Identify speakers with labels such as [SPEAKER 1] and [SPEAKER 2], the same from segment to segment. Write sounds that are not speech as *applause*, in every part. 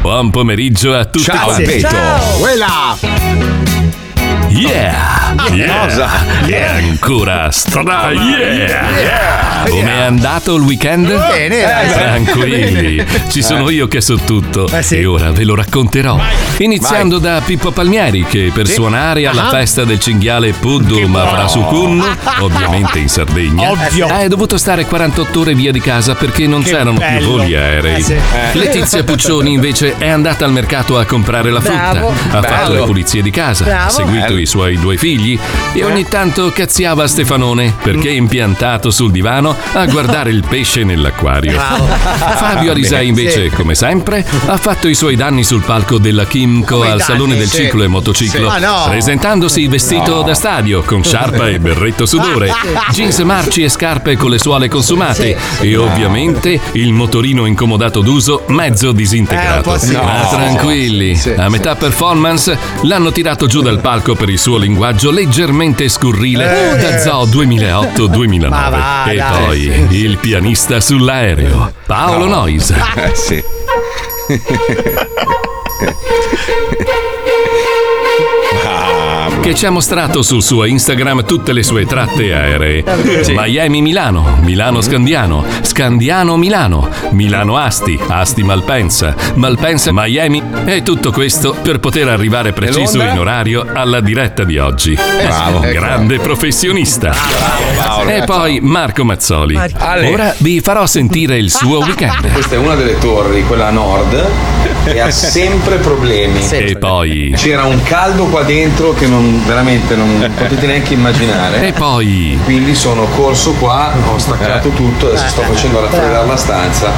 [SPEAKER 1] Buon pomeriggio a tutti.
[SPEAKER 2] Ciao,
[SPEAKER 1] quanti.
[SPEAKER 2] Beto. Quella.
[SPEAKER 1] Yeah. Yeah.
[SPEAKER 2] Cosa?
[SPEAKER 1] E ancora stra yeah. Come è andato il weekend? Eh,
[SPEAKER 3] Bene, dai.
[SPEAKER 1] Tranquilli, ci sono io che so tutto e ora ve lo racconterò. Iniziando da Pippo Palmieri che per suonare alla
[SPEAKER 4] Ah.
[SPEAKER 1] festa del cinghiale Puddum a Frasukun, ovviamente in Sardegna,
[SPEAKER 4] Ovvio.
[SPEAKER 1] Ah, è dovuto stare 48 ore via di casa perché non
[SPEAKER 4] Che
[SPEAKER 1] c'erano più
[SPEAKER 4] bello.
[SPEAKER 1] voli aerei.
[SPEAKER 4] Eh sì. Eh.
[SPEAKER 1] *laughs* Letizia Puccioni invece è andata al mercato a comprare la frutta,
[SPEAKER 5] Bravo.
[SPEAKER 1] ha fatto
[SPEAKER 5] Bravo.
[SPEAKER 1] le pulizie di casa,
[SPEAKER 5] Bravo.
[SPEAKER 1] ha seguito
[SPEAKER 5] Bello. Eh.
[SPEAKER 1] i suoi due figli e ogni tanto cazziava Stefanone perché è impiantato sul divano a guardare il pesce nell'acquario.
[SPEAKER 6] Bravo.
[SPEAKER 1] *laughs* Fabio Arisei invece, come sempre, ha fatto i suoi danni sul palco della Kimco
[SPEAKER 6] Come i
[SPEAKER 1] al
[SPEAKER 6] danni,
[SPEAKER 1] Salone del
[SPEAKER 6] sì.
[SPEAKER 1] Ciclo e Motociclo,
[SPEAKER 6] Sì. Ah, no.
[SPEAKER 1] presentandosi vestito
[SPEAKER 6] No.
[SPEAKER 1] da stadio con sciarpa e
[SPEAKER 6] *laughs*
[SPEAKER 1] berretto sudore, jeans marci e scarpe con le suole consumate
[SPEAKER 6] Sì, sì.
[SPEAKER 1] e ovviamente il motorino incomodato d'uso mezzo disintegrato.
[SPEAKER 6] Eh, un po' sì.
[SPEAKER 1] Ma
[SPEAKER 6] No.
[SPEAKER 1] tranquilli,
[SPEAKER 6] Sì,
[SPEAKER 1] a
[SPEAKER 6] sì.
[SPEAKER 1] metà performance l'hanno tirato giù dal palco per il suo linguaggio leggermente scurrile
[SPEAKER 6] Eh.
[SPEAKER 1] da Zoo 2008-2009.
[SPEAKER 6] Ma va,
[SPEAKER 1] e
[SPEAKER 6] dai.
[SPEAKER 1] poi il pianista sull'aereo, Paolo Nois.
[SPEAKER 6] Ah,
[SPEAKER 7] sì.
[SPEAKER 1] Che ci ha mostrato sul suo Instagram tutte le sue tratte aeree.
[SPEAKER 6] Davvero? Sì.
[SPEAKER 1] Miami-Milano, Milano-Scandiano, Scandiano-Milano, Milano-Asti, Asti-Malpensa, Malpensa-Miami e tutto questo per poter arrivare preciso
[SPEAKER 6] Londra?
[SPEAKER 1] in orario alla diretta di oggi.
[SPEAKER 6] Bravo.
[SPEAKER 1] Un grande professionista.
[SPEAKER 6] Paolo.
[SPEAKER 1] E poi Marco Mazzoli.
[SPEAKER 6] Marco. Ale.
[SPEAKER 1] Ora vi farò sentire il suo weekend.
[SPEAKER 7] Questa è una delle torri, quella a nord, e ha sempre problemi.
[SPEAKER 1] E poi
[SPEAKER 7] C'era un caldo qua dentro che non veramente non potete neanche immaginare.
[SPEAKER 1] E poi.
[SPEAKER 7] Quindi sono corso qua, ho staccato tutto, adesso sto facendo raffreddare la stanza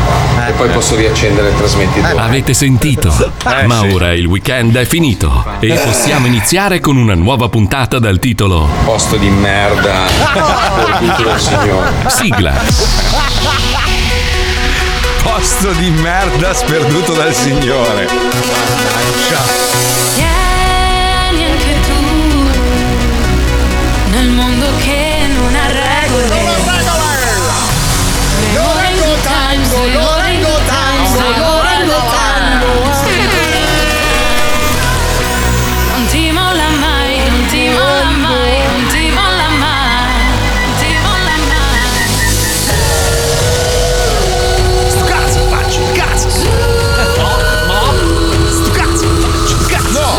[SPEAKER 7] e poi posso riaccendere il
[SPEAKER 2] Eh.
[SPEAKER 7] trasmettitore.
[SPEAKER 1] Avete sentito? Ma ora il weekend è finito e possiamo iniziare con una nuova puntata dal titolo
[SPEAKER 7] Posto di merda.
[SPEAKER 1] Sigla.
[SPEAKER 2] Posto di merda sperduto dal signore. Mannaggia.
[SPEAKER 8] Tieni anche tu nel mondo che non ha regole. No regole times, no regole times, no regole times. Non ti molla mai, non ti molla mai, non ti molla mai, non ti molla mai. Sto cazzo faccio, cazzo. Sto cazzo faccio, cazzo.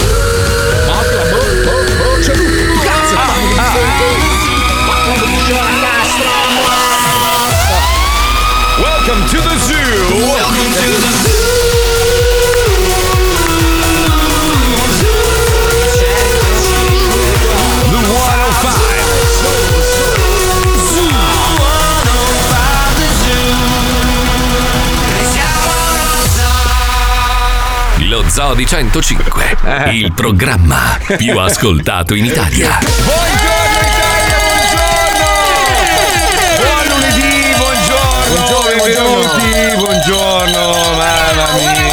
[SPEAKER 2] Welcome to the zoo. Welcome to the zoo. The
[SPEAKER 8] 105.
[SPEAKER 1] Lo Zoo di 105,
[SPEAKER 2] Eh.
[SPEAKER 1] il programma più ascoltato in Italia.
[SPEAKER 2] Buon lunedì, buongiorno, benvenuti, buongiorno, mamma mia.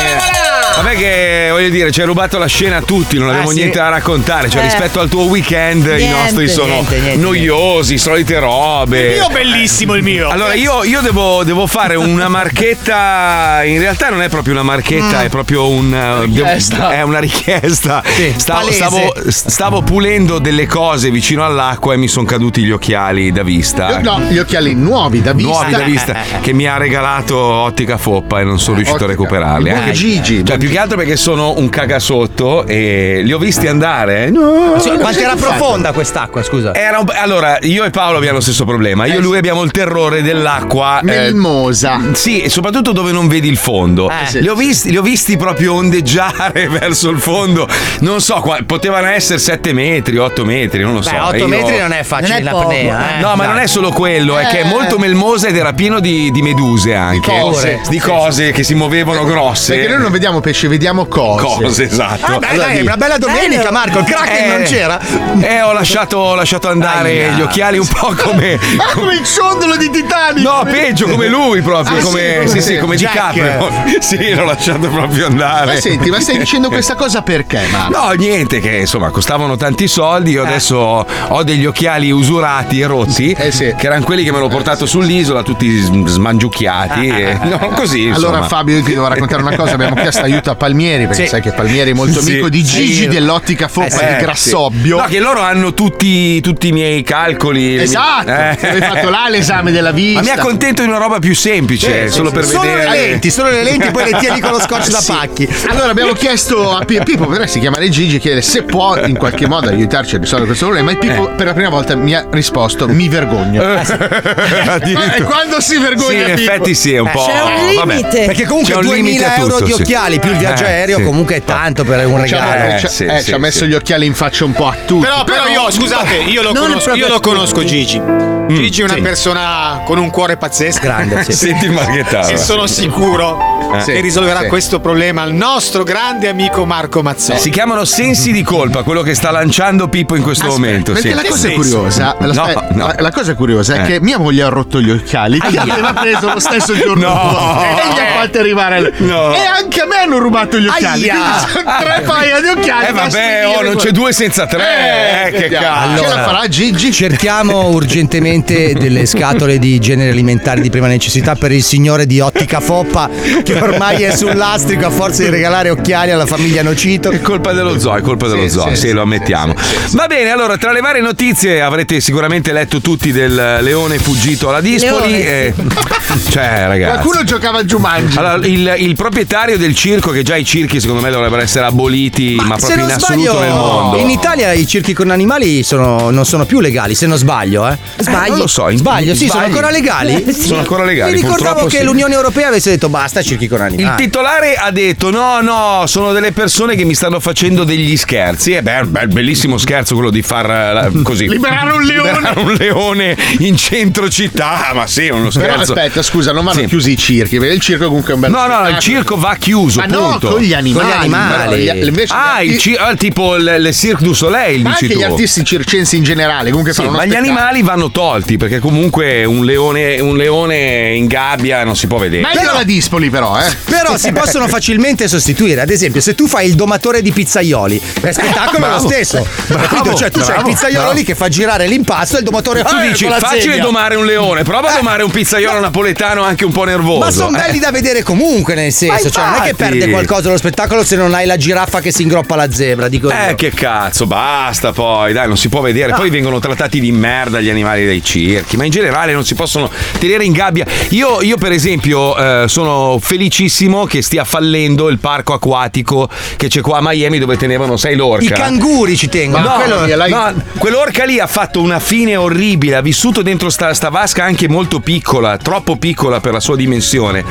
[SPEAKER 2] Vabbè che voglio dire, ci hai rubato la scena a tutti, non avevo
[SPEAKER 9] Ah, sì.
[SPEAKER 2] niente da raccontare, cioè
[SPEAKER 9] Eh.
[SPEAKER 2] rispetto al tuo weekend i
[SPEAKER 9] Niente,
[SPEAKER 2] nostri sono
[SPEAKER 9] niente, niente,
[SPEAKER 2] noiosi, solite robe.
[SPEAKER 9] Il mio bellissimo, il mio.
[SPEAKER 2] Allora io, io devo, devo fare una marchetta, in realtà non è proprio una marchetta,
[SPEAKER 9] Mm.
[SPEAKER 2] è proprio un, eh,
[SPEAKER 6] Richiesta.
[SPEAKER 2] è una richiesta. Stavo,
[SPEAKER 6] palese.
[SPEAKER 2] stavo- stavo pulendo delle cose vicino all'acqua e mi sono caduti gli occhiali da vista.
[SPEAKER 10] No, gli occhiali nuovi da vista. Eh,
[SPEAKER 2] nuovi da
[SPEAKER 11] Eh,
[SPEAKER 2] vista che mi ha regalato Ottica Foppa e non sono riuscito a recuperarli.
[SPEAKER 10] Il buon Gigi.
[SPEAKER 2] Cioè, più che altro perché sono un cagasotto e li ho visti andare. No,
[SPEAKER 11] Sì,
[SPEAKER 2] non
[SPEAKER 11] quanto era
[SPEAKER 2] sono
[SPEAKER 11] profonda quest'acqua, scusa? Eh,
[SPEAKER 2] Era un- allora, io e Paolo abbiamo lo stesso problema. Io e lui abbiamo il terrore dell'acqua. eh,
[SPEAKER 10] Melmosa.
[SPEAKER 2] sì, e soprattutto dove non vedi il fondo.
[SPEAKER 10] Eh, sì.
[SPEAKER 2] Li, ho visti, li ho visti proprio ondeggiare *laughs* verso il fondo. Non so, qua- potevano essere 7 metri, 8 metri, non lo so.
[SPEAKER 11] Beh, 8
[SPEAKER 2] Io-
[SPEAKER 11] metri non è facile
[SPEAKER 2] Non è
[SPEAKER 11] l'apnea,
[SPEAKER 2] poco.
[SPEAKER 11] eh.
[SPEAKER 2] No, ma non è solo quello, è che è molto melmosa ed era pieno di, di meduse anche.
[SPEAKER 10] Di cose.
[SPEAKER 2] Di cose che si muovevano grosse.
[SPEAKER 10] Perché noi non vediamo pesce, vediamo cose.
[SPEAKER 2] con cose, esatto.
[SPEAKER 11] Ah, dai, dai, è una bella domenica, Marco. Il Kraken
[SPEAKER 2] Eh,
[SPEAKER 11] non c'era.
[SPEAKER 2] Eh, ho lasciato, ho lasciato andare
[SPEAKER 11] Aia.
[SPEAKER 2] gli occhiali un po' come.
[SPEAKER 10] Ah, come il ciondolo di Titanic!
[SPEAKER 2] No, peggio come lui proprio,
[SPEAKER 10] Ah, sì,
[SPEAKER 2] come,
[SPEAKER 10] come
[SPEAKER 2] sì,
[SPEAKER 10] te.
[SPEAKER 2] sì, come
[SPEAKER 11] Jack.
[SPEAKER 2] DiCaprio.
[SPEAKER 10] *laughs*
[SPEAKER 2] Sì, l'ho lasciato proprio andare.
[SPEAKER 10] Ma senti, ma stai dicendo questa cosa perché, Marco?
[SPEAKER 2] *laughs* No, niente, che insomma costavano tanti soldi. Io adesso ho degli occhiali usurati e rotti,
[SPEAKER 10] Eh, sì. Eh
[SPEAKER 2] che erano quelli che me l'ho portato sull'isola, tutti s- smangiucchiati.
[SPEAKER 10] Ah,
[SPEAKER 2] e- no, così.
[SPEAKER 10] Allora
[SPEAKER 2] insomma.
[SPEAKER 10] Fabio io ti devo raccontare una cosa, abbiamo
[SPEAKER 2] *laughs*
[SPEAKER 10] chiesto aiuto a Palmieri perché
[SPEAKER 11] Sì.
[SPEAKER 10] sai che Palmieri è molto
[SPEAKER 2] Sì.
[SPEAKER 10] amico di Gigi
[SPEAKER 11] Sì.
[SPEAKER 10] dell'ottica Foppa
[SPEAKER 2] Eh,
[SPEAKER 10] di
[SPEAKER 2] sì.
[SPEAKER 10] Grassobbio.
[SPEAKER 2] No, che loro hanno tutti, tutti i miei calcoli. le mie-
[SPEAKER 10] Esatto,
[SPEAKER 2] Eh.
[SPEAKER 10] avevi fatto là l'esame della vista.
[SPEAKER 2] Ma mi accontento di una roba più semplice,
[SPEAKER 10] Sì,
[SPEAKER 2] solo
[SPEAKER 10] sì,
[SPEAKER 2] per
[SPEAKER 11] Solo
[SPEAKER 2] vedere.
[SPEAKER 11] le lenti, solo le lenti, poi le tieni con lo scotch da
[SPEAKER 10] Sì.
[SPEAKER 11] pacchi.
[SPEAKER 10] Allora abbiamo chiesto a Pi- Pippo, però si chiamare Gigi, chiedere se può in qualche modo aiutarci a risolvere questo problema e Pippo per la prima volta mi ha risposto mi *laughs* vergogno.
[SPEAKER 2] Addirittura.
[SPEAKER 10] E quando si
[SPEAKER 2] Sì,
[SPEAKER 10] vergogna
[SPEAKER 2] in
[SPEAKER 10] Pippo?
[SPEAKER 2] effetti sì, è un po'.
[SPEAKER 3] Eh, C'è un
[SPEAKER 2] vabbè.
[SPEAKER 3] limite.
[SPEAKER 11] Perché comunque
[SPEAKER 2] C'è un
[SPEAKER 11] 2000
[SPEAKER 2] limite a
[SPEAKER 11] euro
[SPEAKER 2] tutto,
[SPEAKER 11] di
[SPEAKER 2] sì.
[SPEAKER 11] occhiali più il viaggio
[SPEAKER 2] Eh,
[SPEAKER 11] aereo
[SPEAKER 2] sì.
[SPEAKER 11] comunque è tanto per un
[SPEAKER 10] Diciamo
[SPEAKER 11] regalo.
[SPEAKER 10] che
[SPEAKER 2] Eh,
[SPEAKER 10] c'ha-
[SPEAKER 2] sì,
[SPEAKER 10] eh,
[SPEAKER 2] sì,
[SPEAKER 10] ci ha messo
[SPEAKER 2] sì.
[SPEAKER 10] gli occhiali in faccia un po' a tutti.
[SPEAKER 4] Però, però io, scusate, io lo,
[SPEAKER 3] Non
[SPEAKER 4] conosco,
[SPEAKER 3] proprio
[SPEAKER 4] io lo
[SPEAKER 3] tutti.
[SPEAKER 4] conosco Gigi.
[SPEAKER 9] Mm,
[SPEAKER 4] Gigi è una persona con un cuore pazzesco.
[SPEAKER 10] *laughs*
[SPEAKER 11] Grande, sì.
[SPEAKER 2] Senti il marghettaro.
[SPEAKER 4] E sono sicuro
[SPEAKER 10] Eh. Sì,
[SPEAKER 4] che risolverà
[SPEAKER 10] sì.
[SPEAKER 4] questo problema il nostro grande amico Marco Mazzotti.
[SPEAKER 2] *laughs* Si chiamano sensi di colpa, quello che sta lanciando Pippo in questo momento.
[SPEAKER 10] Perché
[SPEAKER 2] sì.
[SPEAKER 10] la cosa,
[SPEAKER 2] Sì.
[SPEAKER 10] curiosa, la,
[SPEAKER 2] No,
[SPEAKER 10] spe-
[SPEAKER 2] no.
[SPEAKER 10] la- la cosa curiosa è
[SPEAKER 2] Eh.
[SPEAKER 10] che mia moglie ha rotto gli occhiali che aveva preso lo stesso giorno
[SPEAKER 2] No.
[SPEAKER 10] dopo. e gli ha fatti arrivare lì.
[SPEAKER 2] No.
[SPEAKER 10] e anche a me hanno rubato gli occhiali
[SPEAKER 11] Aia.
[SPEAKER 10] quindi sono tre paia di occhiali da
[SPEAKER 2] Eh vabbè,
[SPEAKER 10] spedire
[SPEAKER 2] oh, non
[SPEAKER 10] con-
[SPEAKER 2] c'è due senza tre. Eh, che
[SPEAKER 10] vediamo.
[SPEAKER 2] cazzo.
[SPEAKER 10] ce la farà Gigi
[SPEAKER 11] Cerchiamo urgentemente delle scatole di genere alimentare di prima necessità per il signore di Ottica Foppa che ormai è sul lastrico a forza di regalare occhiali alla famiglia Nocito.
[SPEAKER 2] È colpa dello zoo, è colpa dello zoo, sì, lo ammettiamo. Va bene, allora, tra le varie notizie avrete sicuramente letto tutti del leone fuggito alla Dispoli.
[SPEAKER 3] Leone.
[SPEAKER 2] eh, *laughs* cioè, ragazzi.
[SPEAKER 10] qualcuno giocava a Jumanji
[SPEAKER 2] Allora, il, il proprietario del circo, che già i circhi secondo me dovrebbero essere aboliti, ma,
[SPEAKER 11] se
[SPEAKER 2] proprio
[SPEAKER 11] non
[SPEAKER 2] in assoluto
[SPEAKER 11] sbaglio,
[SPEAKER 2] nel mondo.
[SPEAKER 11] in Italia i circhi con animali sono- non sono più legali, se non sbaglio, eh.
[SPEAKER 3] Sbagli.
[SPEAKER 2] Eh, non lo so, in-
[SPEAKER 11] Sbaglio, sì,
[SPEAKER 2] sbagli.
[SPEAKER 11] sono ancora legali?
[SPEAKER 2] Sono ancora legali.
[SPEAKER 11] Mi ricordavo
[SPEAKER 2] purtroppo
[SPEAKER 11] che
[SPEAKER 2] sì.
[SPEAKER 11] l'Unione Europea avesse detto basta circhi con animali.
[SPEAKER 2] Il titolare ha detto: No, no, sono delle persone che mi stanno facendo degli scherzi. E beh, beh, bellissimo scherzo quello di far eh, la- così.
[SPEAKER 10] Liberare un leone.
[SPEAKER 2] *laughs* Liberare un leone *laughs* in centro città. ah, Ma sì, è uno
[SPEAKER 10] però
[SPEAKER 2] scherzo.
[SPEAKER 10] aspetta scusa non vanno
[SPEAKER 2] Sì.
[SPEAKER 10] chiusi i circhi perché il circo comunque è un bel
[SPEAKER 2] No, no, il
[SPEAKER 10] spettacolo.
[SPEAKER 2] circo va chiuso.
[SPEAKER 10] ma no
[SPEAKER 2] punto.
[SPEAKER 10] con gli animali
[SPEAKER 11] Con gli animali.
[SPEAKER 10] Però gli- invece
[SPEAKER 2] Ah,
[SPEAKER 10] gli
[SPEAKER 2] il
[SPEAKER 10] arti-
[SPEAKER 2] ci- ah, tipo le, le Cirque du Soleil,
[SPEAKER 10] ma
[SPEAKER 2] dici
[SPEAKER 10] anche
[SPEAKER 2] tu.
[SPEAKER 10] gli artisti circensi in generale comunque
[SPEAKER 2] Sì,
[SPEAKER 10] fanno uno
[SPEAKER 2] ma gli
[SPEAKER 10] spettacolo.
[SPEAKER 2] animali vanno tolti perché comunque un leone, un leone in gabbia non si può vedere.
[SPEAKER 10] meglio la Dispoli però eh
[SPEAKER 11] Però si possono facilmente sostituire. Ad esempio, se tu fai il domatore di pizzaioli, è spettacolo lo stesso. Capito? Cioè, tu c'hai il pizzaiolo lì che fa girare l'impasto e il domatore
[SPEAKER 2] Tu
[SPEAKER 11] "Ah,
[SPEAKER 2] dici
[SPEAKER 11] con la
[SPEAKER 2] facile
[SPEAKER 11] sedia". Eh.
[SPEAKER 2] domare un leone, prova a domare un pizzaiolo napoletano anche un po' nervoso.
[SPEAKER 11] Ma sono
[SPEAKER 2] Eh.
[SPEAKER 11] belli da vedere comunque, nel senso,
[SPEAKER 2] Ma
[SPEAKER 11] cioè, non è che
[SPEAKER 2] infatti.
[SPEAKER 11] perde qualcosa lo spettacolo se non hai la giraffa che si ingroppa alla zebra, dico io.
[SPEAKER 2] Eh che cazzo, basta poi, dai, non si può vedere. Poi vengono trattati di merda gli animali dei circhi, ma in generale non si possono tenere in gabbia. Io, io, per esempio, eh, sono felicissimo che stia fallendo il parco acquatico che c'è qua a Miami dove tenevano sei lorca.
[SPEAKER 11] I canguri ci tengono.
[SPEAKER 2] No,
[SPEAKER 11] quello-
[SPEAKER 10] gliel'hai-
[SPEAKER 2] no, quell'orca lì ha fatto una fine orribile. Ha vissuto dentro sta, sta vasca anche molto piccola, troppo piccola per la sua dimensione.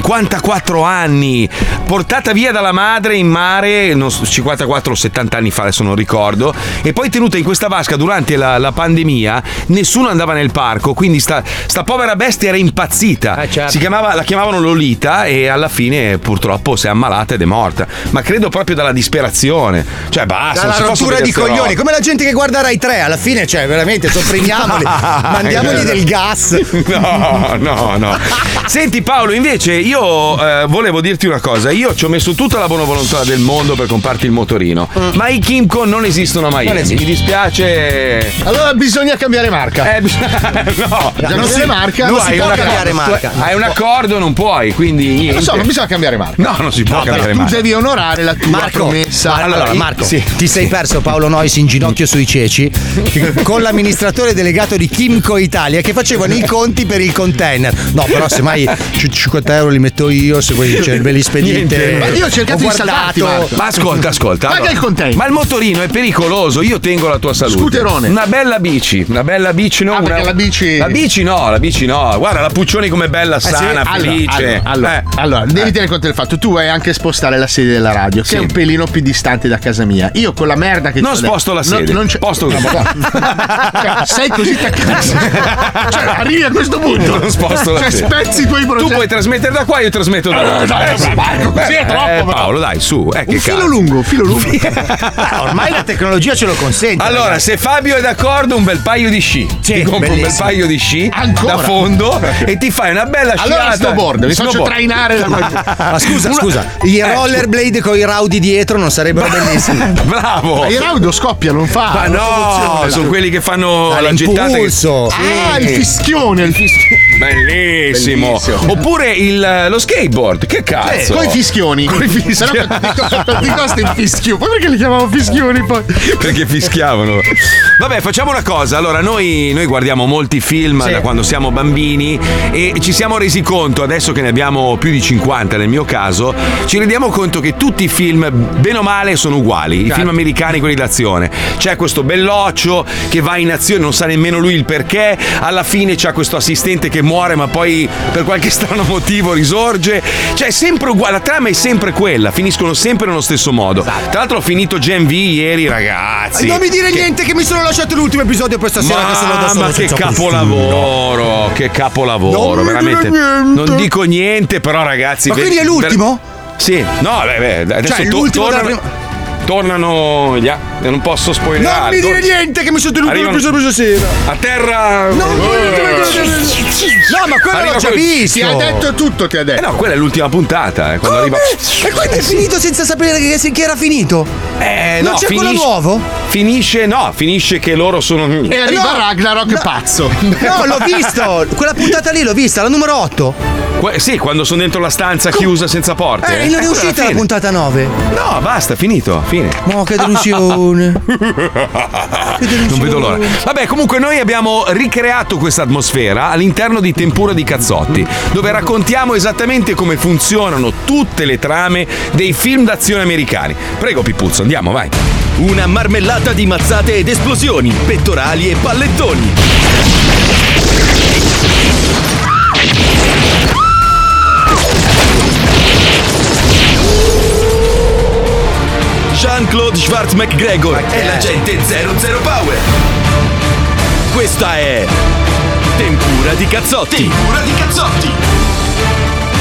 [SPEAKER 2] 54 anni, portata via dalla madre in mare, non so, 54 o 70 anni fa, adesso non ricordo. E poi tenuta in questa vasca durante la, la pandemia. Nessuno andava nel parco, quindi sta, sta povera bestia era impazzita.
[SPEAKER 11] Eh, certo.
[SPEAKER 2] Si chiamava- la chiamavano Lolita e alla fine purtroppo si è ammalata ed è morta. Ma credo proprio dalla disperazione. Cioè,
[SPEAKER 10] ah,
[SPEAKER 2] basta. non
[SPEAKER 11] Dalla
[SPEAKER 2] si possono
[SPEAKER 11] rottura di
[SPEAKER 2] vedere ste
[SPEAKER 11] coglioni,
[SPEAKER 2] robe.
[SPEAKER 11] come la gente che guarda Rai 3 alla fine, cioè
[SPEAKER 10] *laughs*
[SPEAKER 11] veramente sopprimiamoli, mandiamogli del gas.
[SPEAKER 2] No, no, *laughs* no. Senti Paolo, invece io eh, volevo dirti una cosa. Io ci ho messo tutta la buona volontà del mondo per comprarti il motorino, ma i Kimco non esistono mai.
[SPEAKER 11] Non esistono.
[SPEAKER 2] Mi dispiace.
[SPEAKER 10] allora bisogna cambiare marca
[SPEAKER 2] Eh, bis- *laughs* no.
[SPEAKER 10] Bisogna cambiare marca
[SPEAKER 11] non
[SPEAKER 10] Vai,
[SPEAKER 11] si può
[SPEAKER 10] una-
[SPEAKER 11] cambiare marca.
[SPEAKER 2] Hai un accordo, non puoi, quindi niente.
[SPEAKER 10] Lo so, non bisogna cambiare marca.
[SPEAKER 2] No, non si può cambiare
[SPEAKER 10] tu
[SPEAKER 2] mai.
[SPEAKER 10] devi onorare la tua
[SPEAKER 11] Marco,
[SPEAKER 10] promessa.
[SPEAKER 11] Marco,
[SPEAKER 2] Allora, i-
[SPEAKER 11] Marco,
[SPEAKER 2] sì.
[SPEAKER 11] ti sei perso Paolo Nois in ginocchio
[SPEAKER 10] *laughs*
[SPEAKER 11] sui ceci con l'amministratore delegato di Kimco Italia che facevano i conti per il container. No, però semmai c- 50 euro li metto io, se voi cioè, ve li spedite.
[SPEAKER 2] Niente.
[SPEAKER 10] Ma io ho cercato di salvarti, Marco.
[SPEAKER 2] Ma ascolta, ascolta.
[SPEAKER 10] Paga il container.
[SPEAKER 2] Ma il motorino è pericoloso, io tengo la tua salute.
[SPEAKER 10] Scooterone.
[SPEAKER 2] Una bella bici, una bella bici, no,
[SPEAKER 10] Ah,
[SPEAKER 2] una-
[SPEAKER 10] perché la bici-
[SPEAKER 2] La bici no, la bici no. Guarda la Puccioni com'è bella, sana,
[SPEAKER 10] Eh, Allora,
[SPEAKER 2] felice.
[SPEAKER 10] allora, allora,
[SPEAKER 2] Eh.
[SPEAKER 10] allora, devi tenere conto del fatto tu vuoi anche spostare la sede della radio che è un pelino più distante da casa mia io con la merda che
[SPEAKER 2] Non
[SPEAKER 10] c'ho
[SPEAKER 2] sposto la
[SPEAKER 10] adesso-
[SPEAKER 2] sede.
[SPEAKER 10] no, non c'è- *laughs*
[SPEAKER 2] Posto una
[SPEAKER 10] Cioè, sei così taccato cioè arrivi a questo punto
[SPEAKER 2] Non sposto la
[SPEAKER 10] cioè
[SPEAKER 2] sede.
[SPEAKER 10] spezzi i tuoi
[SPEAKER 2] Tu
[SPEAKER 10] progetti
[SPEAKER 2] puoi trasmettere da qua, io trasmetto da là. Eh, sì.
[SPEAKER 11] ecco,
[SPEAKER 10] Marco, così è
[SPEAKER 2] Eh,
[SPEAKER 10] troppo,
[SPEAKER 2] Paolo, Paolo, dai, su. Eh, che
[SPEAKER 10] Un filo
[SPEAKER 2] cazzo.
[SPEAKER 10] lungo, un filo lungo.
[SPEAKER 11] Ah, ormai la tecnologia ce lo consente.
[SPEAKER 2] Allora,
[SPEAKER 11] ragazzi.
[SPEAKER 2] se Fabio è d'accordo, un bel paio di sci.
[SPEAKER 11] Sì,
[SPEAKER 2] ti compri un bel
[SPEAKER 11] bellissimo.
[SPEAKER 2] paio di sci
[SPEAKER 10] Ancora?
[SPEAKER 2] da fondo e ti fai una bella sciata.
[SPEAKER 10] Allora snowboard, mi faccio
[SPEAKER 2] Snowboard.
[SPEAKER 10] trainare
[SPEAKER 2] *laughs*
[SPEAKER 10] da Eh, qualcuno.
[SPEAKER 11] Ma scusa,
[SPEAKER 2] Una-
[SPEAKER 11] scusa, i
[SPEAKER 2] Eh,
[SPEAKER 11] rollerblade con i raudi dietro non
[SPEAKER 2] *laughs*
[SPEAKER 11] sarebbero bellissimi.
[SPEAKER 2] Bravo!
[SPEAKER 10] Ma il raudo scoppia, non fa.
[SPEAKER 2] Ma
[SPEAKER 10] non
[SPEAKER 2] no,
[SPEAKER 10] funziona.
[SPEAKER 2] sono quelli che fanno la gettata. che-
[SPEAKER 11] L'impulso.
[SPEAKER 10] Ah, il fischione, il fischione.
[SPEAKER 2] Bellissimo.
[SPEAKER 10] Bellissimo. Eh,
[SPEAKER 2] Oppure il- eh, lo skateboard, che cazzo?
[SPEAKER 10] Con i Cioè, fischioni.
[SPEAKER 2] Coi fischioni.
[SPEAKER 10] Sennò a tutti i costi il fischio. Poi perché li chiamavo fischioni poi?
[SPEAKER 2] *laughs* Perché fischiavano. Vabbè, facciamo una cosa. Allora, noi, noi guardiamo molti film da quando siamo bambini e ci siamo resi conto, adesso che ne abbiamo più di 50 nel mio caso, ci rendiamo conto che tutti i film, bene o male, sono uguali. I film americani, quelli d'azione. C'è questo belloccio che va in azione, non sa nemmeno lui il perché. Alla fine c'è questo assistente che muore, ma poi per qualche *laughs* strano motivo risorge. Cioè, è sempre uguale. La trama è sempre quella. Finiscono sempre nello stesso modo. Tra l'altro, ho finito Gen V ieri, ragazzi.
[SPEAKER 11] Esatto. Eh, Non mi dire niente che mi sono lasciato l'ultimo episodio questa sera che sono da solo.
[SPEAKER 2] Mamma che
[SPEAKER 11] senza qualcuno.
[SPEAKER 2] capolavoro, che capolavoro,
[SPEAKER 11] Non mi dire
[SPEAKER 2] veramente.
[SPEAKER 11] niente.
[SPEAKER 2] Non dico niente, però ragazzi.
[SPEAKER 11] Ma
[SPEAKER 2] ve-
[SPEAKER 11] quindi è
[SPEAKER 2] ver-
[SPEAKER 11] l'ultimo?
[SPEAKER 2] Sì, no, beh, beh adesso
[SPEAKER 11] Cioè,
[SPEAKER 2] to-
[SPEAKER 11] l'ultimo della
[SPEAKER 2] tornano, tornano gli a- non posso spoilerare.
[SPEAKER 11] Non mi dire
[SPEAKER 2] Tor-
[SPEAKER 11] niente che mi sono tenuto
[SPEAKER 2] Arrivano- Ah, eh.
[SPEAKER 11] l'ultimo episodio questa sera.
[SPEAKER 2] A terra.
[SPEAKER 11] Non mi dire No, ma quello
[SPEAKER 2] Arriva
[SPEAKER 11] l'ho già
[SPEAKER 2] quello-
[SPEAKER 11] visto.
[SPEAKER 10] Ti ha detto tutto, ti ha
[SPEAKER 2] Eh
[SPEAKER 10] detto.
[SPEAKER 2] no, quella è l'ultima puntata, eh, quando arriva.
[SPEAKER 11] E quindi è finito senza sapere che, che era finito?
[SPEAKER 2] Eh,
[SPEAKER 11] Non c'è quello nuovo?
[SPEAKER 2] Finisce, no, finisce che loro sono. Eh,
[SPEAKER 10] E arriva
[SPEAKER 11] Eh, No.
[SPEAKER 10] Ragnarok pazzo.
[SPEAKER 11] No, l'ho
[SPEAKER 2] *laughs*
[SPEAKER 11] visto. Quella puntata lì l'ho vista, la numero 8.
[SPEAKER 2] Que- sì, quando sono dentro la stanza chiusa senza porte.
[SPEAKER 11] Eh, non è
[SPEAKER 2] Ecco la
[SPEAKER 11] uscita la
[SPEAKER 2] fine.
[SPEAKER 11] puntata 9.
[SPEAKER 2] No, basta, finito, fine.
[SPEAKER 11] Ma che
[SPEAKER 2] *laughs*
[SPEAKER 11] delusione.
[SPEAKER 2] Non vedo l'ora. Vabbè, comunque noi abbiamo ricreato questa atmosfera all'interno di Tempura di Cazzotti, dove raccontiamo esattamente come funzionano tutte le trame dei film d'azione americani. Prego Pipuzzo, andiamo, vai.
[SPEAKER 3] Una marmellata di mazzate ed esplosioni, pettorali e pallettoni. Jean-Claude Schwartz McGregor
[SPEAKER 2] Eh.
[SPEAKER 3] è l'agente 00 Power. Questa è Tempura di Cazzotti. Tempura di Cazzotti.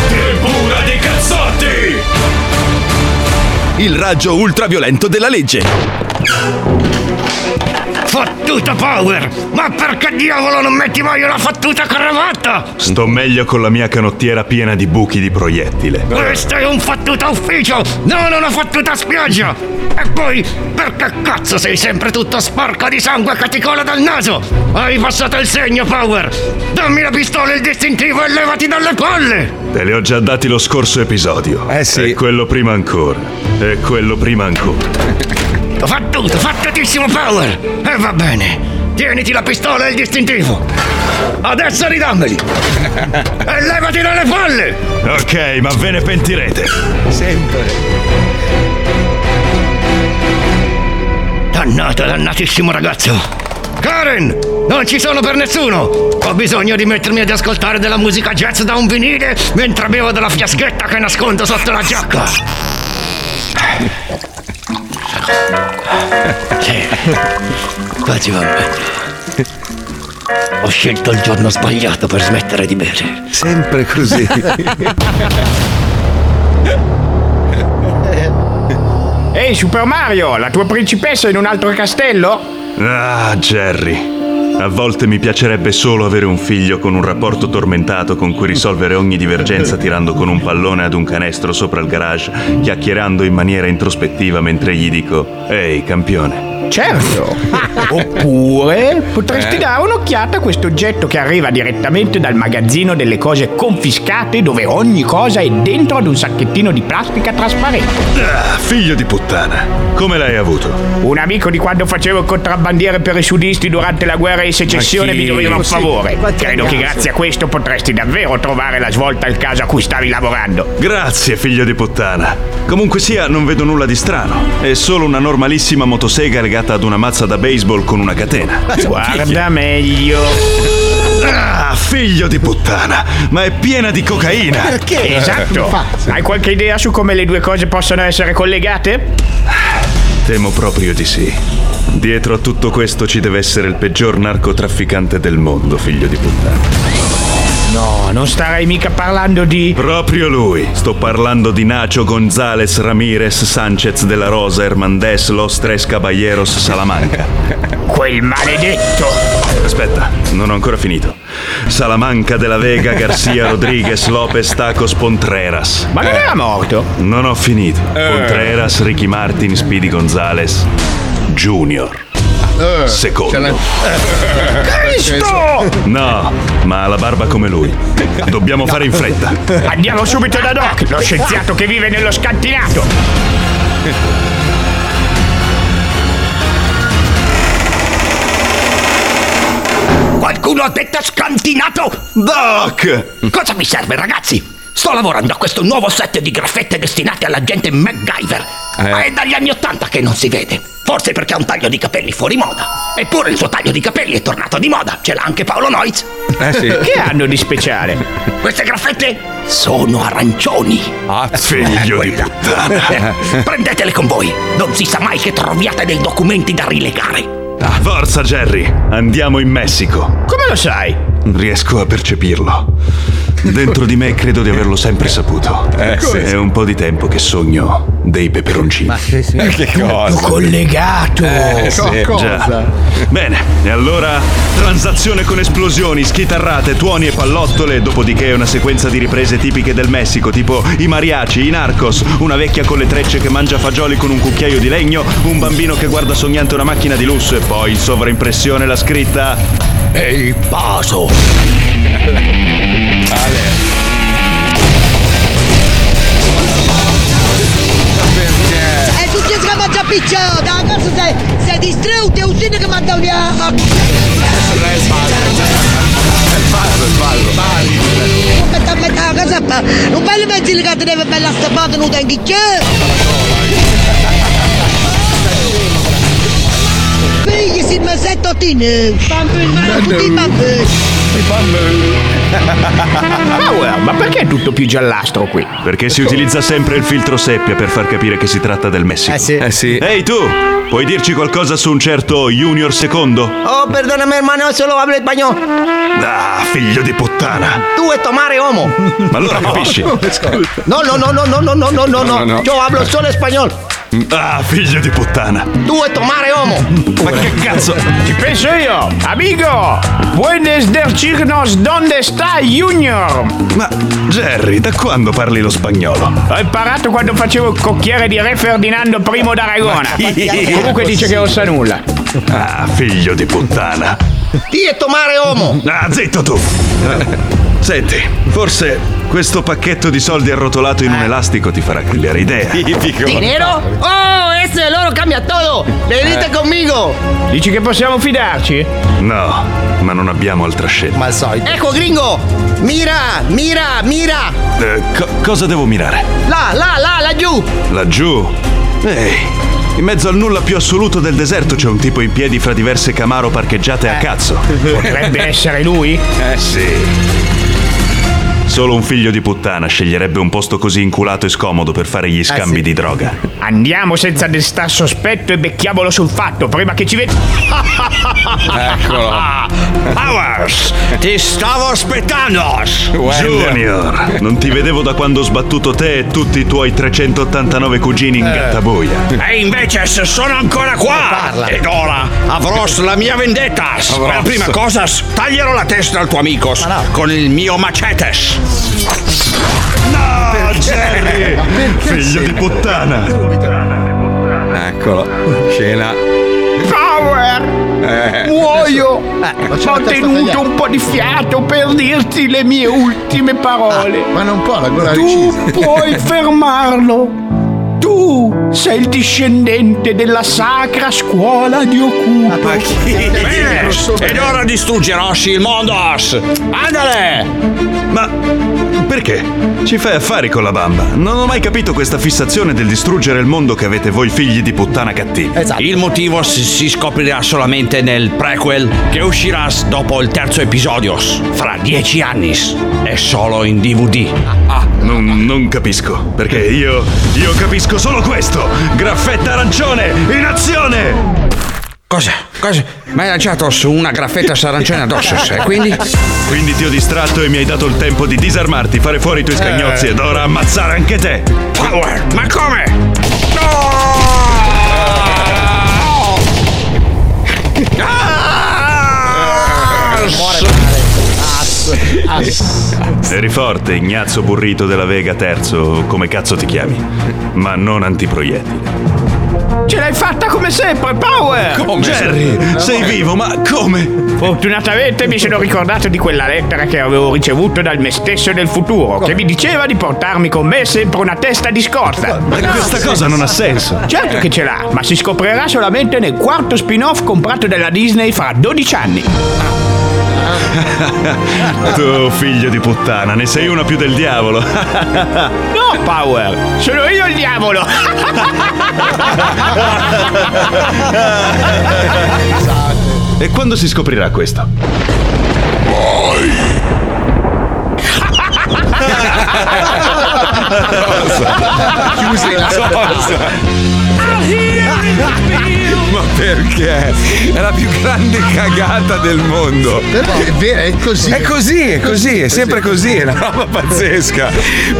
[SPEAKER 3] Tempura di Cazzotti. Il raggio ultraviolento della legge.
[SPEAKER 5] Fattuta Power! Ma perché diavolo non metti mai una fattuta cravatta?
[SPEAKER 6] Sto meglio con la mia canottiera piena di buchi di proiettile.
[SPEAKER 5] Questo è un fattuta ufficio, non una fattuta spiaggia! E poi, perché cazzo sei sempre tutto sporco di sangue che ti cola dal naso? Hai passato il segno, Power! Dammi la pistola e il distintivo e levati dalle palle!
[SPEAKER 6] Te le ho già dati lo scorso episodio.
[SPEAKER 2] Eh sì.
[SPEAKER 6] E quello prima ancora. E quello prima ancora.
[SPEAKER 5] Fattuto, fattutissimo Power! E va bene. Tieniti la pistola e il distintivo. Adesso
[SPEAKER 6] *laughs*
[SPEAKER 5] ridammeli. E levati dalle palle!
[SPEAKER 6] Ok, ma ve ne pentirete.
[SPEAKER 5] Dannato, dannatissimo ragazzo! Karen! Non ci sono per nessuno! Ho bisogno di mettermi ad ascoltare della musica jazz da un vinile mentre bevo dalla fiaschetta che nascondo sotto la giacca! Sì, *laughs* quasi va bene. Ho scelto il giorno sbagliato per smettere di bere.
[SPEAKER 2] Sempre
[SPEAKER 9] *laughs*
[SPEAKER 2] così.
[SPEAKER 9] Ehi Super Mario, la tua principessa è in un altro castello?
[SPEAKER 6] Ah, Jerry. A volte mi piacerebbe solo avere un figlio con un rapporto tormentato con cui risolvere ogni divergenza tirando con un pallone ad un canestro sopra il garage, chiacchierando in maniera introspettiva mentre gli dico: Ehi, campione.
[SPEAKER 9] *laughs* Certo. Oppure potresti dare un'occhiata a questo oggetto che arriva direttamente dal magazzino delle cose confiscate dove ogni cosa è dentro ad un sacchettino di plastica trasparente.
[SPEAKER 6] Ah, figlio di puttana. Come l'hai avuto?
[SPEAKER 9] Un amico di quando facevo il contrabbandiere per i sudisti durante la guerra di secessione
[SPEAKER 2] Ma chi?
[SPEAKER 9] mi doveva un favore. Credo che grazie a questo potresti davvero trovare la svolta al caso a cui stavi lavorando.
[SPEAKER 6] Grazie, figlio di puttana. Comunque sia, non vedo nulla di strano. È solo una normalissima motosega legata ad una mazza da baseball con una catena. *laughs*
[SPEAKER 9] Guarda meglio.
[SPEAKER 6] Ah, figlio di puttana! Ma è piena di cocaina!
[SPEAKER 9] Che esatto. Hai qualche idea su come le due cose possono essere collegate?
[SPEAKER 6] Temo proprio di sì. Dietro a tutto questo ci deve essere il peggior narcotrafficante del mondo, figlio di puttana.
[SPEAKER 9] No, non starai mica parlando di.
[SPEAKER 6] Proprio lui. Sto parlando di Nacho Gonzales Ramirez Sanchez della Rosa Hernández Los Tres Caballeros Salamanca.
[SPEAKER 9] Quel maledetto!
[SPEAKER 6] Aspetta, non ho ancora finito. Salamanca della
[SPEAKER 9] *laughs*
[SPEAKER 6] Vega Garcia Rodriguez Lopez Tacos Pontreras.
[SPEAKER 9] Ma non era morto? Eh.
[SPEAKER 6] Non ho finito. Contreras, Ricky Martin, Speedy Gonzales Junior. *laughs* Secondo.
[SPEAKER 9] Eh. Cristo!
[SPEAKER 6] No, ma ha la barba come lui. Dobbiamo fare in fretta.
[SPEAKER 9] *laughs* Andiamo subito da Doc, lo scienziato che vive nello scantinato.
[SPEAKER 12] Qualcuno ha detto scantinato?
[SPEAKER 6] Doc!
[SPEAKER 12] Cosa mi serve, ragazzi? Sto lavorando a questo nuovo set di graffette destinate alla gente MacGyver.
[SPEAKER 8] Eh.
[SPEAKER 12] Ma è dagli anni Ottanta che non si vede. Forse perché ha un taglio di capelli fuori moda. Eppure il suo taglio di capelli è tornato di moda. Ce l'ha anche Paolo Noiz.
[SPEAKER 8] Eh sì.
[SPEAKER 9] *laughs* Che hanno di speciale?
[SPEAKER 12] Queste graffette sono arancioni. Eh,
[SPEAKER 8] Ah,
[SPEAKER 6] figlio di puttana.
[SPEAKER 12] Prendetele con voi. Non si sa mai che troviate dei documenti da rilegare.
[SPEAKER 6] Ah, Forza, Jerry! Andiamo in Messico.
[SPEAKER 9] Come lo sai?
[SPEAKER 6] Riesco a percepirlo. Dentro di me credo di averlo sempre saputo.
[SPEAKER 9] sì.
[SPEAKER 6] È un po' di tempo che sogno dei peperoncini. Ma
[SPEAKER 13] che,
[SPEAKER 6] cosa?
[SPEAKER 9] collegato.
[SPEAKER 6] Eh, sì, già. Bene, e allora transazione con esplosioni, schitarrate, tuoni e pallottole, dopodiché una sequenza di riprese tipiche del Messico, tipo i mariachi, i narcos, una vecchia con le trecce che mangia fagioli con un cucchiaio di legno, un bambino che guarda sognante una macchina di lusso e poi in sovraimpressione la scritta E il paso.
[SPEAKER 14] E tu ti sei mangiato picciato, da cosa sei, sei distratto, è un sino che manda via a... Aspetta, aspetta, cosa fa? Un bello mezzo che ti deve bella stampata, non tengo che... Figli, si mi sei tottine, fammi il mare, tutti i
[SPEAKER 2] *laughs*
[SPEAKER 9] Power, Ah, ma perché è tutto più giallastro qui?
[SPEAKER 6] Perché si utilizza sempre il filtro seppia per far capire che si tratta del Messico. Eh sì. Ehi tu, puoi dirci qualcosa su un certo Junior secondo?
[SPEAKER 11] Oh, perdóname, hermano, solo hablo español.
[SPEAKER 6] Ah, figlio di puttana.
[SPEAKER 11] Tú es tomare homo.
[SPEAKER 6] Ma allora capisci?
[SPEAKER 11] No, no, no, no, no, no, no, no, no,
[SPEAKER 6] No, no.
[SPEAKER 11] no. Yo hablo solo español.
[SPEAKER 6] Ah, figlio di puttana.
[SPEAKER 11] Tú es tomare homo.
[SPEAKER 6] Ma che cazzo?
[SPEAKER 9] Ci penso io, amico! Puedes decirnos dónde está Junior?
[SPEAKER 6] Ma Jerry, da quando parli lo spagnolo?
[SPEAKER 9] Ho imparato quando facevo il cocchiere di Re Ferdinando I d'Aragona.
[SPEAKER 6] Ma chi?
[SPEAKER 9] Comunque dice che non sa nulla.
[SPEAKER 6] Ah, figlio di puttana.
[SPEAKER 11] Ti es tomare homo.
[SPEAKER 6] Ah, zitto tu. Senti, forse questo pacchetto di soldi arrotolato in
[SPEAKER 9] Eh.
[SPEAKER 6] un elastico ti farà cambiare idea.
[SPEAKER 11] ¿Dinero? Oh, ese loro cambia todo.
[SPEAKER 8] Eh.
[SPEAKER 11] Venite conmigo.
[SPEAKER 9] Dici che possiamo fidarci?
[SPEAKER 6] No, ma non abbiamo altra scelta. Ma
[SPEAKER 13] al solito.
[SPEAKER 11] Ecco, gringo. Mira, mira, mira.
[SPEAKER 6] Eh, cosa devo mirare?
[SPEAKER 11] Là, là, là, laggiù.
[SPEAKER 6] Laggiù? Ehi, in mezzo al nulla più assoluto del deserto c'è un tipo in piedi fra diverse Camaro parcheggiate
[SPEAKER 11] Eh.
[SPEAKER 6] a cazzo.
[SPEAKER 9] Potrebbe essere lui?
[SPEAKER 6] Eh sì. Solo un figlio di puttana sceglierebbe un posto così inculato e scomodo per fare
[SPEAKER 11] Eh,
[SPEAKER 6] gli scambi di droga.
[SPEAKER 9] Andiamo senza destar sospetto e becchiamolo sul fatto prima che ci veda.
[SPEAKER 8] Eccolo.
[SPEAKER 6] Ah,
[SPEAKER 12] Powers, ti stavo aspettando.
[SPEAKER 6] Junior, non ti vedevo da quando ho sbattuto te e tutti i tuoi 389
[SPEAKER 11] Eh.
[SPEAKER 6] cugini in gattaboia.
[SPEAKER 12] E invece se sono ancora qua ed ora avrò la mia vendetta.
[SPEAKER 6] Avrò.
[SPEAKER 12] Per prima cosa s- taglierò la testa al tuo amico s- con il mio macetes.
[SPEAKER 6] No,
[SPEAKER 8] *laughs*
[SPEAKER 6] Jerry! Figlio di puttana!
[SPEAKER 8] Eccolo, scena.
[SPEAKER 9] Power!
[SPEAKER 8] Eh.
[SPEAKER 9] Muoio!
[SPEAKER 10] c'è
[SPEAKER 9] Ho
[SPEAKER 10] Eh, la testa
[SPEAKER 9] tenuto
[SPEAKER 10] tagliata. Ah,
[SPEAKER 9] un po' di fiato per dirti le mie ultime parole.
[SPEAKER 10] ma non può la gola
[SPEAKER 9] Tu
[SPEAKER 10] *laughs* recisa.
[SPEAKER 9] puoi fermarlo. Tu sei il discendente della sacra scuola di Okupa.
[SPEAKER 8] Eh,
[SPEAKER 12] Bene, ed ora distruggerò Silmondos. Andale!
[SPEAKER 6] Ma perché? Ci fai affari con la bamba. Non ho mai capito questa fissazione del distruggere il mondo che avete voi figli di puttana cattivi.
[SPEAKER 15] Esatto.
[SPEAKER 12] Il motivo si- si scoprirà solamente nel prequel che uscirà s- dopo il terzo episodio, s- fra dieci anni, s- e solo in DVD.
[SPEAKER 6] Ah, non, non capisco. Perché io. Io capisco solo questo! Graffetta arancione, in azione!
[SPEAKER 15] Cosa? Cosa? Mi hai lanciato su una graffetta sarancione addosso, e quindi?
[SPEAKER 6] Quindi ti ho distratto e mi hai dato il tempo di disarmarti, fare fuori i tuoi scagnozzi ed ora ammazzare anche te.
[SPEAKER 15] Power! Ma come? Ah!
[SPEAKER 2] Ah!
[SPEAKER 6] Eri forte, Ignazio Burrito della Vega Terzo, o come cazzo ti chiami. Ma non antiproiettile.
[SPEAKER 9] Ce l'hai fatta come sempre, Power!
[SPEAKER 6] Come? Jerry, sei vivo, ma come?
[SPEAKER 9] Fortunatamente mi sono ricordato di quella lettera che avevo ricevuto dal me stesso del futuro, che mi diceva di portarmi con me sempre una testa di scorta.
[SPEAKER 6] Ma questa cosa non ha senso.
[SPEAKER 9] Certo che ce l'ha, ma si scoprirà solamente nel quarto spin-off comprato dalla Disney fra 12 anni.
[SPEAKER 6] *laughs* tu figlio di puttana, ne sei una più del diavolo. *laughs*
[SPEAKER 9] No, Power! Sono io
[SPEAKER 7] *laughs*
[SPEAKER 9] il diavolo!
[SPEAKER 6] e quando si scoprirà questo?
[SPEAKER 2] *laughs* Chiusi la Ma perché? È la più grande cagata del mondo.
[SPEAKER 10] Perché è vero, è così.
[SPEAKER 2] È così, è così, è sempre così, è una roba pazzesca.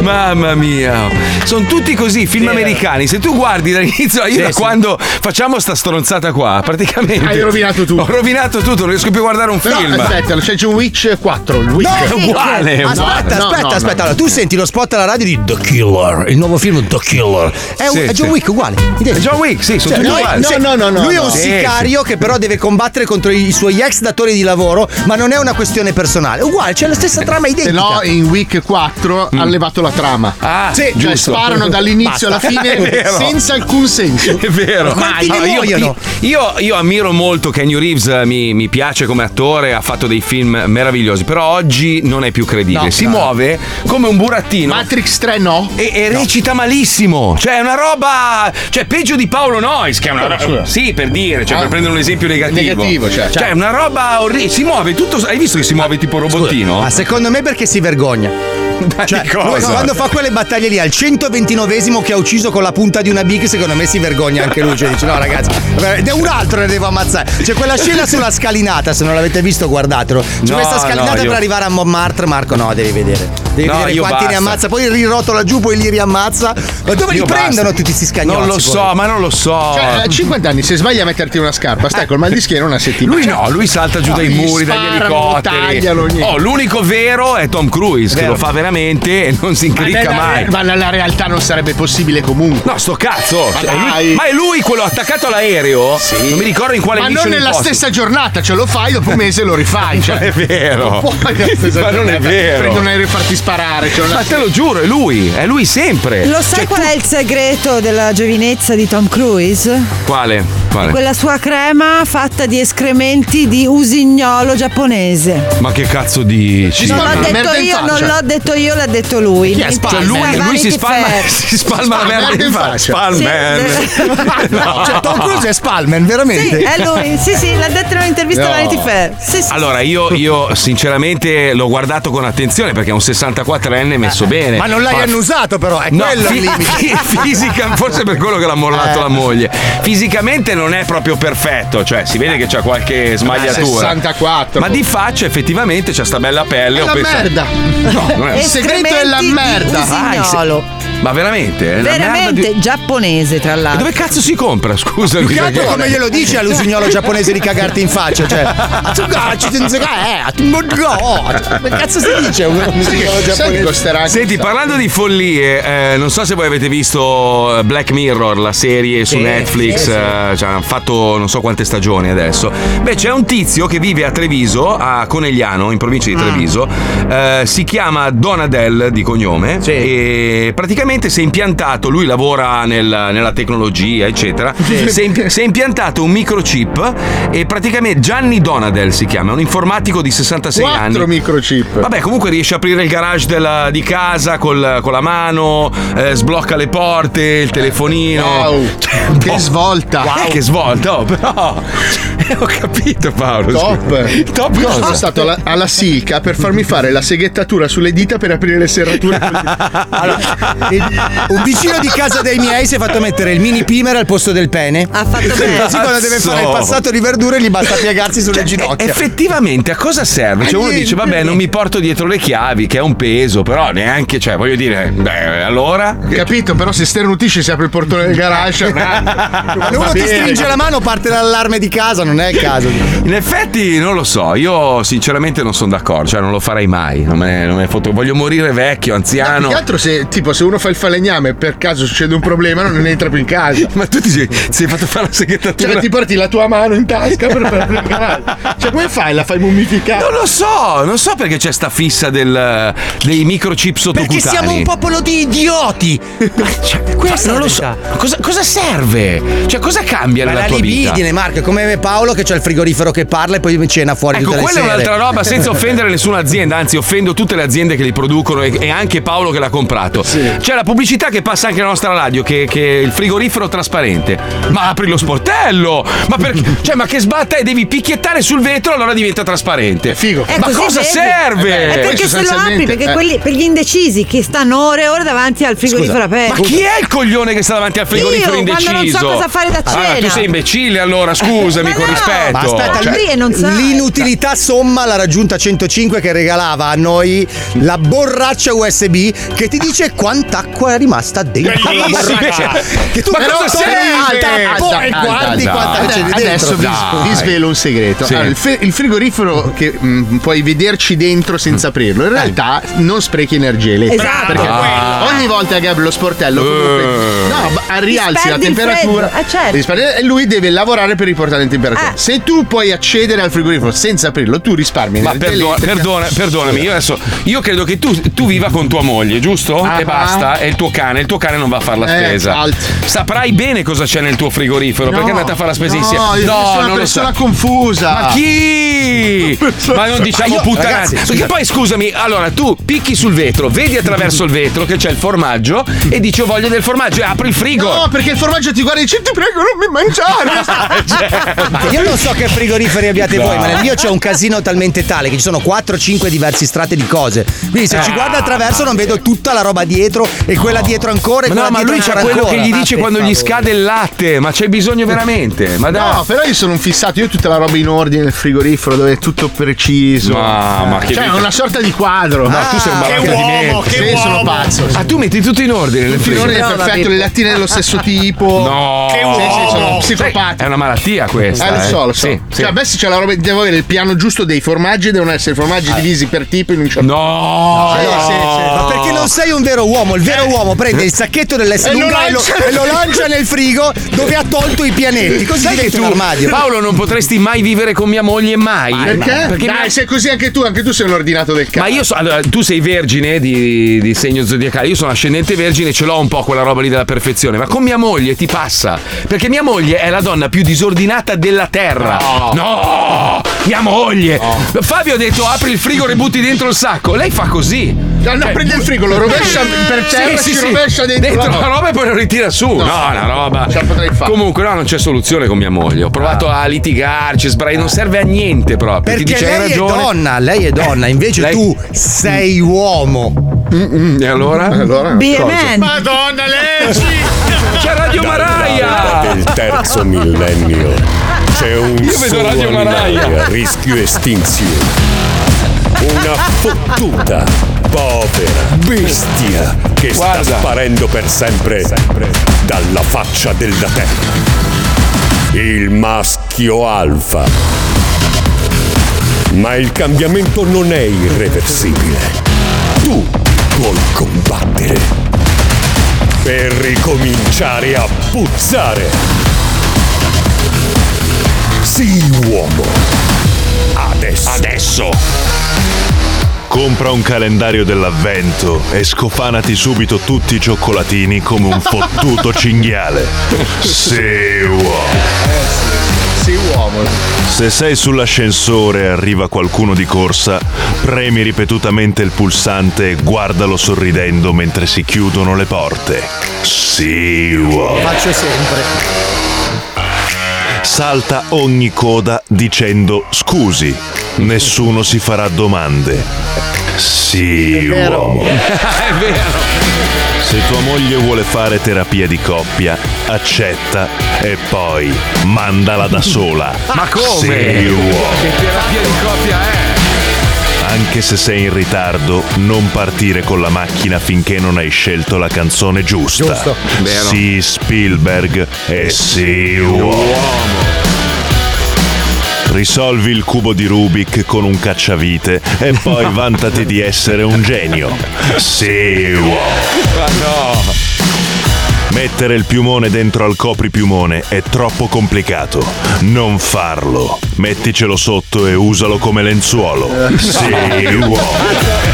[SPEAKER 2] Mamma mia. Sono tutti così, film americani. Se tu guardi dall'inizio, io
[SPEAKER 10] eh. Sì,
[SPEAKER 2] da
[SPEAKER 10] sì.
[SPEAKER 2] quando facciamo sta stronzata qua, praticamente...
[SPEAKER 10] Hai rovinato tutto.
[SPEAKER 2] Ho rovinato tutto, non riesco più a guardare un
[SPEAKER 10] Però, eh,
[SPEAKER 2] film.
[SPEAKER 10] aspetta, c'è John Witch 4, il Witch.
[SPEAKER 11] No, sì. Aspetta, aspetta, aspetta. Allora, tu senti lo spot alla radio di The Killer, il nuovo film The Killer. È, un-
[SPEAKER 2] Sì,
[SPEAKER 11] è
[SPEAKER 2] sì.
[SPEAKER 11] John Wick uguale. identico. Cioè,
[SPEAKER 2] È John Wick, sì, sono tutti
[SPEAKER 11] lui-
[SPEAKER 2] uguali.
[SPEAKER 11] sì,
[SPEAKER 2] No, no, no, no,
[SPEAKER 11] Lui è un
[SPEAKER 2] no. Sì,
[SPEAKER 11] sicario
[SPEAKER 2] sì.
[SPEAKER 11] che però deve combattere contro i suoi ex datori di lavoro, ma non è una questione personale. È Uguale, c'è la stessa
[SPEAKER 2] Eh,
[SPEAKER 11] trama
[SPEAKER 10] Se
[SPEAKER 11] identica.
[SPEAKER 10] no, in Week 4
[SPEAKER 11] Mm.
[SPEAKER 10] ha levato la trama.
[SPEAKER 11] Ah,
[SPEAKER 10] sì, cioè
[SPEAKER 11] giusto.
[SPEAKER 10] sparano dall'inizio
[SPEAKER 11] Basta.
[SPEAKER 10] alla
[SPEAKER 2] *laughs*
[SPEAKER 11] È
[SPEAKER 10] fine
[SPEAKER 11] vero.
[SPEAKER 10] senza alcun senso.
[SPEAKER 2] È vero.
[SPEAKER 10] Mai.
[SPEAKER 2] No, io, io, io ammiro molto Kenny Reeves, eh, mi, mi piace come attore, ha fatto dei film meravigliosi, però oggi non è più credibile.
[SPEAKER 10] No,
[SPEAKER 2] si
[SPEAKER 10] no.
[SPEAKER 2] muove come un burattino.
[SPEAKER 10] Matrix 3 no.
[SPEAKER 2] E, e recita malissimo. Cioè, è una roba. Cioè, peggio di Paolo Noyes, che è una
[SPEAKER 10] Ah,
[SPEAKER 2] roba.
[SPEAKER 10] scusa.
[SPEAKER 2] Sì, per dire, cioè,
[SPEAKER 10] Ah.
[SPEAKER 2] per prendere un esempio negativo.
[SPEAKER 10] Negativo, cioè.
[SPEAKER 2] Cioè, è una roba orribile. Si muove tutto. Hai visto che si muove tipo robottino?
[SPEAKER 11] Ma secondo me perché si vergogna.
[SPEAKER 2] *laughs*
[SPEAKER 11] Cioè,
[SPEAKER 2] cosa?
[SPEAKER 11] lui quando fa quelle battaglie lì al 129esimo che ha ucciso con la punta di una big, secondo me si vergogna anche lui. Cioè, dice: No, ragazzi, veramente, un altro ne devo ammazzare. C'è quella scena sulla scalinata, se non l'avete visto, guardatelo. Su
[SPEAKER 2] No,
[SPEAKER 11] questa
[SPEAKER 2] no,
[SPEAKER 11] scalinata
[SPEAKER 2] io-
[SPEAKER 11] per arrivare a Montmartre, Marco, no, devi vedere. Devi
[SPEAKER 2] No,
[SPEAKER 11] vedere
[SPEAKER 2] io
[SPEAKER 11] quanti ne
[SPEAKER 2] basta.
[SPEAKER 11] ammazza, poi li rirotola giù, poi li riammazza. Ma dove
[SPEAKER 2] Io
[SPEAKER 11] li prendono
[SPEAKER 2] basta.
[SPEAKER 11] tutti questi scagnozzi?
[SPEAKER 2] Non lo so, ma non lo so. Ah.
[SPEAKER 10] Cioè, a 50 anni, se sbagli a metterti una scarpa, stai col mal di schiena una settimana.
[SPEAKER 2] Lui no, lui salta giù
[SPEAKER 10] No,
[SPEAKER 2] dai
[SPEAKER 10] gli
[SPEAKER 2] muri, dagli
[SPEAKER 10] sparano,
[SPEAKER 2] elicotteri.
[SPEAKER 10] taglialo, niente.
[SPEAKER 2] oh, l'unico vero è Tom Cruise che
[SPEAKER 10] Vero.
[SPEAKER 2] lo fa veramente e non si incricca
[SPEAKER 10] nella-
[SPEAKER 2] mai.
[SPEAKER 10] Ma nella realtà non sarebbe possibile comunque.
[SPEAKER 2] No, sto cazzo!
[SPEAKER 10] Ma
[SPEAKER 2] Cioè, è lui- Ma,
[SPEAKER 10] dai.
[SPEAKER 2] è lui quello attaccato all'aereo? Non mi ricordo in quale
[SPEAKER 10] Ma non
[SPEAKER 2] Mission
[SPEAKER 10] nella
[SPEAKER 2] Impossible.
[SPEAKER 10] stessa giornata, ce lo fai, dopo un mese lo rifai. Cioè.
[SPEAKER 2] Non *laughs* è vero.
[SPEAKER 10] Non puoi nella
[SPEAKER 2] Ma
[SPEAKER 10] stessa
[SPEAKER 2] non è
[SPEAKER 10] giornata.
[SPEAKER 2] vero.
[SPEAKER 10] Prendi un aereo e farti sparare. cioè, una-
[SPEAKER 2] Ma te lo giuro, è lui, è lui *laughs* sempre.
[SPEAKER 16] Lo sai qual è il segreto della giovinezza di Tom Cruise?
[SPEAKER 2] Quale? Quale?
[SPEAKER 16] Quella sua crema fatta di escrementi di usignolo giapponese.
[SPEAKER 2] Ma che cazzo dici?
[SPEAKER 16] Non l'ho detto io, non l'ho detto io, l'ha detto lui.
[SPEAKER 2] Chi è Spalmer?
[SPEAKER 16] Cioè,
[SPEAKER 2] Lui- lui si spalma- si spalma la merda in faccia. Spalman. *laughs* No.
[SPEAKER 11] Cioè, Tom Cruise è Spalman, veramente?
[SPEAKER 16] Sì, è lui. Sì, sì, l'ha detto in un'intervista a
[SPEAKER 2] No.
[SPEAKER 16] Vanity Fair. Sì, sì.
[SPEAKER 2] Allora, io, io sinceramente l'ho guardato con attenzione perché è un 64enne
[SPEAKER 10] Eh,
[SPEAKER 2] messo bene.
[SPEAKER 11] Ma non l'hai annusato, però, è
[SPEAKER 2] No,
[SPEAKER 11] quello
[SPEAKER 2] *laughs* fi-
[SPEAKER 11] il limite.
[SPEAKER 2] fisica, forse per quello che l'ha mollato
[SPEAKER 11] Eh.
[SPEAKER 2] la moglie. Fisicamente non è proprio perfetto, cioè si
[SPEAKER 11] Eh.
[SPEAKER 2] vede che c'ha
[SPEAKER 11] Ah,
[SPEAKER 2] qualche smagliatura.
[SPEAKER 10] 64.
[SPEAKER 2] Ma di faccia effettivamente c'ha sta bella pelle.
[SPEAKER 10] È
[SPEAKER 2] ho
[SPEAKER 10] la
[SPEAKER 2] pensato-
[SPEAKER 10] merda.
[SPEAKER 2] No, non è-
[SPEAKER 10] Il segreto è la
[SPEAKER 16] Escrementi di
[SPEAKER 10] merda.
[SPEAKER 2] Ah, il se- Ma veramente? La merda
[SPEAKER 16] Veramente giapponese, tra
[SPEAKER 2] di-
[SPEAKER 16] l'altro.
[SPEAKER 2] Dove cazzo si compra? Scusami.
[SPEAKER 11] Più che altro
[SPEAKER 2] perché-
[SPEAKER 11] come glielo dici all'usignolo giapponese di cagarti in faccia,
[SPEAKER 2] *laughs*
[SPEAKER 11] cioè. "Atsugacci, tenzugà, eh, atsugò". Che cazzo si dice un usignolo giapponese?
[SPEAKER 2] Senti, parlando di follie, eh, non so se voi avete visto eh, Black Mirror, la serie su
[SPEAKER 11] Sì,
[SPEAKER 2] Netflix,
[SPEAKER 11] sì, sì.
[SPEAKER 2] eh, cioè, hanno fatto non so quante stagioni adesso. Beh, c'è un tizio che vive a Treviso, a Conegliano, in provincia di Treviso, eh, si chiama Donadel di cognome e praticamente si è impiantato, lui lavora nel- nella tecnologia, eccetera, si, è imp- si è impiantato un microchip e praticamente Gianni Donadel si chiama, è un informatico di 66 anni.
[SPEAKER 10] Quattro microchip.
[SPEAKER 2] Vabbè, comunque riesce a aprire il garage della- di casa col- con la mano, eh, sblocca le porte, il telefonino. Cioè,
[SPEAKER 10] Wow. Che svolta.
[SPEAKER 2] Eh, che svolta, oh, però. eh, *laughs* ho capito, Paolo.
[SPEAKER 10] Top.
[SPEAKER 2] Top
[SPEAKER 10] Io
[SPEAKER 2] cosa?
[SPEAKER 10] sono stato alla, alla
[SPEAKER 2] *laughs*
[SPEAKER 10] Silca per farmi fare la seghettatura sulle dita per aprire le serrature.
[SPEAKER 11] Allora,
[SPEAKER 10] e
[SPEAKER 11] Un vicino di casa dei miei si è fatto mettere il mini pimer al posto del pene.
[SPEAKER 16] Ha fatto
[SPEAKER 11] bene. Così quando deve fare il
[SPEAKER 2] Cazzo.
[SPEAKER 11] passato di verdure gli basta piegarsi sulle
[SPEAKER 2] Cioè,
[SPEAKER 11] ginocchia. Eh,
[SPEAKER 2] e- Effettivamente a cosa serve? Cioè,
[SPEAKER 11] A
[SPEAKER 2] uno
[SPEAKER 11] niente.
[SPEAKER 2] dice, vabbè, non mi porto dietro le chiavi, che è un peso, però neanche, cioè, voglio dire, beh, allora.
[SPEAKER 10] Capito, però se sternutisce si apre il portone del garage.
[SPEAKER 11] Quando uno
[SPEAKER 2] "Eh".
[SPEAKER 11] ti stringe la mano parte l'allarme di casa, non è il caso.
[SPEAKER 2] In effetti non lo so, io sinceramente non sono d'accordo, cioè non lo farei mai, non me, non me ne foto- voglio morire vecchio, anziano.
[SPEAKER 10] Più che altro se, tipo, se uno fa il falegname e per caso succede un problema non ne entra più in casa.
[SPEAKER 2] Ma tu ti sei, fatto fare la segretatura?
[SPEAKER 10] Cioè ti porti la tua mano in tasca per per aprire il garage. Cioè come fai? La fai mummificare?
[SPEAKER 2] Non lo so, non so perché c'è sta fissa del, dei microchip sottocutanei.
[SPEAKER 11] Perché siamo un popolo di idioti. cioè,
[SPEAKER 16] Cioè,
[SPEAKER 2] Questo non lo so. Cosa, cosa serve? Cioè, cosa cambia
[SPEAKER 11] Ma
[SPEAKER 2] nella
[SPEAKER 11] la
[SPEAKER 2] tua vita?
[SPEAKER 11] libidine, Marco, è come Paolo che c'ha il frigorifero che parla e poi cena fuori
[SPEAKER 2] Ecco,
[SPEAKER 11] tutte le
[SPEAKER 2] quella è
[SPEAKER 11] sere.
[SPEAKER 2] un'altra roba senza offendere nessuna azienda, anzi offendo tutte le aziende che li producono e, e anche Paolo che l'ha comprato. C'è la pubblicità che passa anche alla nostra radio, che, che è il frigorifero trasparente. Ma apri lo sportello! Ma perché? Cioè, ma che sbatta e devi picchiettare sul vetro allora diventa trasparente. figo.
[SPEAKER 16] Eh,
[SPEAKER 2] ma
[SPEAKER 16] così
[SPEAKER 2] cosa
[SPEAKER 16] vedi.
[SPEAKER 2] serve?
[SPEAKER 10] Eh,
[SPEAKER 16] È perché se lo apri, perché quelli- per gli indecisi che stanno ore e ore davanti al frigorifero aperto.
[SPEAKER 2] Ma chi è il coglione che sta davanti al frigorifero
[SPEAKER 16] Io, quando
[SPEAKER 2] indeciso?
[SPEAKER 16] non so cosa fare da
[SPEAKER 2] Allora, tu
[SPEAKER 16] cena.
[SPEAKER 2] sei imbecille allora, scusami, con rispetto.
[SPEAKER 11] Ma aspetta,
[SPEAKER 2] Cioè-
[SPEAKER 11] lì- l'inutilità somma l'ha raggiunta 105 che regalava a noi la borraccia USB che ti dice quant'acqua è rimasta dentro la
[SPEAKER 10] Bellissima!
[SPEAKER 11] borraccia. Che tu
[SPEAKER 10] Però
[SPEAKER 11] torni, boh!
[SPEAKER 10] serve!
[SPEAKER 11] tappo
[SPEAKER 10] Dai,
[SPEAKER 11] e eh. guardi
[SPEAKER 10] dai,
[SPEAKER 11] quanta c'è
[SPEAKER 10] dai.
[SPEAKER 11] dentro.
[SPEAKER 10] Adesso vi,
[SPEAKER 11] Dai.
[SPEAKER 10] vi svelo un segreto.
[SPEAKER 11] Sì.
[SPEAKER 10] Allora, il, fe- il frigorifero che mm, puoi vederci dentro
[SPEAKER 2] Mm.
[SPEAKER 10] senza
[SPEAKER 2] Eh.
[SPEAKER 10] aprirlo, in realtà non sprechi energia elettrica.
[SPEAKER 15] Esatto.
[SPEAKER 10] Perché
[SPEAKER 15] Ah.
[SPEAKER 10] ogni volta che apri lo sportello, comunque,
[SPEAKER 15] Eh.
[SPEAKER 10] no, ba- rialzi la
[SPEAKER 15] Risparmi il
[SPEAKER 10] temperatura.
[SPEAKER 15] freddo, eh, certo.
[SPEAKER 10] risparmi- E lui deve lavorare per riportarla in temperatura.
[SPEAKER 11] Eh.
[SPEAKER 10] Se tu puoi accedere al frigorifero senza aprirlo, tu risparmi
[SPEAKER 2] Ma
[SPEAKER 10] energia
[SPEAKER 2] perdo-
[SPEAKER 10] elettrica.
[SPEAKER 2] perdona- perdonami, io adesso. Io credo che tu, tu viva con tua moglie, giusto?
[SPEAKER 10] Ah.
[SPEAKER 2] E basta. E il tuo cane, il tuo cane non va a fare la
[SPEAKER 10] Eh,
[SPEAKER 2] spesa.
[SPEAKER 10] alt.
[SPEAKER 2] Saprai bene cosa c'è nel tuo frigorifero,
[SPEAKER 10] No.
[SPEAKER 2] perché andate a fare la spesa
[SPEAKER 10] No,
[SPEAKER 2] insieme.
[SPEAKER 10] io sono una
[SPEAKER 2] non lo
[SPEAKER 10] persona
[SPEAKER 2] so.
[SPEAKER 10] confusa.
[SPEAKER 2] Ma
[SPEAKER 10] *laughs*
[SPEAKER 2] chi? Ma non diciamo
[SPEAKER 10] Ma Ah, io-
[SPEAKER 2] puttanate.
[SPEAKER 10] ragazzi,
[SPEAKER 2] Perché
[SPEAKER 10] scusa.
[SPEAKER 2] poi scusami, allora tu picchi sul vetro, vedi attraverso il vetro che c'è il formaggio e dici ho voglia del formaggio e apri il frigo.
[SPEAKER 10] No, perché il formaggio ti guarda e dice ti prego non mi
[SPEAKER 11] Ma
[SPEAKER 2] *laughs* Cioè.
[SPEAKER 10] mangiare.
[SPEAKER 11] Io non so che frigoriferi abbiate voi, ma nel mio c'è un casino talmente tale che ci sono 4-5 diversi strati di cose. Quindi se ci guarda attraverso non vedo tutta la roba dietro e quella dietro ancora e
[SPEAKER 2] Ma
[SPEAKER 11] quella
[SPEAKER 2] Eh. no, ma
[SPEAKER 11] dietro
[SPEAKER 2] lui c'ha
[SPEAKER 11] ancora.
[SPEAKER 2] quello che gli
[SPEAKER 11] Ma
[SPEAKER 2] dice
[SPEAKER 11] per
[SPEAKER 2] quando gli
[SPEAKER 11] favore.
[SPEAKER 2] scade il latte, ma c'è bisogno veramente. Eh, Ma dai.
[SPEAKER 10] No, però io sono un fissato, io ho tutta la roba in ordine nel frigorifero dove è tutto preciso.
[SPEAKER 2] Ma- ma che
[SPEAKER 10] cioè, è
[SPEAKER 2] vita.
[SPEAKER 10] una sorta di quadro.
[SPEAKER 2] Ma tu sei un baraccadimento.
[SPEAKER 10] Sì, sono pazzo.
[SPEAKER 2] Ah, tu metti tutto in ordine.
[SPEAKER 10] Tutto in ordine
[SPEAKER 2] è
[SPEAKER 10] perfetto, le lattine dello stesso tipo.
[SPEAKER 2] No.
[SPEAKER 10] Sì, sì, sono un
[SPEAKER 2] Sai,
[SPEAKER 10] psicopatico.
[SPEAKER 2] È una malattia questa.
[SPEAKER 10] Eh, lo so, lo so.
[SPEAKER 2] Sì, sì.
[SPEAKER 10] Cioè, a me se c'è la roba, devo avere il piano giusto dei formaggi, devono essere i formaggi divisi per tipo in un certo
[SPEAKER 2] Eh. No!
[SPEAKER 10] Sì, sì, sì.
[SPEAKER 11] Ma perché non sei un vero uomo? Il
[SPEAKER 2] Eh.
[SPEAKER 11] vero uomo prende il sacchetto dell'essere
[SPEAKER 10] E lo
[SPEAKER 11] lunga e lo,
[SPEAKER 10] lancia-
[SPEAKER 11] e lo lancia nel frigo dove ha tolto i pianeti. Così
[SPEAKER 2] Sai che
[SPEAKER 11] diventa
[SPEAKER 2] tu,
[SPEAKER 11] un armadio.
[SPEAKER 2] Paolo, non potresti mai vivere con mia moglie, mai.
[SPEAKER 10] Perché?
[SPEAKER 2] Perché
[SPEAKER 10] Dai,
[SPEAKER 2] mi-
[SPEAKER 10] sei così anche tu, anche tu sei un ordinato del cazzo.
[SPEAKER 2] Ma io so, allora, tu sei vergine di, di segno zodiacale, io sono ascendente vergine, ce l'ho un po' quella roba lì della perfezione, ma con mia moglie ti passa. Perché mia moglie è la donna più disordinata della terra. No!
[SPEAKER 10] Oh,
[SPEAKER 2] mia moglie! Fabio ha detto apri il frigo e butti dentro il sacco. Lei fa così. Cioè,
[SPEAKER 10] No, no, prende il frigo, lo rovescia per terra, ci rovescia dentro la roba.
[SPEAKER 2] la roba e poi lo ritira su. No, una roba.
[SPEAKER 10] Ce la potrei fare. Ah.
[SPEAKER 2] Comunque, no, non c'è soluzione con mia moglie. Ho provato a litigarci, sbrai, non serve a niente proprio. Ti
[SPEAKER 11] Perché
[SPEAKER 2] dice,
[SPEAKER 11] lei
[SPEAKER 2] hai
[SPEAKER 11] è
[SPEAKER 2] ragione.
[SPEAKER 11] donna, lei è donna, invece
[SPEAKER 2] Lei-
[SPEAKER 11] tu sei uomo.
[SPEAKER 2] E allora?
[SPEAKER 10] Eh,
[SPEAKER 11] allora
[SPEAKER 2] Be a cosa? man.
[SPEAKER 10] Madonna, leggi!
[SPEAKER 2] *laughs* C'è Radio Maraia!
[SPEAKER 17] Del terzo millennio c'è un
[SPEAKER 2] Io vedo
[SPEAKER 17] solo
[SPEAKER 2] Radio
[SPEAKER 17] animale
[SPEAKER 2] Maraia.
[SPEAKER 17] a rischio estinzione. Una fottuta, povera bestia che sta sparendo per sempre dalla faccia della terra. Il maschio alfa. Ma il cambiamento non è irreversibile. Tu vuoi combattere per ricominciare a puzzare. Sii uomo.
[SPEAKER 6] Adesso. Adesso. Compra un calendario dell'avvento e scofanati subito tutti i cioccolatini come un *laughs* fottuto cinghiale. Se
[SPEAKER 10] Sei uomo.
[SPEAKER 6] Se sei sull'ascensore e arriva qualcuno di corsa, premi ripetutamente il pulsante e guardalo sorridendo mentre si chiudono le porte. Sì, uomo.
[SPEAKER 11] Faccio sempre.
[SPEAKER 6] Salta ogni coda dicendo scusi, nessuno si farà domande. Sì, uomo.
[SPEAKER 2] È vero.
[SPEAKER 6] Se tua moglie vuole fare terapia di coppia, accetta e poi mandala da sola.
[SPEAKER 2] Ma come?
[SPEAKER 6] Sei uomo.
[SPEAKER 2] Che terapia di eh. coppia è?
[SPEAKER 6] Anche se sei in ritardo, non partire con la macchina finché non hai scelto la canzone giusta.
[SPEAKER 17] Giusto. Vero.
[SPEAKER 6] Sì Spielberg e sì uomo. Risolvi il cubo di Rubik con un cacciavite e
[SPEAKER 2] *laughs*
[SPEAKER 6] poi vantati di essere un genio. Sì uomo.
[SPEAKER 2] Ma no!
[SPEAKER 6] Mettere il piumone dentro al copripiumone è troppo complicato. Non farlo. Metticelo sotto e usalo come lenzuolo.
[SPEAKER 2] Eh,
[SPEAKER 6] Sì, uomo.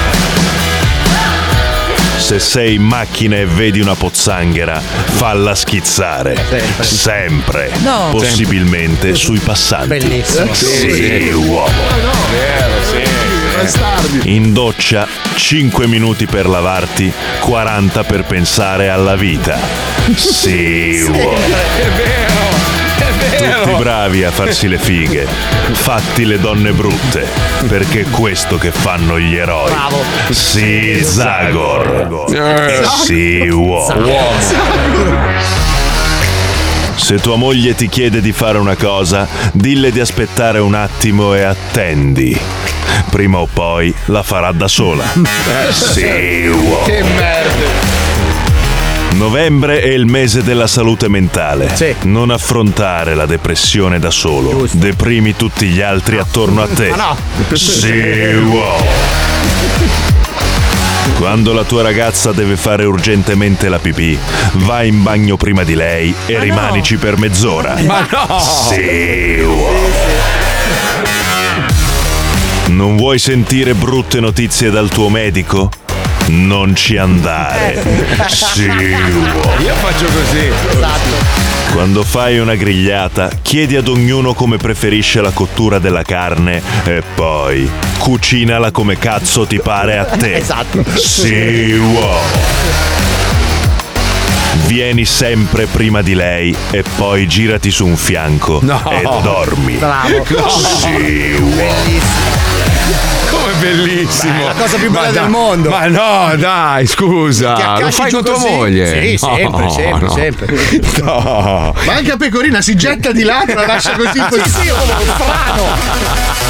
[SPEAKER 6] Se sei in macchina e vedi una pozzanghera, falla schizzare. Sempre.
[SPEAKER 16] No.
[SPEAKER 6] Possibilmente sui passanti.
[SPEAKER 17] Bellissimo.
[SPEAKER 6] Sì, uomo.
[SPEAKER 17] Vero,
[SPEAKER 6] In doccia 5 minuti per lavarti, 40 per pensare alla vita. Sì, uomo.
[SPEAKER 17] È vero, è
[SPEAKER 6] Tutti bravi a farsi le fighe, fatti le donne brutte, perché è questo che fanno gli eroi.
[SPEAKER 17] Bravo.
[SPEAKER 6] Sì, Zagor.
[SPEAKER 17] Eh.
[SPEAKER 6] Sì, uomo. Se tua moglie ti chiede di fare una cosa, dille di aspettare un attimo e attendi. Prima o poi la farà
[SPEAKER 17] *laughs*
[SPEAKER 6] da sola.
[SPEAKER 10] Eh,
[SPEAKER 6] Sì, uomo.
[SPEAKER 17] Che merda.
[SPEAKER 6] Novembre è il mese della salute mentale. Non affrontare la depressione da solo. Deprimi tutti gli altri attorno a te.
[SPEAKER 17] Ma Ah, no.
[SPEAKER 6] Sì, uomo. Quando la tua ragazza deve fare urgentemente la pipì, vai in bagno prima di lei e rimanici per mezz'ora.
[SPEAKER 17] Ma no.
[SPEAKER 6] Sì, uomo. Non vuoi sentire brutte notizie dal tuo medico? Non ci andare. Sì, uomo.
[SPEAKER 2] Io faccio così.
[SPEAKER 10] Esatto.
[SPEAKER 6] Quando fai una grigliata, chiedi ad ognuno come preferisce la cottura della carne e poi cucinala come cazzo ti pare a te.
[SPEAKER 17] Esatto.
[SPEAKER 6] Sì, uomo. Vieni sempre prima di lei e poi girati su un fianco e dormi.
[SPEAKER 17] Bravo.
[SPEAKER 6] Sì, uomo.
[SPEAKER 2] Come bellissimo!
[SPEAKER 17] la cosa più bella
[SPEAKER 2] Ma
[SPEAKER 17] del
[SPEAKER 2] dai-
[SPEAKER 17] mondo.
[SPEAKER 2] Ma no, dai, scusa! Lo fai con tua moglie?
[SPEAKER 10] Sì,
[SPEAKER 2] No,
[SPEAKER 10] sempre, sempre,
[SPEAKER 2] no.
[SPEAKER 10] sempre.
[SPEAKER 2] No.
[SPEAKER 10] Ma anche a pecorina si getta di là, te la lascia così in posizione, strano.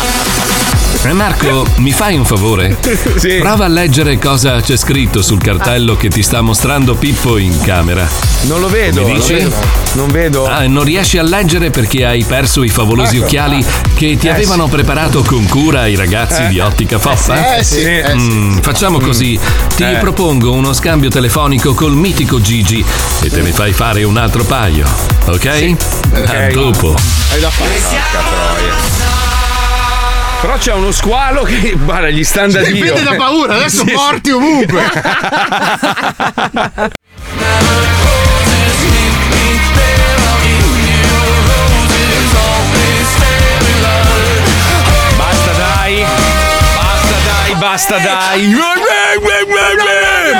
[SPEAKER 1] Eh, Marco, mi fai
[SPEAKER 2] *laughs*
[SPEAKER 1] un favore? Sì. Prova a leggere cosa c'è scritto sul cartello che ti sta mostrando Pippo in camera.
[SPEAKER 2] Non lo vedo,
[SPEAKER 1] Mi
[SPEAKER 2] non
[SPEAKER 1] dici?
[SPEAKER 2] vedo. Non vedo.
[SPEAKER 1] Ah, non riesci a leggere perché hai perso i favolosi
[SPEAKER 2] Ecco.
[SPEAKER 1] occhiali che ti
[SPEAKER 2] Eh,
[SPEAKER 1] avevano
[SPEAKER 2] sì.
[SPEAKER 1] preparato con cura i ragazzi
[SPEAKER 2] Eh.
[SPEAKER 1] di Ottica Foppa?
[SPEAKER 2] Eh, sì, eh, sì.
[SPEAKER 1] Mm, facciamo così, ti
[SPEAKER 2] Eh.
[SPEAKER 1] propongo uno scambio telefonico col mitico Gigi e te ne fai fare un altro paio, ok? A dopo.
[SPEAKER 2] Hai da fare. Porca troia. Però c'è uno squalo che guarda, gli sta andando
[SPEAKER 10] Sì,
[SPEAKER 2] Dio.
[SPEAKER 10] vede da paura, adesso
[SPEAKER 2] Sì, sì. *laughs*
[SPEAKER 10] morti ovunque.
[SPEAKER 1] *laughs*
[SPEAKER 2] Basta dai. Basta dai, basta dai.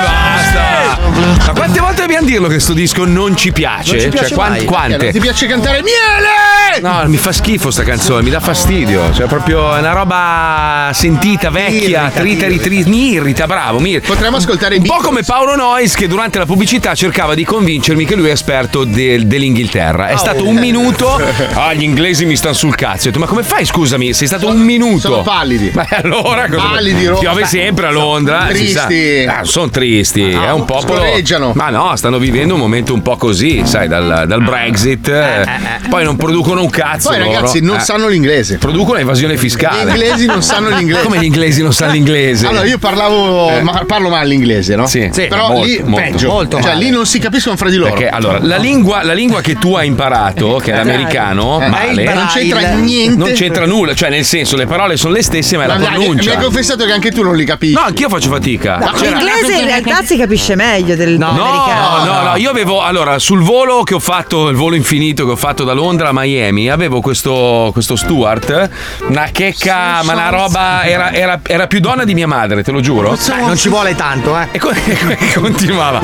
[SPEAKER 2] Basta. Ma quante volte dobbiamo dirlo che sto disco non ci piace?
[SPEAKER 10] Non ci piace
[SPEAKER 2] cioè, quan-
[SPEAKER 10] mai.
[SPEAKER 2] quante?
[SPEAKER 10] Perché non Ti piace cantare miele?
[SPEAKER 2] No, mi fa schifo sta canzone, mi dà fastidio. Cioè, proprio è una roba sentita, vecchia,
[SPEAKER 10] Irrita,
[SPEAKER 2] trita,
[SPEAKER 10] irrita.
[SPEAKER 2] ritrita. Mi irrita, bravo. Mi irrita.
[SPEAKER 10] Potremmo ascoltare i
[SPEAKER 2] Un po' come Paolo Noyes che durante la pubblicità cercava di convincermi che lui è esperto del- dell'Inghilterra. È
[SPEAKER 10] Oh.
[SPEAKER 2] stato un minuto. *laughs* Ah, gli inglesi mi stanno sul cazzo. Ho detto, ma come fai, scusami? Sei stato un minuto.
[SPEAKER 10] sono
[SPEAKER 2] *laughs*
[SPEAKER 10] pallidi.
[SPEAKER 2] Ma allora cosa?
[SPEAKER 10] Pallidi, roba.
[SPEAKER 2] Piove sempre a Londra.
[SPEAKER 10] Sono
[SPEAKER 2] si sa.
[SPEAKER 10] tristi.
[SPEAKER 2] Ah, sono tristi. è un popolo.
[SPEAKER 10] scorreggiano.
[SPEAKER 2] Ma no, stanno vivendo un momento un po' così, sai, dal, dal Brexit.
[SPEAKER 10] Eh,
[SPEAKER 2] Poi non producono un cazzo.
[SPEAKER 10] Poi
[SPEAKER 2] loro.
[SPEAKER 10] ragazzi non
[SPEAKER 2] Eh.
[SPEAKER 10] sanno l'inglese.
[SPEAKER 2] Producono evasione fiscale.
[SPEAKER 10] Gli inglesi non
[SPEAKER 2] *laughs*
[SPEAKER 10] sanno l'inglese.
[SPEAKER 2] Come gli inglesi non sanno l'inglese?
[SPEAKER 10] Allora, io parlavo.
[SPEAKER 2] Eh.
[SPEAKER 10] ma- parlo male l'inglese, no?
[SPEAKER 2] Sì. Sì,
[SPEAKER 10] Però
[SPEAKER 2] molto,
[SPEAKER 10] lì
[SPEAKER 2] molto,
[SPEAKER 10] peggio.
[SPEAKER 2] molto
[SPEAKER 10] cioè,
[SPEAKER 2] male.
[SPEAKER 10] lì non si capiscono fra di loro.
[SPEAKER 2] Perché allora la lingua, la lingua che tu hai imparato, che è l'americano,
[SPEAKER 10] Eh,
[SPEAKER 2] male,
[SPEAKER 10] non c'entra niente.
[SPEAKER 2] Non c'entra nulla, cioè nel senso le parole sono le stesse, ma è la
[SPEAKER 10] Ma dai, Mi
[SPEAKER 2] pronuncia.
[SPEAKER 10] hai confessato che anche tu non li capisci.
[SPEAKER 2] No, anch'io faccio fatica.
[SPEAKER 16] No,
[SPEAKER 2] Cioè,
[SPEAKER 16] l'inglese in realtà si capisce meglio del
[SPEAKER 2] No,
[SPEAKER 16] dell'americano.
[SPEAKER 2] no, No, no, io avevo. Allora, sul volo che ho fatto, il volo infinito che ho fatto da Londra a Miami, avevo questo, questo Stuart, una checca, ma una roba. Era, era- era più donna di mia madre, te lo giuro.
[SPEAKER 18] Dai, non ci vuole tanto, eh.
[SPEAKER 2] *laughs* E, continuava.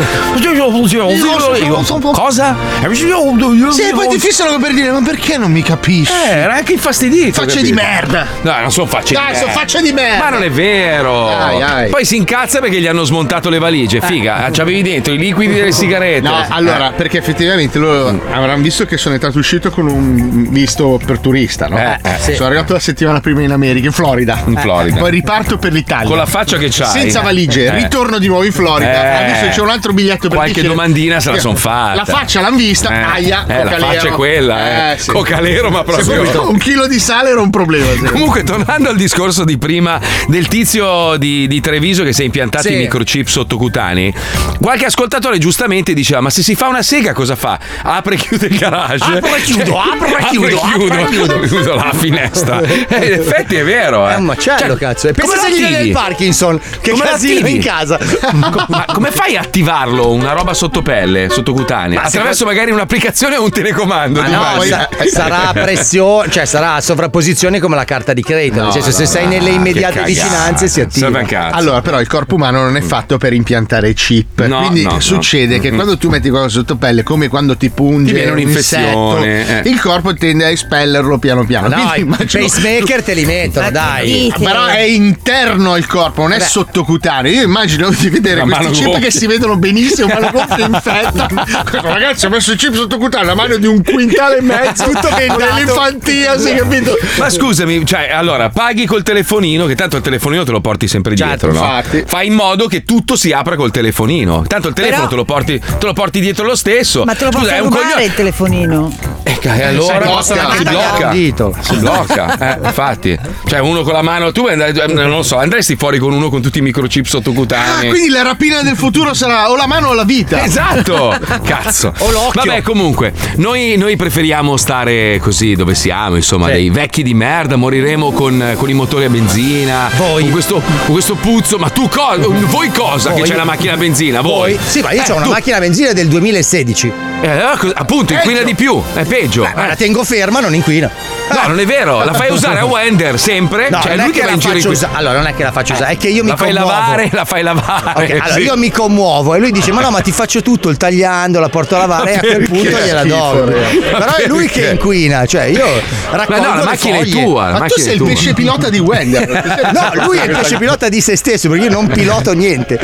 [SPEAKER 2] Cosa?
[SPEAKER 10] Sì, e poi ti fissano per dire, ma perché non mi capisci? Eh,
[SPEAKER 2] era anche infastidito.
[SPEAKER 10] Facce
[SPEAKER 2] capito?
[SPEAKER 10] di merda.
[SPEAKER 2] No, non sono facce
[SPEAKER 10] Dai,
[SPEAKER 2] di
[SPEAKER 10] sono
[SPEAKER 2] merda.
[SPEAKER 10] facce di merda.
[SPEAKER 2] Ma non è vero.
[SPEAKER 10] Ai, ai.
[SPEAKER 2] Poi si incazza perché gli hanno smontato le valigie. Figa, c'avevi dentro i liquidi delle sigarette. Eh.
[SPEAKER 10] No, allora, perché effettivamente loro avranno visto che sono entrato e uscito con un visto per turista, no?
[SPEAKER 2] Eh, eh.
[SPEAKER 10] Sono arrivato la settimana prima in America, in Florida.
[SPEAKER 2] In Florida.
[SPEAKER 10] Poi riparto per l'Italia.
[SPEAKER 2] Con la faccia che c'hai.
[SPEAKER 10] Senza valigie,
[SPEAKER 2] Eh.
[SPEAKER 10] ritorno di nuovo in Florida.
[SPEAKER 2] Eh.
[SPEAKER 10] Adesso c'è un altro biglietto per
[SPEAKER 2] Qualche
[SPEAKER 10] Michele.
[SPEAKER 2] domandina se la son fatta.
[SPEAKER 10] La faccia l'hanno vista,
[SPEAKER 2] Eh.
[SPEAKER 10] aia,
[SPEAKER 2] Eh, la
[SPEAKER 10] Cocalero.
[SPEAKER 2] faccia è quella, eh. Cocalero, ma proprio-
[SPEAKER 10] Se proprio un chilo di sale era un problema. sì.
[SPEAKER 2] Comunque, tornando al discorso di prima del tizio di, di Treviso che si è impiantato
[SPEAKER 10] Sì.
[SPEAKER 2] i microchip sottocutanei, qualche ascoltatore giustamente diceva: Ma se si fa una sega, cosa fa? Apre e chiude il garage.
[SPEAKER 17] Apro e chiudo,
[SPEAKER 2] *laughs*
[SPEAKER 17] apro e chiudo,
[SPEAKER 2] apro e chiudo, chiudo la finestra. Eh, in effetti è vero, eh.
[SPEAKER 11] È un macello, cazzo. E
[SPEAKER 2] come
[SPEAKER 11] pensa
[SPEAKER 2] lo
[SPEAKER 11] se gli viene
[SPEAKER 2] attivi?
[SPEAKER 11] il Parkinson, che
[SPEAKER 2] Come lo
[SPEAKER 11] casino
[SPEAKER 2] attivi?
[SPEAKER 11] in casa.
[SPEAKER 2] Co- Ma come fai a attivarlo una roba sotto pelle, sottocutanea? Attraverso magari un'applicazione o un telecomando?
[SPEAKER 11] Ma
[SPEAKER 2] ti
[SPEAKER 11] no,
[SPEAKER 2] immagini?
[SPEAKER 11] sa- sarà a pressione, cioè sarà a sovrapposizione come la carta di credito. nel senso, se sei nelle immediate vicinanze si attiva.
[SPEAKER 10] Allora, però, il corpo umano non è fatto per impiantare chip.
[SPEAKER 11] Mm. No,
[SPEAKER 10] Quindi
[SPEAKER 11] no, no.
[SPEAKER 10] succede che
[SPEAKER 11] Mm-mm.
[SPEAKER 10] quando tu metti qualcosa sotto pelle, come quando ti
[SPEAKER 11] Ti
[SPEAKER 10] punge
[SPEAKER 11] viene
[SPEAKER 10] un insetto,
[SPEAKER 11] un'infezione, eh.
[SPEAKER 10] il corpo tende a espellerlo piano piano.
[SPEAKER 11] No,
[SPEAKER 10] Quindi
[SPEAKER 11] i
[SPEAKER 10] immagino- eh,
[SPEAKER 11] pacemaker te li mettono, dai.
[SPEAKER 10] Però è interno il corpo, non è
[SPEAKER 11] Beh.
[SPEAKER 10] sottocutaneo. Io immagino di vedere
[SPEAKER 11] Una
[SPEAKER 10] questi
[SPEAKER 11] mano
[SPEAKER 10] chip
[SPEAKER 11] gonfia.
[SPEAKER 10] che si vedono benissimo, ma la gonfia
[SPEAKER 11] *laughs*
[SPEAKER 10] infetta. Ragazzi, ho messo il chip sottocutaneo, la mano di un quintale e mezzo, tutto
[SPEAKER 17] dentato.
[SPEAKER 10] nell'infantia, si capito?
[SPEAKER 2] Ma scusami, cioè, allora paghi col telefonino, che tanto il telefonino te lo porti sempre dietro, no? Fai in modo che tutto si apra col telefonino. Tanto il telefono
[SPEAKER 16] Però-
[SPEAKER 2] te, lo porti, te lo porti dietro lo stesso.
[SPEAKER 16] Ma te lo
[SPEAKER 2] Scusa,
[SPEAKER 16] posso
[SPEAKER 2] è un
[SPEAKER 16] rubare
[SPEAKER 2] coglione.
[SPEAKER 16] il telefonino?
[SPEAKER 2] Eh, ca- e allora
[SPEAKER 16] Si blocca.
[SPEAKER 2] si blocca.
[SPEAKER 11] Un dito.
[SPEAKER 2] Si blocca, eh, infatti. Cioè, uno con la mano, tu andrai- eh, non lo so, andresti fuori con uno con tutti i microchip sottocutanei.
[SPEAKER 10] Quindi la rapina del futuro sarà o la mano o la vita. *laughs*
[SPEAKER 11] *laughs*
[SPEAKER 2] Esatto, cazzo. Vabbè, comunque, noi, noi preferiamo stare così dove siamo, insomma, dei vecchi di merda, moriremo con, con i motori a benzina. Voi. Con questo, con questo puzzo, ma tu cosa? Voi cosa
[SPEAKER 11] Voi.
[SPEAKER 2] che c'è la macchina a benzina? Voi?
[SPEAKER 11] Sì, ma io
[SPEAKER 2] Eh,
[SPEAKER 11] ho una
[SPEAKER 2] tu-
[SPEAKER 11] macchina a benzina del 2016.
[SPEAKER 2] eh, allora co- appunto, inquina di più, è peggio.
[SPEAKER 11] Ma
[SPEAKER 2] eh.
[SPEAKER 11] la tengo ferma, non inquina.
[SPEAKER 2] No, non è vero, la
[SPEAKER 11] *laughs*
[SPEAKER 2] fai usare a Wender sempre.
[SPEAKER 11] No,
[SPEAKER 2] cioè,
[SPEAKER 11] non
[SPEAKER 2] lui
[SPEAKER 11] è che
[SPEAKER 2] va in
[SPEAKER 11] la
[SPEAKER 2] giro in
[SPEAKER 11] faccio
[SPEAKER 2] questo-
[SPEAKER 11] usare. Allora, non è che la faccio usare, è che io mi
[SPEAKER 2] La fai
[SPEAKER 11] commuovo.
[SPEAKER 2] lavare, la fai lavare.
[SPEAKER 11] Ok, allora
[SPEAKER 2] Eh, sì.
[SPEAKER 11] io mi commuovo e lui dice: Ma no, ma ti faccio tutto il tagliando, la porto a lavare e a quel
[SPEAKER 2] *laughs* Perché?
[SPEAKER 11] punto gliela do.
[SPEAKER 2] Schifo. eh.
[SPEAKER 11] Però è lui
[SPEAKER 2] Perché?
[SPEAKER 11] che inquina, cioè io raccolgo
[SPEAKER 2] Ma no, la
[SPEAKER 11] le
[SPEAKER 2] macchina è
[SPEAKER 11] foglie.
[SPEAKER 2] tua, la Ma tu macchina sei è il tua. pesce
[SPEAKER 10] pilota di
[SPEAKER 11] *laughs*
[SPEAKER 10] Wender.
[SPEAKER 11] no, lui è il pesce pilota di se stesso perché io non piloto niente.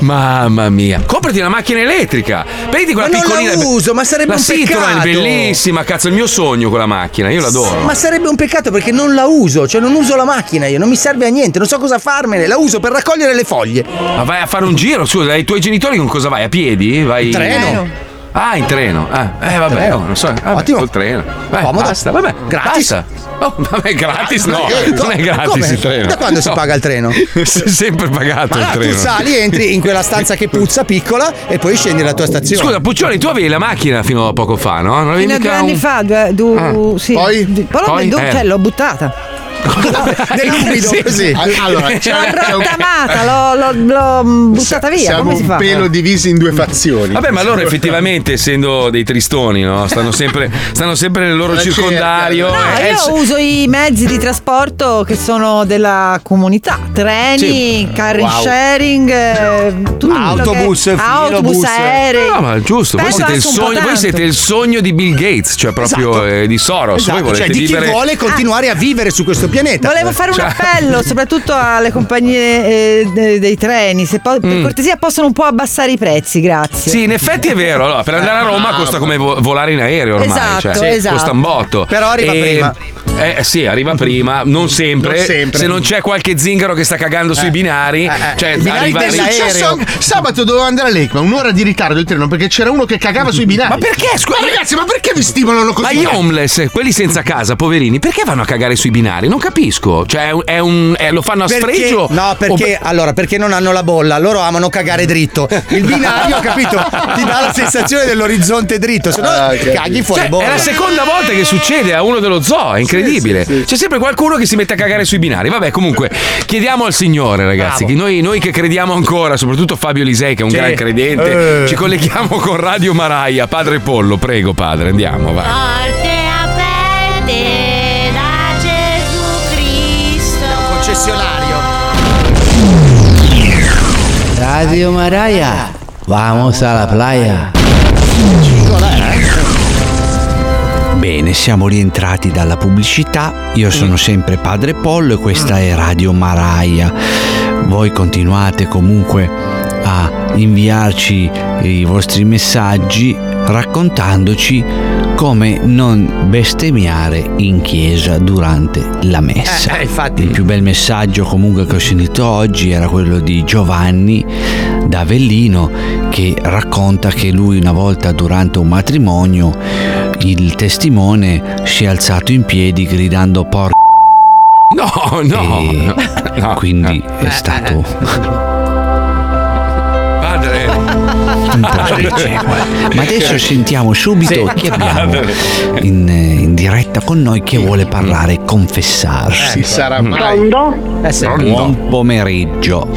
[SPEAKER 2] Mamma mia, comprati una macchina elettrica. Vedi quella
[SPEAKER 11] Ma non
[SPEAKER 2] piccolina.
[SPEAKER 11] la uso, ma sarebbe
[SPEAKER 2] la
[SPEAKER 11] un
[SPEAKER 2] Citroen,
[SPEAKER 11] peccato.
[SPEAKER 2] bellissima, cazzo, è il mio sogno quella macchina, io l'adoro.
[SPEAKER 11] Ma sarebbe un peccato perché non la uso, cioè non uso la macchina io, non mi serve a niente, non so cosa farmene, la uso per raccogliere le foglie.
[SPEAKER 2] Ma vai a fare un giro, scusa, i tuoi genitori con cosa vai? A piedi? Vai in
[SPEAKER 11] treno.
[SPEAKER 2] Ah, in treno. Ah, eh, vabbè,
[SPEAKER 11] Treno.
[SPEAKER 2] oh, non so. Vabbè, Ottimo. Col treno. Beh,
[SPEAKER 11] Comodo.
[SPEAKER 2] Basta, vabbè.
[SPEAKER 11] Gratis.
[SPEAKER 2] Basta. Oh, vabbè, gratis no.
[SPEAKER 11] Eh,
[SPEAKER 2] Non è gratis
[SPEAKER 11] come?
[SPEAKER 2] il treno.
[SPEAKER 11] Da quando si
[SPEAKER 2] No.
[SPEAKER 11] paga il treno?
[SPEAKER 2] *laughs* Si è sempre pagato
[SPEAKER 11] Ma
[SPEAKER 2] il
[SPEAKER 11] no,
[SPEAKER 2] treno.
[SPEAKER 11] tu sali,
[SPEAKER 2] *laughs*
[SPEAKER 11] entri in quella stanza che puzza piccola e poi scendi alla tua stazione.
[SPEAKER 2] Scusa, Puccioni, tu avevi la macchina fino a poco fa, no? Non avevi
[SPEAKER 16] Fino a due
[SPEAKER 2] mica
[SPEAKER 16] anni
[SPEAKER 2] un-
[SPEAKER 16] fa, due, due,
[SPEAKER 10] Ah.
[SPEAKER 16] sì. Poi? l'ho
[SPEAKER 2] Poi?
[SPEAKER 16] venduta,
[SPEAKER 2] Eh.
[SPEAKER 16] cioè,
[SPEAKER 2] *laughs*
[SPEAKER 16] l'ho buttata.
[SPEAKER 11] Nel liquido così.
[SPEAKER 10] Allora, c'è-
[SPEAKER 16] L'ho
[SPEAKER 10] c'è un-
[SPEAKER 16] rottamata, l'ho, l'ho- l'ho buttata via.
[SPEAKER 10] Siamo
[SPEAKER 16] Come si
[SPEAKER 10] un
[SPEAKER 16] fa?
[SPEAKER 10] pelo diviso in due fazioni.
[SPEAKER 2] Vabbè, ma loro effettivamente, essendo dei tristoni, no? stanno, sempre, stanno sempre nel loro
[SPEAKER 10] Una cerchia.
[SPEAKER 2] circondario.
[SPEAKER 16] No,
[SPEAKER 2] Eh,
[SPEAKER 16] io uso i mezzi di trasporto che sono della comunità, treni, car
[SPEAKER 2] Wow.
[SPEAKER 16] sharing, eh, tutto
[SPEAKER 11] Autobus,
[SPEAKER 16] che-
[SPEAKER 11] filo,
[SPEAKER 16] autobus, eh,
[SPEAKER 11] bus.
[SPEAKER 2] *laughs*
[SPEAKER 16] aerei.
[SPEAKER 2] No, ma giusto, voi siete,
[SPEAKER 16] Spendo
[SPEAKER 2] il
[SPEAKER 16] anche un po'
[SPEAKER 2] sogno, voi
[SPEAKER 16] tanto.
[SPEAKER 2] siete il sogno di Bill Gates, cioè proprio
[SPEAKER 11] Esatto.
[SPEAKER 2] eh, di Soros.
[SPEAKER 11] Esatto,
[SPEAKER 2] voi volete
[SPEAKER 11] cioè, di
[SPEAKER 2] vivere...
[SPEAKER 11] chi vuole continuare a vivere su questo pianeta.
[SPEAKER 16] Volevo fare un
[SPEAKER 11] Cioè-
[SPEAKER 16] appello soprattutto alle compagnie eh, de- dei treni, se po- per cortesia possono un po' abbassare i prezzi, grazie.
[SPEAKER 2] Mm. Sì, in effetti è vero. allora, per andare a Roma costa come vo- volare in aereo ormai.
[SPEAKER 16] Esatto,
[SPEAKER 2] cioè,
[SPEAKER 16] esatto.
[SPEAKER 2] Costa un botto.
[SPEAKER 11] Però arriva prima.
[SPEAKER 2] Eh sì, arriva prima, non sempre.
[SPEAKER 10] Non sempre.
[SPEAKER 2] Se non c'è qualche zingaro che sta cagando sui binari, cioè
[SPEAKER 10] Binari
[SPEAKER 2] arriva-
[SPEAKER 10] del- è successo anche- sabato dovevo andare a Lake, ma un'ora di ritardo del treno perché c'era uno che cagava sui binari. Ma
[SPEAKER 2] perché?
[SPEAKER 10] Scusa, ragazzi, ma perché vi stimolano così?
[SPEAKER 2] Ma gli homeless, quelli senza casa, poverini, perché vanno a cagare sui binari? Non capisco. Cioè, è un- è un, è- lo fanno a
[SPEAKER 11] Perché,
[SPEAKER 2] sfregio?
[SPEAKER 11] no, perché
[SPEAKER 2] O-
[SPEAKER 11] allora perché non hanno la bolla? Loro amano cagare dritto. Il
[SPEAKER 2] *laughs*
[SPEAKER 11] binario, capito? Ti dà la
[SPEAKER 18] Ah,
[SPEAKER 11] sensazione dell'orizzonte dritto, se no caghi fuori
[SPEAKER 2] Cioè,
[SPEAKER 11] bolla.
[SPEAKER 2] È la seconda volta che succede a uno dello zoo, è incredibile.
[SPEAKER 18] Sì, sì.
[SPEAKER 2] C'è sempre qualcuno che si mette a cagare sui binari. Vabbè, comunque, chiediamo al Signore, ragazzi. Che noi, noi che crediamo ancora, soprattutto Fabio Lisei, che è un
[SPEAKER 18] Sì.
[SPEAKER 2] gran credente,
[SPEAKER 18] Eh.
[SPEAKER 2] ci colleghiamo con Radio Maraia. Padre Pollo, prego, padre, andiamo, vai.
[SPEAKER 8] Ah. Porte aperte da Gesù Cristo.
[SPEAKER 19] concessionario.
[SPEAKER 17] Radio Maraya, vamos alla playa.
[SPEAKER 12] Ecco,
[SPEAKER 18] Bene, siamo rientrati dalla pubblicità. Io sono sempre Padre Pollo e questa è Radio Maraia. Voi continuate comunque a inviarci i vostri messaggi raccontandoci come non bestemmiare in chiesa durante la messa. Il più bel messaggio comunque che ho sentito oggi era quello di Giovanni da Avellino che racconta che lui una volta durante un matrimonio il testimone si è alzato in piedi gridando porca
[SPEAKER 2] No, no, no, no. Eh.
[SPEAKER 18] quindi è
[SPEAKER 2] *laughs*
[SPEAKER 18] stato
[SPEAKER 2] Padre.
[SPEAKER 18] un po' spiacevole. Ma adesso sentiamo subito
[SPEAKER 2] Sì.
[SPEAKER 18] chi abbiamo in, in diretta con noi che vuole parlare e confessarsi.
[SPEAKER 10] Ecco.
[SPEAKER 2] Mm.
[SPEAKER 10] Sarà mai.
[SPEAKER 20] Pronto?
[SPEAKER 18] Eh Buon pomeriggio.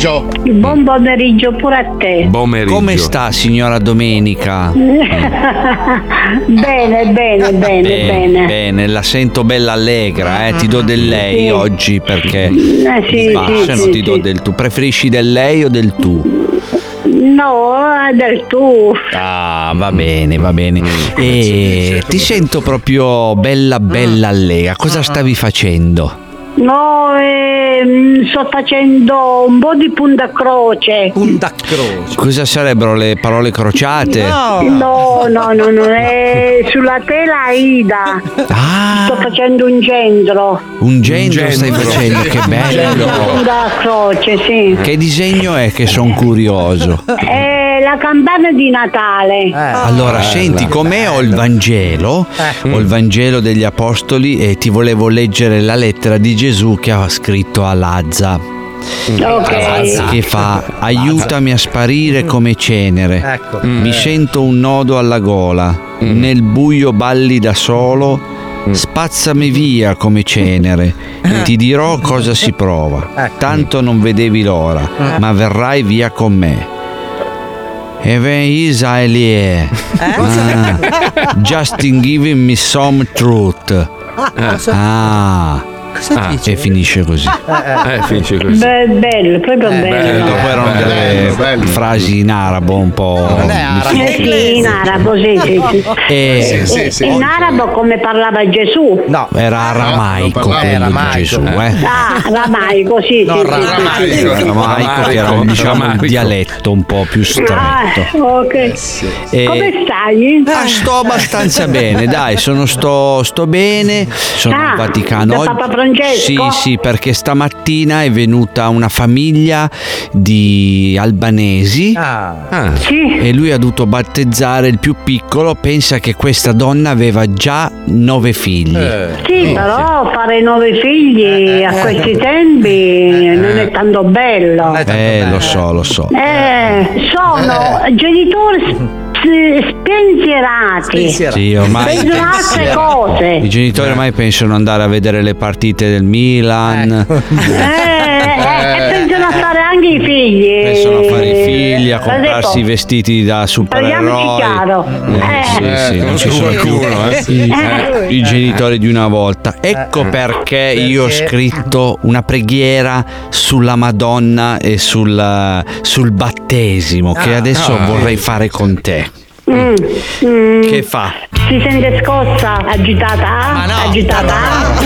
[SPEAKER 20] Buon pomeriggio pure a te.
[SPEAKER 18] Come sta signora Domenica?
[SPEAKER 20] *laughs* bene, bene, bene,
[SPEAKER 18] Eh, bene,
[SPEAKER 20] bene.
[SPEAKER 18] bene, la sento bella allegra, eh, ti do del lei
[SPEAKER 20] Sì.
[SPEAKER 18] oggi perché
[SPEAKER 20] Eh, sì,
[SPEAKER 18] mi basta,
[SPEAKER 20] sì,
[SPEAKER 18] non
[SPEAKER 20] sì,
[SPEAKER 18] ti do
[SPEAKER 20] sì.
[SPEAKER 18] del tu, preferisci del lei o del tu?
[SPEAKER 20] No, è del tuo.
[SPEAKER 18] Ah, va bene, va bene. E ti sento proprio bella bella allegra. Cosa stavi facendo?
[SPEAKER 20] No, ehm, sto facendo un po' di punta croce.
[SPEAKER 18] Punta croce. Cosa sarebbero le parole crociate?
[SPEAKER 20] No, no, no, no, è sulla tela Aida.
[SPEAKER 18] Ah.
[SPEAKER 20] Sto facendo un gendro.
[SPEAKER 18] Un gendro stai
[SPEAKER 20] gendro.
[SPEAKER 18] facendo, che bello.
[SPEAKER 20] Punta croce, sì.
[SPEAKER 18] Che disegno è che sono curioso?
[SPEAKER 20] È la campana di Natale.
[SPEAKER 18] Eh, Allora, senti, com'è ho il Vangelo? Ho il Vangelo degli Apostoli e ti volevo leggere la lettera di Gesù che ha scritto a Lazza.
[SPEAKER 20] Ok.
[SPEAKER 18] A Lazza, Che fa aiutami a sparire come cenere.
[SPEAKER 11] Ecco.
[SPEAKER 18] Mi
[SPEAKER 11] Eh.
[SPEAKER 18] sento un nodo alla gola. Nel buio balli da solo. Spazzami via come cenere. Ti dirò cosa si prova. Tanto non vedevi l'ora, ma verrai via con me. E ben
[SPEAKER 20] Eh?
[SPEAKER 18] Israelie. Ah, Justin giving me some truth.
[SPEAKER 20] cosa-
[SPEAKER 18] Ah.
[SPEAKER 20] Cosa
[SPEAKER 18] Ah, e finisce così. ah,
[SPEAKER 20] Eh,
[SPEAKER 2] finisce
[SPEAKER 20] Be- bello, proprio bello.
[SPEAKER 18] Eh, Dopo erano delle frasi in arabo un po'.
[SPEAKER 20] Eh sì, in arabo, sì, sì, sì.
[SPEAKER 18] Eh, sì, sì,
[SPEAKER 20] Eh,
[SPEAKER 18] sì.
[SPEAKER 20] In arabo come parlava Gesù.
[SPEAKER 18] No, era aramaico
[SPEAKER 20] non
[SPEAKER 18] quello
[SPEAKER 20] Eh, parlava
[SPEAKER 18] di
[SPEAKER 20] aramaico.
[SPEAKER 18] Gesù, eh.
[SPEAKER 20] Ah, ramaico, sì, sì, sì, sì, sì.
[SPEAKER 18] cioè, Aramaico che era diciamo, un dialetto un po' più stretto.
[SPEAKER 20] Ah, ok.
[SPEAKER 18] Eh, Ah,
[SPEAKER 20] Come stai? Eh.
[SPEAKER 18] sto abbastanza bene, dai, sono sto, sto bene, sono
[SPEAKER 20] Ah,
[SPEAKER 18] in Vaticano.
[SPEAKER 20] da
[SPEAKER 18] Oggi-
[SPEAKER 20] Papa Francesco?
[SPEAKER 18] Sì, sì, perché stamattina è venuta una famiglia di albanesi Ah. e lui ha dovuto battezzare il più piccolo, pensa che questa donna aveva già nove figli. Eh,
[SPEAKER 20] Sì, però fare nove figli a questi tempi non è tanto bello.
[SPEAKER 18] Eh, lo so, lo so.
[SPEAKER 20] Eh, sono genitori s- spensierati.
[SPEAKER 18] Sì, ormai
[SPEAKER 20] Pensano a altre cose.
[SPEAKER 18] I genitori ormai pensano andare a vedere le partite del Milan.
[SPEAKER 20] Eh, E pensano a fare anche i figli.
[SPEAKER 18] Pensano a fare i figli, a
[SPEAKER 20] Cosa
[SPEAKER 18] comprarsi i vestiti da
[SPEAKER 20] Parliamoci
[SPEAKER 18] supereroi.
[SPEAKER 20] chiaro.
[SPEAKER 18] Eh, sì,
[SPEAKER 20] Eh,
[SPEAKER 18] sì, non ci sono più
[SPEAKER 2] qualcuno, eh.
[SPEAKER 18] i,
[SPEAKER 20] Eh. Mm.
[SPEAKER 18] i genitori di una volta. Ecco perché io ho scritto una preghiera sulla Madonna e sul, sul battesimo che
[SPEAKER 20] Ah.
[SPEAKER 18] adesso
[SPEAKER 20] Ah.
[SPEAKER 18] vorrei fare con te.
[SPEAKER 20] Mm, mm.
[SPEAKER 18] Che fa?
[SPEAKER 20] Si sente scossa, agitata, agitata,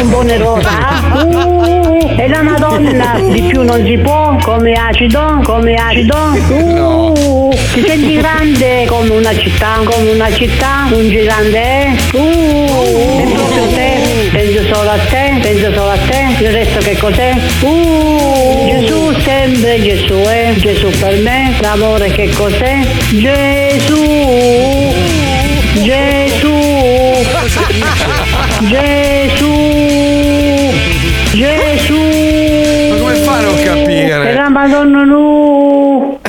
[SPEAKER 20] un po' nervosa. Uh, e la Madonna di più non si può, come acido, come acido. Uh, si sente grande come una città, come una città, un gigante. è. Uh, è proprio te, penso solo a te, penso solo a te, il resto che cos'è? Uh, Gesù sempre Gesù, eh, Gesù per me, l'amore che cos'è? Gesù. Gesù! Gesù! Gesù! Ma come
[SPEAKER 2] fare a capire?
[SPEAKER 20] E la Madonna nu!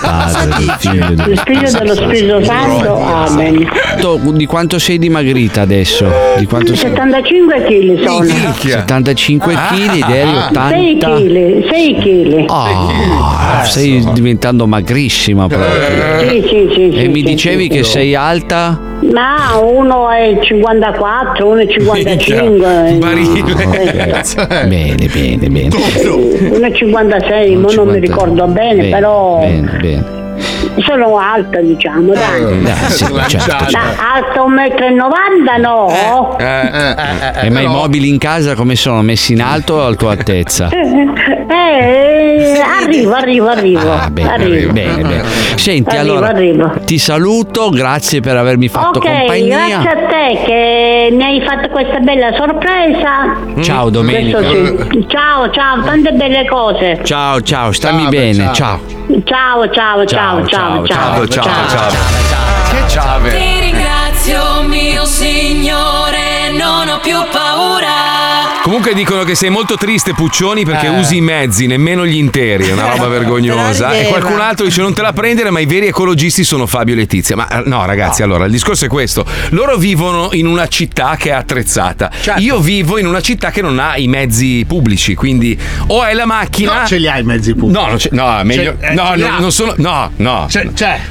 [SPEAKER 18] Padre, figlio dello
[SPEAKER 20] Il figlio dello Spirito Santo, amen.
[SPEAKER 18] Tu Di quanto sei dimagrita adesso? Di quanto sei?
[SPEAKER 20] 75 kg sono.
[SPEAKER 18] 75 kg
[SPEAKER 20] Ah,
[SPEAKER 18] del
[SPEAKER 20] 6
[SPEAKER 18] 80.
[SPEAKER 20] kg, 6 kg.
[SPEAKER 18] Ah, stai diventando magrissima proprio.
[SPEAKER 20] Sì, sì, sì,
[SPEAKER 18] E
[SPEAKER 20] sì,
[SPEAKER 18] mi
[SPEAKER 20] sì,
[SPEAKER 18] dicevi
[SPEAKER 20] sì,
[SPEAKER 18] che
[SPEAKER 20] sì.
[SPEAKER 18] sei alta?
[SPEAKER 20] Ma uno è 54, uno è eh. 55. eh.
[SPEAKER 18] eh. Bene, bene, bene.
[SPEAKER 20] Uno è 56, ma non
[SPEAKER 18] 56.
[SPEAKER 20] mi ricordo bene,
[SPEAKER 18] Bene,
[SPEAKER 20] però
[SPEAKER 18] Bene, bene.
[SPEAKER 20] sono alta, diciamo, dai.
[SPEAKER 18] dai, sì, certo, certo. Eh.
[SPEAKER 20] Da alta 1,90 m no?
[SPEAKER 18] e ma i mobili in casa come sono? Messi in alto o a tua
[SPEAKER 20] *laughs*
[SPEAKER 18] altezza?
[SPEAKER 20] Eh, arrivo, arrivo, arrivo.
[SPEAKER 18] Ah, bene,
[SPEAKER 20] arrivo.
[SPEAKER 18] bene, bene. Senti,
[SPEAKER 20] Arrivo,
[SPEAKER 18] allora ti saluto, grazie per avermi fatto
[SPEAKER 20] Ok,
[SPEAKER 18] compagnia.
[SPEAKER 20] grazie a te che mi hai fatto questa bella sorpresa.
[SPEAKER 18] Ciao, Domenica.
[SPEAKER 20] Questo sì. Ciao, ciao, tante belle cose.
[SPEAKER 18] Ciao, ciao, stammi bene, ciao.
[SPEAKER 20] Ciao, ciao, ciao, ciao, ciao.
[SPEAKER 18] ciao, ciao, ciao.
[SPEAKER 20] Che
[SPEAKER 8] Ti ringrazio, mio signore, non ho più paura.
[SPEAKER 2] Comunque dicono che sei molto triste, Puccioni,
[SPEAKER 10] Eh.
[SPEAKER 2] perché usi i mezzi, nemmeno gli interi, è una roba vergognosa.
[SPEAKER 3] Te la
[SPEAKER 2] E
[SPEAKER 3] rideva.
[SPEAKER 2] qualcun altro dice: Non te la prendere, ma i veri ecologisti sono Fabio e Letizia. Ma eh, no, ragazzi, allora il discorso è questo: loro vivono in una città che è attrezzata.
[SPEAKER 10] Certo.
[SPEAKER 2] Io vivo in una città che non ha i mezzi pubblici, quindi o hai la macchina.
[SPEAKER 10] No, ce li hai i mezzi pubblici.
[SPEAKER 2] No, non ce- no, meglio-
[SPEAKER 10] Cioè, eh,
[SPEAKER 2] no,
[SPEAKER 10] ce li
[SPEAKER 2] no,
[SPEAKER 10] ha.
[SPEAKER 2] non sono. No, no.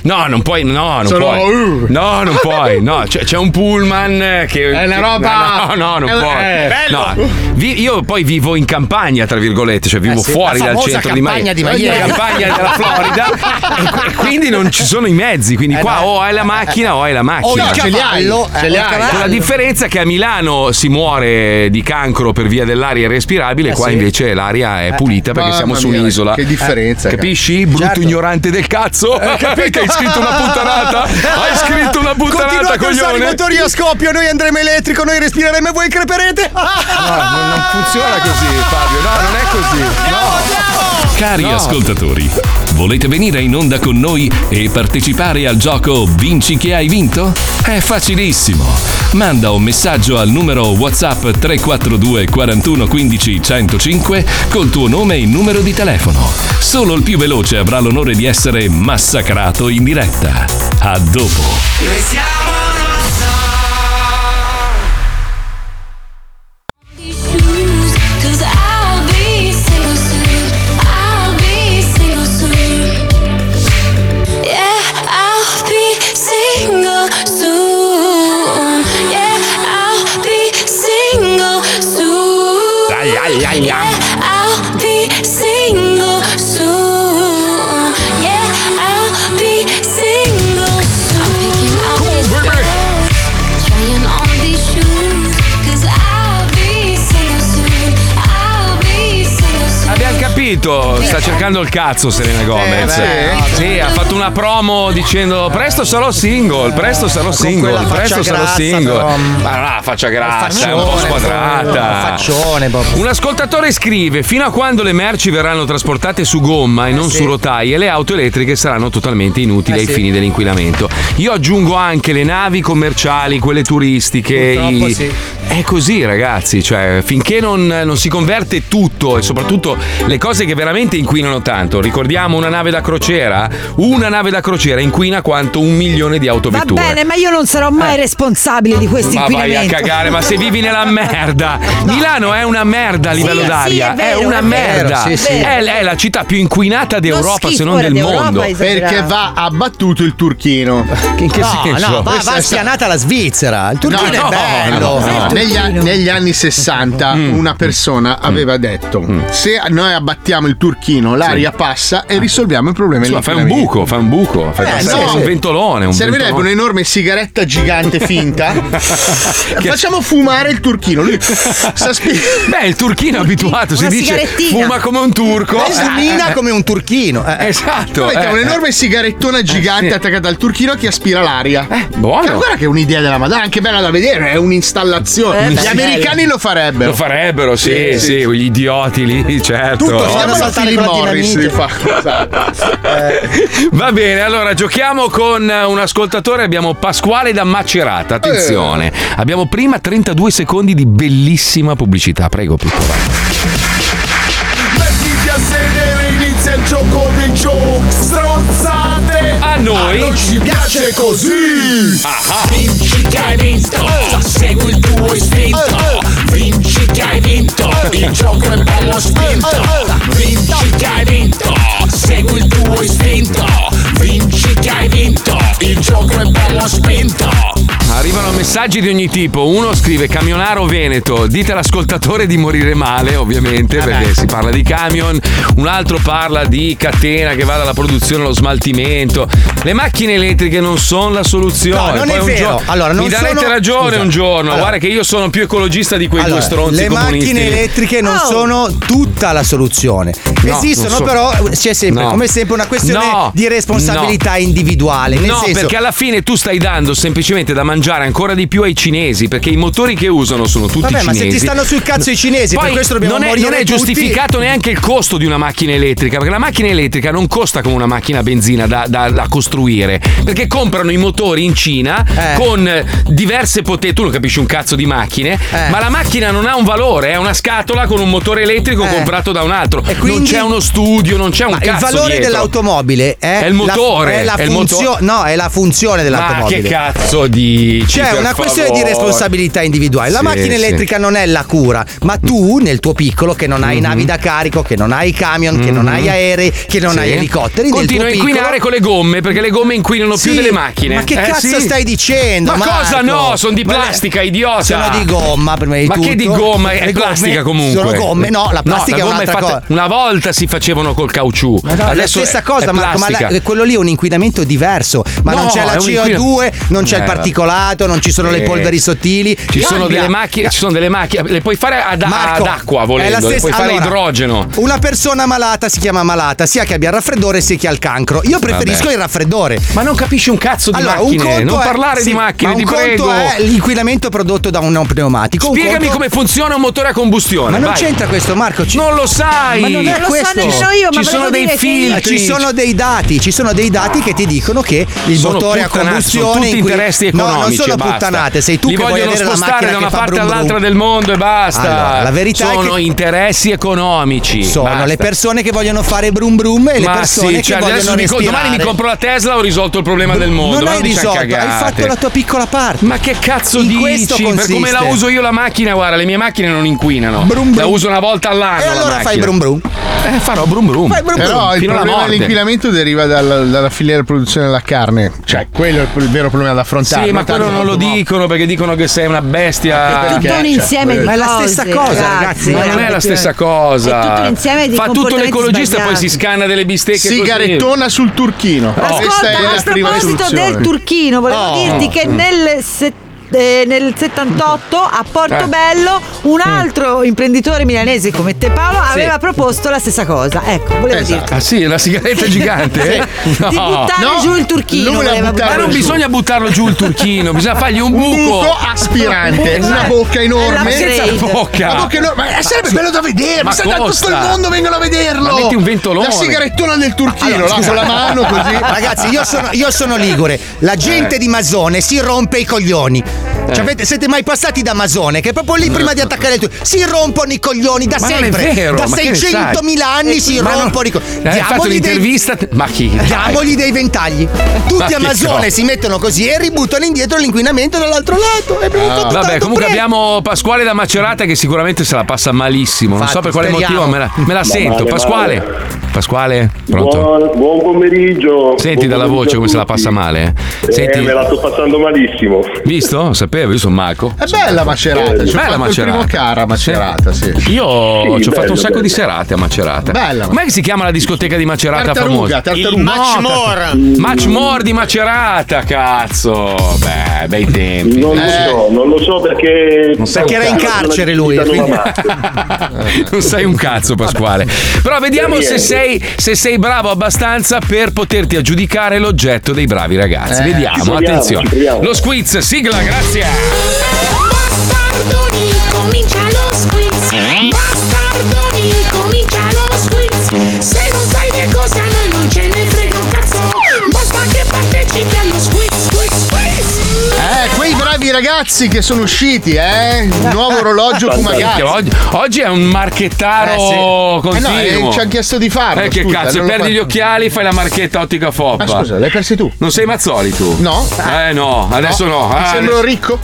[SPEAKER 2] No, non puoi. No, non
[SPEAKER 10] Sono-
[SPEAKER 2] puoi. No, non puoi. No, c'è, c'è un pullman eh, che.
[SPEAKER 10] È una
[SPEAKER 2] che-
[SPEAKER 10] roba-
[SPEAKER 2] No, no, non
[SPEAKER 10] è un-
[SPEAKER 2] puoi.
[SPEAKER 10] eh, bello.
[SPEAKER 2] No, vi- io poi vivo in campagna, tra virgolette, cioè vivo
[SPEAKER 10] Eh sì,
[SPEAKER 2] fuori
[SPEAKER 10] la
[SPEAKER 2] dal
[SPEAKER 10] famosa
[SPEAKER 2] centro
[SPEAKER 10] campagna
[SPEAKER 2] di
[SPEAKER 10] di Maiella.
[SPEAKER 2] Maiella. La campagna *laughs* della Florida. e, que- quindi non ci sono i mezzi. Quindi
[SPEAKER 3] Eh,
[SPEAKER 2] qua
[SPEAKER 3] no.
[SPEAKER 2] o hai la macchina o hai la macchina.
[SPEAKER 3] No, ce li hai, ce li hai.
[SPEAKER 2] Con la differenza che a Milano si muore di cancro per via dell'aria irrespirabile,
[SPEAKER 10] Eh,
[SPEAKER 2] qua
[SPEAKER 10] sì.
[SPEAKER 2] invece l'aria è pulita perché
[SPEAKER 10] Mamma
[SPEAKER 2] siamo su
[SPEAKER 10] mia,
[SPEAKER 2] un'isola.
[SPEAKER 10] Che differenza.
[SPEAKER 2] Eh, capisci? Brutto ignorante del cazzo.
[SPEAKER 10] Eh,
[SPEAKER 2] Perché
[SPEAKER 10] capito?
[SPEAKER 2] hai scritto una puttanata? *laughs* Hai scritto una
[SPEAKER 11] Continua
[SPEAKER 2] puttanata,
[SPEAKER 11] a pensare, i
[SPEAKER 2] coglione.
[SPEAKER 11] motori a scoppio, noi andremo elettrico, noi respireremo e voi creperete.
[SPEAKER 2] non, funziona così, Fabio. No, non è così.
[SPEAKER 1] Cari ascoltatori, volete venire in onda con noi e partecipare al gioco Vinci che hai vinto? È facilissimo. Manda un messaggio al numero WhatsApp 342 41 15 105 col tuo nome e numero di telefono. Solo il più veloce avrà l'onore di essere massacrato in diretta. A dopo.
[SPEAKER 8] Cause I'll be single soon. I'll be single soon. Yeah, I'll be single soon. Yeah, I'll be single soon.
[SPEAKER 3] Ai, ai, ai, ai.
[SPEAKER 8] Yeah, I'll be single soon. Yeah, I'll be single soon. I'm picking out these clothes, trying on these shoes. Cause I'll be single soon. I'll be single soon.
[SPEAKER 2] Abbiamo capito, sta cercando il cazzo Serena Gomez.
[SPEAKER 3] Eh,
[SPEAKER 2] sì, ha fatto una promo dicendo presto sarò single, presto sarò single,
[SPEAKER 11] quella
[SPEAKER 2] presto
[SPEAKER 11] faccia
[SPEAKER 2] sarò
[SPEAKER 11] grassa,
[SPEAKER 2] single.
[SPEAKER 11] però.
[SPEAKER 2] Ma no, la faccia grassa, è un po'
[SPEAKER 11] Faccione,
[SPEAKER 2] squadrata.
[SPEAKER 11] Faccione proprio.
[SPEAKER 2] Un ascoltatore scrive: Fino a quando le merci verranno trasportate su gomma e non su rotaie, le auto elettriche saranno totalmente inutili
[SPEAKER 3] Eh
[SPEAKER 2] ai
[SPEAKER 3] sì.
[SPEAKER 2] fini dell'inquinamento. Io aggiungo anche le navi commerciali, quelle turistiche.
[SPEAKER 3] Purtroppo
[SPEAKER 2] i-
[SPEAKER 3] sì.
[SPEAKER 2] È così, ragazzi. Cioè, finché non, non si converte tutto e soprattutto le cose che veramente inquinano tanto. Ricordiamo una nave da crociera? Una nave da crociera inquina quanto un milione di
[SPEAKER 16] Va
[SPEAKER 2] autovetture.
[SPEAKER 16] bene, ma io non sarò mai responsabile di questi
[SPEAKER 2] Eh. Ma vai a
[SPEAKER 16] inquinamenti.
[SPEAKER 2] cagare, ma
[SPEAKER 16] *laughs*
[SPEAKER 2] se vivi nella merda. Milano è una merda a
[SPEAKER 16] Sì,
[SPEAKER 2] livello
[SPEAKER 16] sì,
[SPEAKER 2] d'aria,
[SPEAKER 16] è vero,
[SPEAKER 2] una
[SPEAKER 16] è vero,
[SPEAKER 2] merda.
[SPEAKER 10] sì, sì.
[SPEAKER 2] È, è la città più inquinata d'Europa, se non del mondo.
[SPEAKER 10] Perché va abbattuto il turchino.
[SPEAKER 11] In che no,
[SPEAKER 10] senso?
[SPEAKER 11] No, va,
[SPEAKER 10] Questa
[SPEAKER 11] va
[SPEAKER 10] è
[SPEAKER 11] spianata la Svizzera. Il turchino
[SPEAKER 10] No, no,
[SPEAKER 11] è bello.
[SPEAKER 10] no, no. Negli, an- negli anni 60
[SPEAKER 2] Mm.
[SPEAKER 10] una persona aveva detto se noi abbattiamo il turchino l'aria passa e risolviamo il problema
[SPEAKER 2] Insomma, fai un
[SPEAKER 10] dell'inquinamento".
[SPEAKER 2] buco, fai un buco, fai
[SPEAKER 10] Eh,
[SPEAKER 2] passare
[SPEAKER 10] no.
[SPEAKER 2] un ventolone. Un
[SPEAKER 10] Servirebbe
[SPEAKER 2] ventolone.
[SPEAKER 10] un'enorme sigaretta gigante *laughs* finta. Facciamo fumare il turchino.
[SPEAKER 11] *laughs*
[SPEAKER 10] Lui sa spi-
[SPEAKER 2] Beh, il turchino è abituato, si
[SPEAKER 10] Una
[SPEAKER 2] dice
[SPEAKER 10] sigarettina.
[SPEAKER 2] fuma come un turco.
[SPEAKER 10] Eh, smina come
[SPEAKER 11] un turchino.
[SPEAKER 2] Esatto.
[SPEAKER 10] Avete
[SPEAKER 2] eh.
[SPEAKER 10] un'enorme sigarettona gigante
[SPEAKER 2] sì.
[SPEAKER 10] attaccata al turchino che aspira l'aria.
[SPEAKER 2] buono.
[SPEAKER 10] Ma guarda che è un'idea della Madonna, anche bella da vedere, è un'installazione.
[SPEAKER 2] Eh,
[SPEAKER 10] Gli
[SPEAKER 2] beh,
[SPEAKER 10] americani lo farebbero.
[SPEAKER 2] Lo farebbero, sì,
[SPEAKER 10] Sì,
[SPEAKER 2] sì,
[SPEAKER 10] sì.
[SPEAKER 2] quegli idioti lì, *laughs* certo.
[SPEAKER 10] Tutto si chiama Philip Morris, li fa.
[SPEAKER 11] *laughs* Esatto.
[SPEAKER 2] *laughs* Eh, Va bene, allora giochiamo con eh, un ascoltatore. Abbiamo Pasquale da Macerata. Attenzione,
[SPEAKER 10] Eh.
[SPEAKER 2] abbiamo prima 32 secondi di bellissima pubblicità. Prego, Pippo.
[SPEAKER 3] Mettiti a sedere, inizia il gioco dei giochi. Strozzate,
[SPEAKER 2] noi.
[SPEAKER 8] non ci piace così. Ah, Vinci che hai vinto, segui il tuo istinto. Vinci che hai vinto, il gioco è bello spinto. Vinci che hai vinto, segui il tuo istinto. Vinci che hai vinto, il gioco è bello spinto.
[SPEAKER 2] Arrivano messaggi di ogni tipo. Uno scrive Camionaro Veneto, dite all'ascoltatore di morire male, ovviamente, perché si parla di camion. Un altro parla di catena che va dalla produzione allo smaltimento. Le macchine elettriche non sono la soluzione.
[SPEAKER 11] No, non
[SPEAKER 2] Poi
[SPEAKER 11] è
[SPEAKER 2] un
[SPEAKER 11] vero.
[SPEAKER 2] giorno-
[SPEAKER 11] Allora, non
[SPEAKER 2] Mi darete
[SPEAKER 11] sono-
[SPEAKER 2] ragione
[SPEAKER 11] Scusa.
[SPEAKER 2] un giorno.
[SPEAKER 11] Allora.
[SPEAKER 2] Guarda che io sono più ecologista di quei
[SPEAKER 11] Allora,
[SPEAKER 2] due stronzi
[SPEAKER 11] le
[SPEAKER 2] comunisti.
[SPEAKER 11] macchine elettriche non
[SPEAKER 10] Oh.
[SPEAKER 11] sono tutta la soluzione.
[SPEAKER 2] No,
[SPEAKER 11] Esistono,
[SPEAKER 2] non so.
[SPEAKER 11] però c'è sempre,
[SPEAKER 2] No.
[SPEAKER 11] come sempre, una questione
[SPEAKER 2] No.
[SPEAKER 11] di responsabilità individuale. Nel
[SPEAKER 2] No,
[SPEAKER 11] senso,
[SPEAKER 2] perché alla fine tu stai dando semplicemente da mangiare ancora di più ai cinesi, perché i motori che usano sono tutti
[SPEAKER 11] Vabbè, ma
[SPEAKER 2] cinesi.
[SPEAKER 11] se ti stanno sul cazzo i cinesi,
[SPEAKER 2] Poi
[SPEAKER 11] per questo dobbiamo
[SPEAKER 2] non è,
[SPEAKER 11] morire
[SPEAKER 2] non è
[SPEAKER 11] tutti.
[SPEAKER 2] giustificato neanche il costo di una macchina elettrica, perché la macchina elettrica non costa come una macchina a benzina da, da- da costruire, perché comprano i motori in Cina
[SPEAKER 11] Eh.
[SPEAKER 2] con eh, diverse potenze, tu non capisci un cazzo di macchine,
[SPEAKER 11] Eh.
[SPEAKER 2] ma la macchina non ha un valore, è una scatola con un motore elettrico
[SPEAKER 11] Eh.
[SPEAKER 2] comprato da un altro. non
[SPEAKER 11] quindi-
[SPEAKER 2] c'è uno studio, non c'è un
[SPEAKER 11] Ma il
[SPEAKER 2] cazzo
[SPEAKER 11] valore
[SPEAKER 2] dietro.
[SPEAKER 11] dell'automobile è,
[SPEAKER 2] È il motore,
[SPEAKER 11] La, è la
[SPEAKER 2] è il
[SPEAKER 11] funzio-
[SPEAKER 2] motore.
[SPEAKER 11] No, è la funzione
[SPEAKER 2] Ma
[SPEAKER 11] dell'automobile.
[SPEAKER 2] che cazzo dici?
[SPEAKER 11] C'è
[SPEAKER 2] per
[SPEAKER 11] Cioè, una questione di
[SPEAKER 2] favore?
[SPEAKER 11] responsabilità individuale. La
[SPEAKER 2] Sì,
[SPEAKER 11] macchina
[SPEAKER 2] sì.
[SPEAKER 11] elettrica non è la cura, ma tu, nel tuo piccolo, che non hai navi da carico, che non hai camion, che non
[SPEAKER 2] Mhm.
[SPEAKER 11] hai aerei, che non
[SPEAKER 2] Sì.
[SPEAKER 11] hai elicotteri, nel
[SPEAKER 2] Continua a
[SPEAKER 11] tuo
[SPEAKER 2] inquinare
[SPEAKER 11] piccolo-
[SPEAKER 2] con le gomme, perché le gomme inquinano più
[SPEAKER 11] Sì,
[SPEAKER 2] delle macchine.
[SPEAKER 11] Ma che
[SPEAKER 2] Eh,
[SPEAKER 11] cazzo
[SPEAKER 2] sì.
[SPEAKER 11] stai dicendo?
[SPEAKER 2] Ma
[SPEAKER 11] Marco?
[SPEAKER 2] cosa no? Sono di
[SPEAKER 11] Ma le-
[SPEAKER 2] plastica, idiota.
[SPEAKER 11] Sono di gomma, prima di
[SPEAKER 2] Ma
[SPEAKER 11] tutto.
[SPEAKER 2] che di gomma?
[SPEAKER 11] Le
[SPEAKER 2] È
[SPEAKER 11] gomme
[SPEAKER 2] plastica comunque.
[SPEAKER 11] Sono gomme, no, la plastica
[SPEAKER 2] la
[SPEAKER 11] è
[SPEAKER 2] gomma
[SPEAKER 11] un'altra
[SPEAKER 2] fatta-
[SPEAKER 11] cosa.
[SPEAKER 2] Una volta si facevano col caucciù.
[SPEAKER 11] Ma no, è la
[SPEAKER 2] Adesso
[SPEAKER 11] stessa
[SPEAKER 2] è-
[SPEAKER 11] cosa,
[SPEAKER 2] è
[SPEAKER 11] Marco, ma
[SPEAKER 2] plastica.
[SPEAKER 11] la- quello lì è un inquinamento diverso. Ma
[SPEAKER 2] No,
[SPEAKER 11] non c'è la
[SPEAKER 2] è un
[SPEAKER 11] CO2,
[SPEAKER 2] inquinamento-
[SPEAKER 11] non c'è il
[SPEAKER 2] Eh,
[SPEAKER 11] particolato, non ci sono le
[SPEAKER 2] Eh.
[SPEAKER 11] polveri sottili.
[SPEAKER 2] Ci sono,
[SPEAKER 11] Cambia.
[SPEAKER 2] delle macchine, ci sono delle macchine, le puoi fare ad,
[SPEAKER 11] Marco,
[SPEAKER 2] ad acqua
[SPEAKER 11] è
[SPEAKER 2] volendo,
[SPEAKER 11] la
[SPEAKER 2] le
[SPEAKER 11] stessa-
[SPEAKER 2] puoi fare
[SPEAKER 11] allora,
[SPEAKER 2] idrogeno.
[SPEAKER 11] Una persona malata si chiama malata, sia che abbia il raffreddore sia che ha il cancro. Io preferisco
[SPEAKER 2] Vabbè.
[SPEAKER 11] il raffreddore.
[SPEAKER 2] Ma non capisci un cazzo di
[SPEAKER 11] allora,
[SPEAKER 2] macchine,
[SPEAKER 11] un conto
[SPEAKER 2] non
[SPEAKER 11] è-
[SPEAKER 2] parlare
[SPEAKER 11] sì,
[SPEAKER 2] di macchine,
[SPEAKER 11] ma un
[SPEAKER 2] ti
[SPEAKER 11] conto
[SPEAKER 2] prego.
[SPEAKER 11] è l'inquinamento prodotto da un pneumatico. un
[SPEAKER 2] Spiegami
[SPEAKER 11] conto-
[SPEAKER 2] come funziona un motore a combustione.
[SPEAKER 11] Ma non
[SPEAKER 2] vai.
[SPEAKER 11] c'entra questo, Marco. ci-
[SPEAKER 2] Non lo sai.
[SPEAKER 11] Ma non è
[SPEAKER 2] Non lo so
[SPEAKER 11] questo.
[SPEAKER 2] nemmeno io, ma Ci sono volevo dei dire che io- filtri.
[SPEAKER 11] Ci sono dei dati, ci sono dei dati che ti dicono che il
[SPEAKER 2] Sono
[SPEAKER 11] motore a
[SPEAKER 2] puttanate,
[SPEAKER 11] combustione.
[SPEAKER 2] sono tutti
[SPEAKER 11] in cui-
[SPEAKER 2] interessi
[SPEAKER 11] No, non
[SPEAKER 2] economici,
[SPEAKER 11] sono
[SPEAKER 2] basta.
[SPEAKER 11] puttanate, sei tu
[SPEAKER 2] Li
[SPEAKER 11] che vuoi
[SPEAKER 2] vogliono
[SPEAKER 11] avere la
[SPEAKER 2] spostare
[SPEAKER 11] macchina
[SPEAKER 2] da una
[SPEAKER 11] che fa
[SPEAKER 2] parte
[SPEAKER 11] brum brum.
[SPEAKER 2] all'altra del mondo e basta.
[SPEAKER 11] Allora, la verità è
[SPEAKER 2] sono
[SPEAKER 11] che-
[SPEAKER 2] interessi economici.
[SPEAKER 11] Sono
[SPEAKER 2] basta.
[SPEAKER 11] le persone che vogliono fare brum brum e Eh, le
[SPEAKER 2] Ma
[SPEAKER 11] persone
[SPEAKER 2] sì, cioè,
[SPEAKER 11] che
[SPEAKER 2] adesso
[SPEAKER 11] vogliono
[SPEAKER 2] mi co-
[SPEAKER 11] respirare.
[SPEAKER 2] domani mi compro la Tesla ho risolto il problema del mondo.
[SPEAKER 11] non
[SPEAKER 2] ma
[SPEAKER 11] hai
[SPEAKER 2] diciamo
[SPEAKER 11] risolto, hai
[SPEAKER 2] cagate.
[SPEAKER 11] fatto la tua piccola parte.
[SPEAKER 2] Ma che cazzo
[SPEAKER 11] In questo
[SPEAKER 2] dici? Per come la
[SPEAKER 11] consiste.
[SPEAKER 2] uso io la macchina, guarda, le mie macchine non inquinano.
[SPEAKER 11] Brum brum.
[SPEAKER 2] La uso una volta all'anno.
[SPEAKER 11] E
[SPEAKER 2] la
[SPEAKER 11] allora fai
[SPEAKER 2] macchina.
[SPEAKER 11] brum brum.
[SPEAKER 2] Eh, farò brum brum.
[SPEAKER 10] Però il
[SPEAKER 2] Fino alla
[SPEAKER 10] problema
[SPEAKER 2] morte.
[SPEAKER 10] dell'inquinamento deriva dalla, dalla filiera di produzione della carne, cioè quello è il vero problema da affrontare.
[SPEAKER 2] Sì, ma quello non lo dicono perché dicono che sei una bestia.
[SPEAKER 10] Tutto un insieme
[SPEAKER 2] Cioè,
[SPEAKER 10] di
[SPEAKER 16] Ma è la cose, stessa cosa, ragazzi. ragazzi.
[SPEAKER 2] Ma non è la stessa cosa.
[SPEAKER 16] È tutto un insieme di
[SPEAKER 2] Fa tutto
[SPEAKER 16] comportamenti
[SPEAKER 2] l'ecologista e poi
[SPEAKER 16] sbagliati.
[SPEAKER 2] si scanna delle bistecche. così.
[SPEAKER 10] Sigarettona sul turchino. Questa è
[SPEAKER 16] Ascolta,
[SPEAKER 10] la
[SPEAKER 16] a
[SPEAKER 10] prima
[SPEAKER 16] proposito
[SPEAKER 10] soluzione.
[SPEAKER 16] del turchino, volevo
[SPEAKER 10] Oh.
[SPEAKER 16] dirti che
[SPEAKER 10] Mm.
[SPEAKER 16] nel, se- eh, nel 78 a
[SPEAKER 10] Eh.
[SPEAKER 16] Portobello un
[SPEAKER 10] Mm.
[SPEAKER 16] altro imprenditore milanese come te Paolo aveva proposto la stessa cosa. Ecco, volevo dirti.
[SPEAKER 2] Ah sì, la sigaretta gigante? eh?
[SPEAKER 16] Sì. Di buttare No, giù il turchino lui voleva voleva buttarlo
[SPEAKER 2] Ma non
[SPEAKER 16] giù.
[SPEAKER 2] bisogna buttarlo giù il turchino, bisogna fargli un buco. esatto.
[SPEAKER 10] buco aspirante, una bocca enorme.
[SPEAKER 2] Senza la bocca.
[SPEAKER 10] Una bocca enorme. Ma sarebbe bello da vedere,
[SPEAKER 2] Ma
[SPEAKER 10] ma sai, da tutto
[SPEAKER 2] costa.
[SPEAKER 10] il mondo vengono a vederlo.
[SPEAKER 2] Ma metti un ventolone.
[SPEAKER 10] La sigarettona del turchino,
[SPEAKER 11] Allora,
[SPEAKER 10] là,
[SPEAKER 11] scusa.
[SPEAKER 10] con la mano
[SPEAKER 2] *laughs*
[SPEAKER 10] così.
[SPEAKER 11] *laughs* Ragazzi, io sono, io sono ligure. La gente
[SPEAKER 10] Eh.
[SPEAKER 11] di Masone si rompe i coglioni. Cioè,
[SPEAKER 2] Eh.
[SPEAKER 11] avete- siete mai passati da Masone? Che proprio lì prima di attaccare il tuo. Si rompono i coglioni da
[SPEAKER 2] Ma non è
[SPEAKER 11] sempre.
[SPEAKER 2] vero,
[SPEAKER 11] da
[SPEAKER 2] ma che ne sai?
[SPEAKER 11] 600.000 anni si
[SPEAKER 2] Ma non-
[SPEAKER 11] rompono i
[SPEAKER 2] Eh,
[SPEAKER 11] coglioni.
[SPEAKER 2] Hai fatto
[SPEAKER 11] Diamogli dei,
[SPEAKER 2] l'intervista? Ma chi?
[SPEAKER 11] diamogli dei ventagli. Tutti
[SPEAKER 2] Ma
[SPEAKER 11] a
[SPEAKER 2] che
[SPEAKER 11] Masone
[SPEAKER 2] co-
[SPEAKER 11] si mettono così e ributtano indietro l'inquinamento dall'altro lato. E abbiamo fatto
[SPEAKER 2] Ah. Vabbè,
[SPEAKER 11] tanto
[SPEAKER 2] comunque
[SPEAKER 11] bene.
[SPEAKER 2] abbiamo Pasquale da Macerata che sicuramente se la passa malissimo. Non so per quale
[SPEAKER 11] speriamo.
[SPEAKER 2] motivo, me la, me la
[SPEAKER 21] Ma
[SPEAKER 2] sento.
[SPEAKER 21] male,
[SPEAKER 2] Pasquale, Pasquale, pronto?
[SPEAKER 21] Buon, buon pomeriggio.
[SPEAKER 2] Senti
[SPEAKER 21] Buon
[SPEAKER 2] dalla
[SPEAKER 21] pomeriggio
[SPEAKER 2] voce
[SPEAKER 21] a
[SPEAKER 2] come se la
[SPEAKER 21] tutti.
[SPEAKER 2] passa male. eh.
[SPEAKER 21] Eh,
[SPEAKER 2] Senti,
[SPEAKER 21] me la sto passando malissimo. Eh,
[SPEAKER 2] visto? Sapevo, io sono Marco.
[SPEAKER 10] È bella Macerata, ci ho
[SPEAKER 2] Bella
[SPEAKER 10] fatto il
[SPEAKER 2] Macerata.
[SPEAKER 10] primo cara Macerata, sì.
[SPEAKER 2] Io
[SPEAKER 10] Sì,
[SPEAKER 2] ci ho fatto
[SPEAKER 10] bello,
[SPEAKER 2] un sacco
[SPEAKER 10] bello.
[SPEAKER 2] di serate a Macerata.
[SPEAKER 10] Bella.
[SPEAKER 2] Com'è che si chiama la discoteca di Macerata
[SPEAKER 10] Tartaruga,
[SPEAKER 2] famosa?
[SPEAKER 10] tartaruga. Il Much More.
[SPEAKER 2] Much More di Macerata, cazzo. Beh, bei tempi.
[SPEAKER 21] Non
[SPEAKER 10] Eh,
[SPEAKER 21] lo
[SPEAKER 2] Eh.
[SPEAKER 21] so, non lo so perché.
[SPEAKER 2] Perché era in carcere lui,
[SPEAKER 21] Non
[SPEAKER 2] quindi-
[SPEAKER 21] amato.
[SPEAKER 2] *laughs* Non sei un cazzo, Pasquale. Però vediamo se sei, se sei bravo abbastanza per poterti aggiudicare l'oggetto dei bravi ragazzi.
[SPEAKER 21] Eh,
[SPEAKER 2] vediamo,
[SPEAKER 21] ci proviamo,
[SPEAKER 2] attenzione.
[SPEAKER 21] ci proviamo.
[SPEAKER 2] Lo squiz, sigla, grazie.
[SPEAKER 8] Bastardoni, comincia lo squiz. Bastardoni, comincia lo squiz. Se non sai che cosa noi non ce ne frega un cazzo. Basta che partecipi allo squiz, squiz, squiz.
[SPEAKER 10] Eh, quei bravi ragazzi che sono usciti, eh? Il nuovo orologio Fumagazzi.
[SPEAKER 2] Perché Oggi, oggi è un marchettaro
[SPEAKER 10] Eh no,
[SPEAKER 2] continuo.
[SPEAKER 10] eh, ci ha chiesto di farlo,
[SPEAKER 2] Eh, che
[SPEAKER 10] scusa,
[SPEAKER 2] cazzo,
[SPEAKER 10] non lo
[SPEAKER 2] perdi
[SPEAKER 10] fa-
[SPEAKER 2] gli occhiali, fai la marchetta ottica foppa.
[SPEAKER 10] Ma scusa, l'hai persi tu?
[SPEAKER 2] Non sei Mazzoli tu?
[SPEAKER 10] No.
[SPEAKER 2] Eh no, adesso no.
[SPEAKER 10] Mi
[SPEAKER 2] Ah,
[SPEAKER 10] sembro
[SPEAKER 2] adesso- *laughs*
[SPEAKER 10] ricco.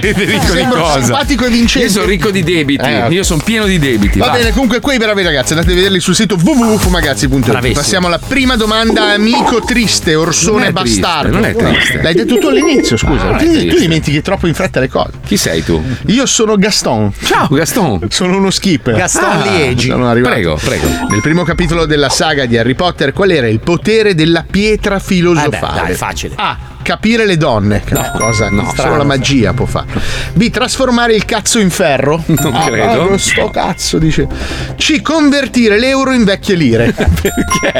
[SPEAKER 2] ricco di
[SPEAKER 10] Sembro
[SPEAKER 2] cosa?
[SPEAKER 10] simpatico e vincente.
[SPEAKER 2] Io sono ricco di debiti.
[SPEAKER 10] Eh, ok.
[SPEAKER 2] Io sono pieno di debiti.
[SPEAKER 10] Va
[SPEAKER 2] vai.
[SPEAKER 10] bene, comunque quei bravi ragazzi andate a vederli sul sito www.fumagazzi.it
[SPEAKER 2] Bravissimo.
[SPEAKER 10] Passiamo alla prima domanda, amico triste,
[SPEAKER 2] Non
[SPEAKER 10] Orsone
[SPEAKER 2] è triste,
[SPEAKER 10] Bastardo.
[SPEAKER 2] non è triste.
[SPEAKER 10] L'hai detto tu all'inizio,
[SPEAKER 2] Ah,
[SPEAKER 22] eh,
[SPEAKER 10] scusa.
[SPEAKER 2] non è
[SPEAKER 10] tu, tu
[SPEAKER 2] triste.
[SPEAKER 10] dimentichi troppo in fretta le cose.
[SPEAKER 2] Chi sei tu?
[SPEAKER 10] Io sono Gaston.
[SPEAKER 2] Ciao Gaston.
[SPEAKER 10] Sono uno skipper.
[SPEAKER 2] Gaston Liegi.
[SPEAKER 10] Ah, Sono arrivato.
[SPEAKER 2] Prego, prego.
[SPEAKER 10] Nel primo capitolo della saga di Harry Potter, qual era il potere della pietra filosofale?
[SPEAKER 15] Eh beh, dai, facile.
[SPEAKER 10] A. Capire le donne. Che è una cosa no, solo
[SPEAKER 15] strano.
[SPEAKER 10] la magia può fare. B. Trasformare il cazzo in ferro.
[SPEAKER 2] Non
[SPEAKER 10] Ah,
[SPEAKER 2] credo.
[SPEAKER 10] proprio sto cazzo, dice. C. Convertire l'euro in vecchie lire. Perché?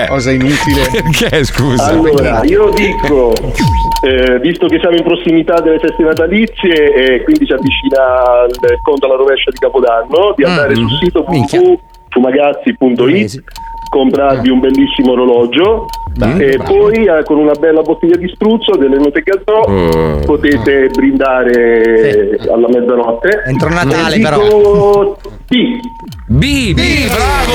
[SPEAKER 10] Cosa inutile.
[SPEAKER 2] Perché, scusa?
[SPEAKER 21] Allora, io dico, eh, visto che siamo in prossimità delle feste natalizie e quindi si avvicina il conto alla rovescia di Capodanno, di andare
[SPEAKER 23] Mm.
[SPEAKER 21] sul sito www.fumagazzi.it
[SPEAKER 2] Mm.
[SPEAKER 21] comprarvi un bellissimo orologio
[SPEAKER 23] Beh,
[SPEAKER 21] e
[SPEAKER 23] bravo.
[SPEAKER 21] poi eh, con una bella bottiglia di spruzzo delle note gazzò
[SPEAKER 23] Mm.
[SPEAKER 2] Ah.
[SPEAKER 21] potete brindare alla mezzanotte
[SPEAKER 11] entro Natale,
[SPEAKER 21] e
[SPEAKER 11] però.
[SPEAKER 21] dico B
[SPEAKER 2] B, B bravo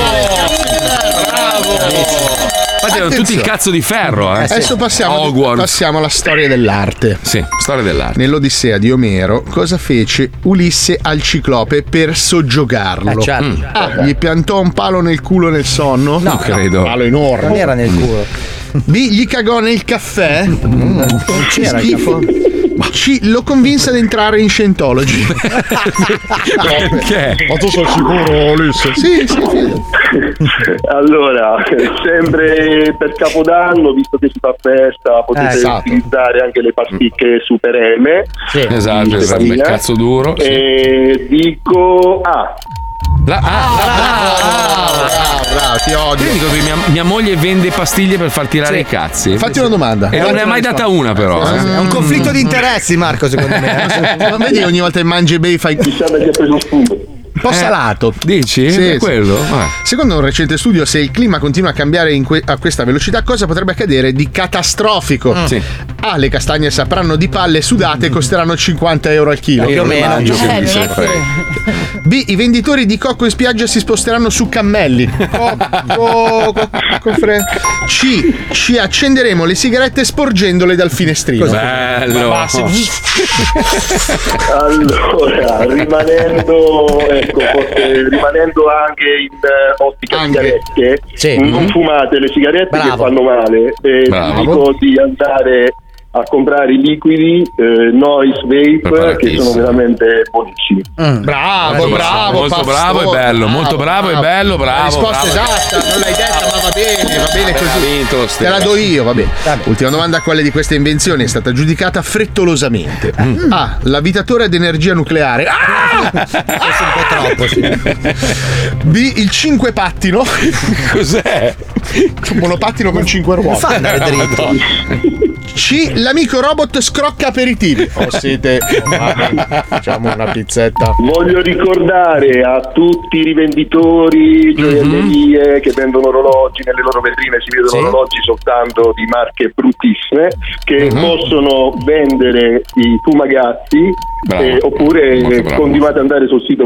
[SPEAKER 2] Infatti erano tutti il cazzo di ferro, eh.
[SPEAKER 10] Adesso passiamo, passiamo alla storia dell'arte.
[SPEAKER 2] Sì, storia dell'arte.
[SPEAKER 10] Nell'Odissea di Omero, cosa fece Ulisse al ciclope per soggiogarlo?
[SPEAKER 11] Eh, certo.
[SPEAKER 10] Mm.
[SPEAKER 11] Ah.
[SPEAKER 10] A, gli piantò un palo nel culo nel sonno?
[SPEAKER 11] No.
[SPEAKER 2] credo.
[SPEAKER 10] Un palo enorme.
[SPEAKER 11] Non era nel culo.
[SPEAKER 10] B, gli cagò nel caffè? Non
[SPEAKER 11] c'era il
[SPEAKER 10] Schifo. C, lo convinse ad entrare in Scientology.
[SPEAKER 2] *laughs* Perché?
[SPEAKER 10] Ma tu sei sicuro, Ulisse? Sì, sì, sì.
[SPEAKER 21] Allora, sempre per Capodanno, visto che si fa festa, potete
[SPEAKER 2] Eh, esatto. Mm.
[SPEAKER 21] utilizzare anche le pasticche Super M.
[SPEAKER 2] Esatto, esatto,
[SPEAKER 21] Stefania.
[SPEAKER 2] il cazzo duro. sì.
[SPEAKER 21] E Eh, dico A.
[SPEAKER 2] La
[SPEAKER 10] Ah, bravo, ti odio.
[SPEAKER 2] ah, Io dico che mia, mia moglie vende pastiglie per far tirare
[SPEAKER 10] Sì.
[SPEAKER 2] i cazzi.
[SPEAKER 10] Fatti una domanda.
[SPEAKER 2] E non ne ha mai data una, però.
[SPEAKER 10] Sì, sì,
[SPEAKER 2] eh.
[SPEAKER 10] è un conflitto di interessi,
[SPEAKER 11] Marco, secondo
[SPEAKER 10] me. *laughs* Ma vedi che ogni volta che mangi e bevi fai. Un po'
[SPEAKER 2] Eh,
[SPEAKER 10] salato.
[SPEAKER 2] Dici?
[SPEAKER 10] Sì,
[SPEAKER 2] Per
[SPEAKER 10] sì.
[SPEAKER 2] quello? Eh.
[SPEAKER 10] Secondo un recente studio, se il clima continua a cambiare in que- a questa velocità, cosa potrebbe accadere di catastrofico?
[SPEAKER 2] Mm. Sì.
[SPEAKER 10] A, le castagne sapranno di palle sudate e costeranno 50 euro al chilo.
[SPEAKER 2] Io Eh, non mangio, quindi se ne frega.
[SPEAKER 10] B, i venditori di cocco in spiaggia si sposteranno su cammelli. Cocco, cocco fre- C, ci accenderemo le sigarette sporgendole dal finestrino.
[SPEAKER 2] Bello.
[SPEAKER 10] Ma basta.
[SPEAKER 21] Allora, rimanendo, ecco, forse rimanendo anche in eh, ottica sigarette, non fumate le sigarette che fanno male. E vi dico di andare a comprare i liquidi eh, Noise Vape che sono veramente buonissimi.
[SPEAKER 10] Bravo,
[SPEAKER 2] Molto
[SPEAKER 10] bravo,
[SPEAKER 2] molto
[SPEAKER 10] Pastore.
[SPEAKER 2] bravo e bello, molto bravo e bello, bravo.
[SPEAKER 10] La risposta
[SPEAKER 2] bravo.
[SPEAKER 10] esatta, non l'hai detta, ma va bene, va bene
[SPEAKER 2] Ha
[SPEAKER 10] così.
[SPEAKER 2] vinto lo
[SPEAKER 10] Te
[SPEAKER 2] Stella.
[SPEAKER 10] la do io, va bene. Ultima domanda: quale di queste invenzioni è stata giudicata frettolosamente?
[SPEAKER 22] Mm.
[SPEAKER 10] A. L'avvitatore ad energia nucleare. Ah! B. Il cinque pattino.
[SPEAKER 2] Cos'è?
[SPEAKER 10] Un monopattino con cinque ruote.
[SPEAKER 11] Fa
[SPEAKER 10] *laughs*
[SPEAKER 11] andare dritto.
[SPEAKER 10] C. L'amico robot scrocca aperitivi. Oh, siete. Facciamo una pizzetta.
[SPEAKER 21] Voglio ricordare a tutti i rivenditori, gioiellerie
[SPEAKER 23] Mhm.
[SPEAKER 21] che vendono orologi nelle loro vetrine, si vedono orologi soltanto di marche bruttissime, che
[SPEAKER 23] Mhm.
[SPEAKER 21] possono vendere i fumagazzi.
[SPEAKER 23] Bravo.
[SPEAKER 21] eh, oppure
[SPEAKER 23] Molto
[SPEAKER 21] eh,
[SPEAKER 23] bravo.
[SPEAKER 21] continuate ad andare sul sito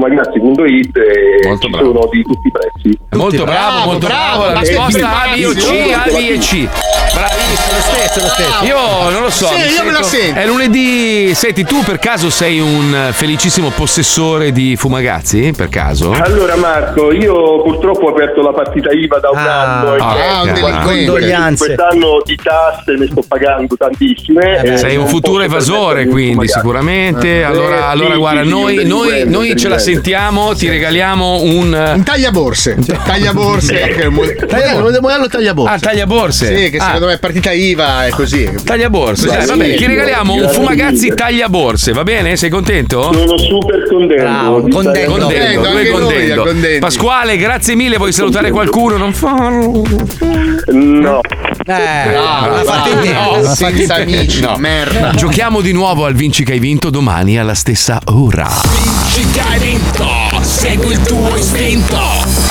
[SPEAKER 21] www.fumagazzi.it e
[SPEAKER 23] Molto
[SPEAKER 21] ci
[SPEAKER 23] bravo.
[SPEAKER 21] sono di tutti i prezzi.
[SPEAKER 2] Molto bravo, molto bravo. La risposta A, B o C, A, B e C. Bravissimo, lo stesso, lo stesso. Io non lo so.
[SPEAKER 10] Sì,
[SPEAKER 2] mi
[SPEAKER 10] io me la sento.
[SPEAKER 2] È lunedì. Senti, tu per caso sei un felicissimo possessore di fumagazzi? Per caso?
[SPEAKER 23] Oh.
[SPEAKER 21] Allora Marco, io purtroppo ho aperto la partita IVA da un anno
[SPEAKER 2] ah,
[SPEAKER 21] e
[SPEAKER 2] un
[SPEAKER 21] quindi
[SPEAKER 2] delinquente. Condoglianze.
[SPEAKER 21] quest'anno di tasse ne sto pagando tantissime. eh,
[SPEAKER 2] Sei un
[SPEAKER 21] non
[SPEAKER 2] futuro
[SPEAKER 21] posso
[SPEAKER 2] evasore,
[SPEAKER 21] permettermi
[SPEAKER 2] quindi
[SPEAKER 21] fumagazzi.
[SPEAKER 2] sicuramente.
[SPEAKER 21] Eh,
[SPEAKER 2] Allora,
[SPEAKER 21] sì,
[SPEAKER 2] allora
[SPEAKER 21] sì,
[SPEAKER 2] guarda,
[SPEAKER 21] sì,
[SPEAKER 2] noi, noi-
[SPEAKER 21] un delinquente,
[SPEAKER 2] noi ce la
[SPEAKER 21] delinquente.
[SPEAKER 2] sentiamo, ti regaliamo un. eh,
[SPEAKER 10] Un
[SPEAKER 2] *laughs*
[SPEAKER 10] tagliaborse. Tagliaborse. perché mo- Modello modello tagliaborse.
[SPEAKER 2] Ah, tagliaborse.
[SPEAKER 10] Sì, che
[SPEAKER 2] Ah.
[SPEAKER 10] secondo me è partita IVA è così.
[SPEAKER 2] Tagliaborse, dai, vabbè, ti regaliamo un fumagazzi tagliaborse, va bene? Sei contento?
[SPEAKER 21] Sono super contento. Di stare-
[SPEAKER 2] Contento, tu
[SPEAKER 10] anche
[SPEAKER 2] sei
[SPEAKER 10] noi,
[SPEAKER 2] contento.
[SPEAKER 10] contenti.
[SPEAKER 2] Pasquale, grazie mille, vuoi salutare
[SPEAKER 10] Contento.
[SPEAKER 2] qualcuno? Non farlo.
[SPEAKER 21] No.
[SPEAKER 2] Eh,
[SPEAKER 10] bravo, l'ha fatta in tempo, l'ha fatta in
[SPEAKER 2] senza
[SPEAKER 10] tempo.
[SPEAKER 2] amici,
[SPEAKER 10] No.
[SPEAKER 2] merda. Giochiamo di nuovo al Vinci che hai vinto domani alla stessa ora.
[SPEAKER 23] Vinci che hai vinto, segui il tuo istinto.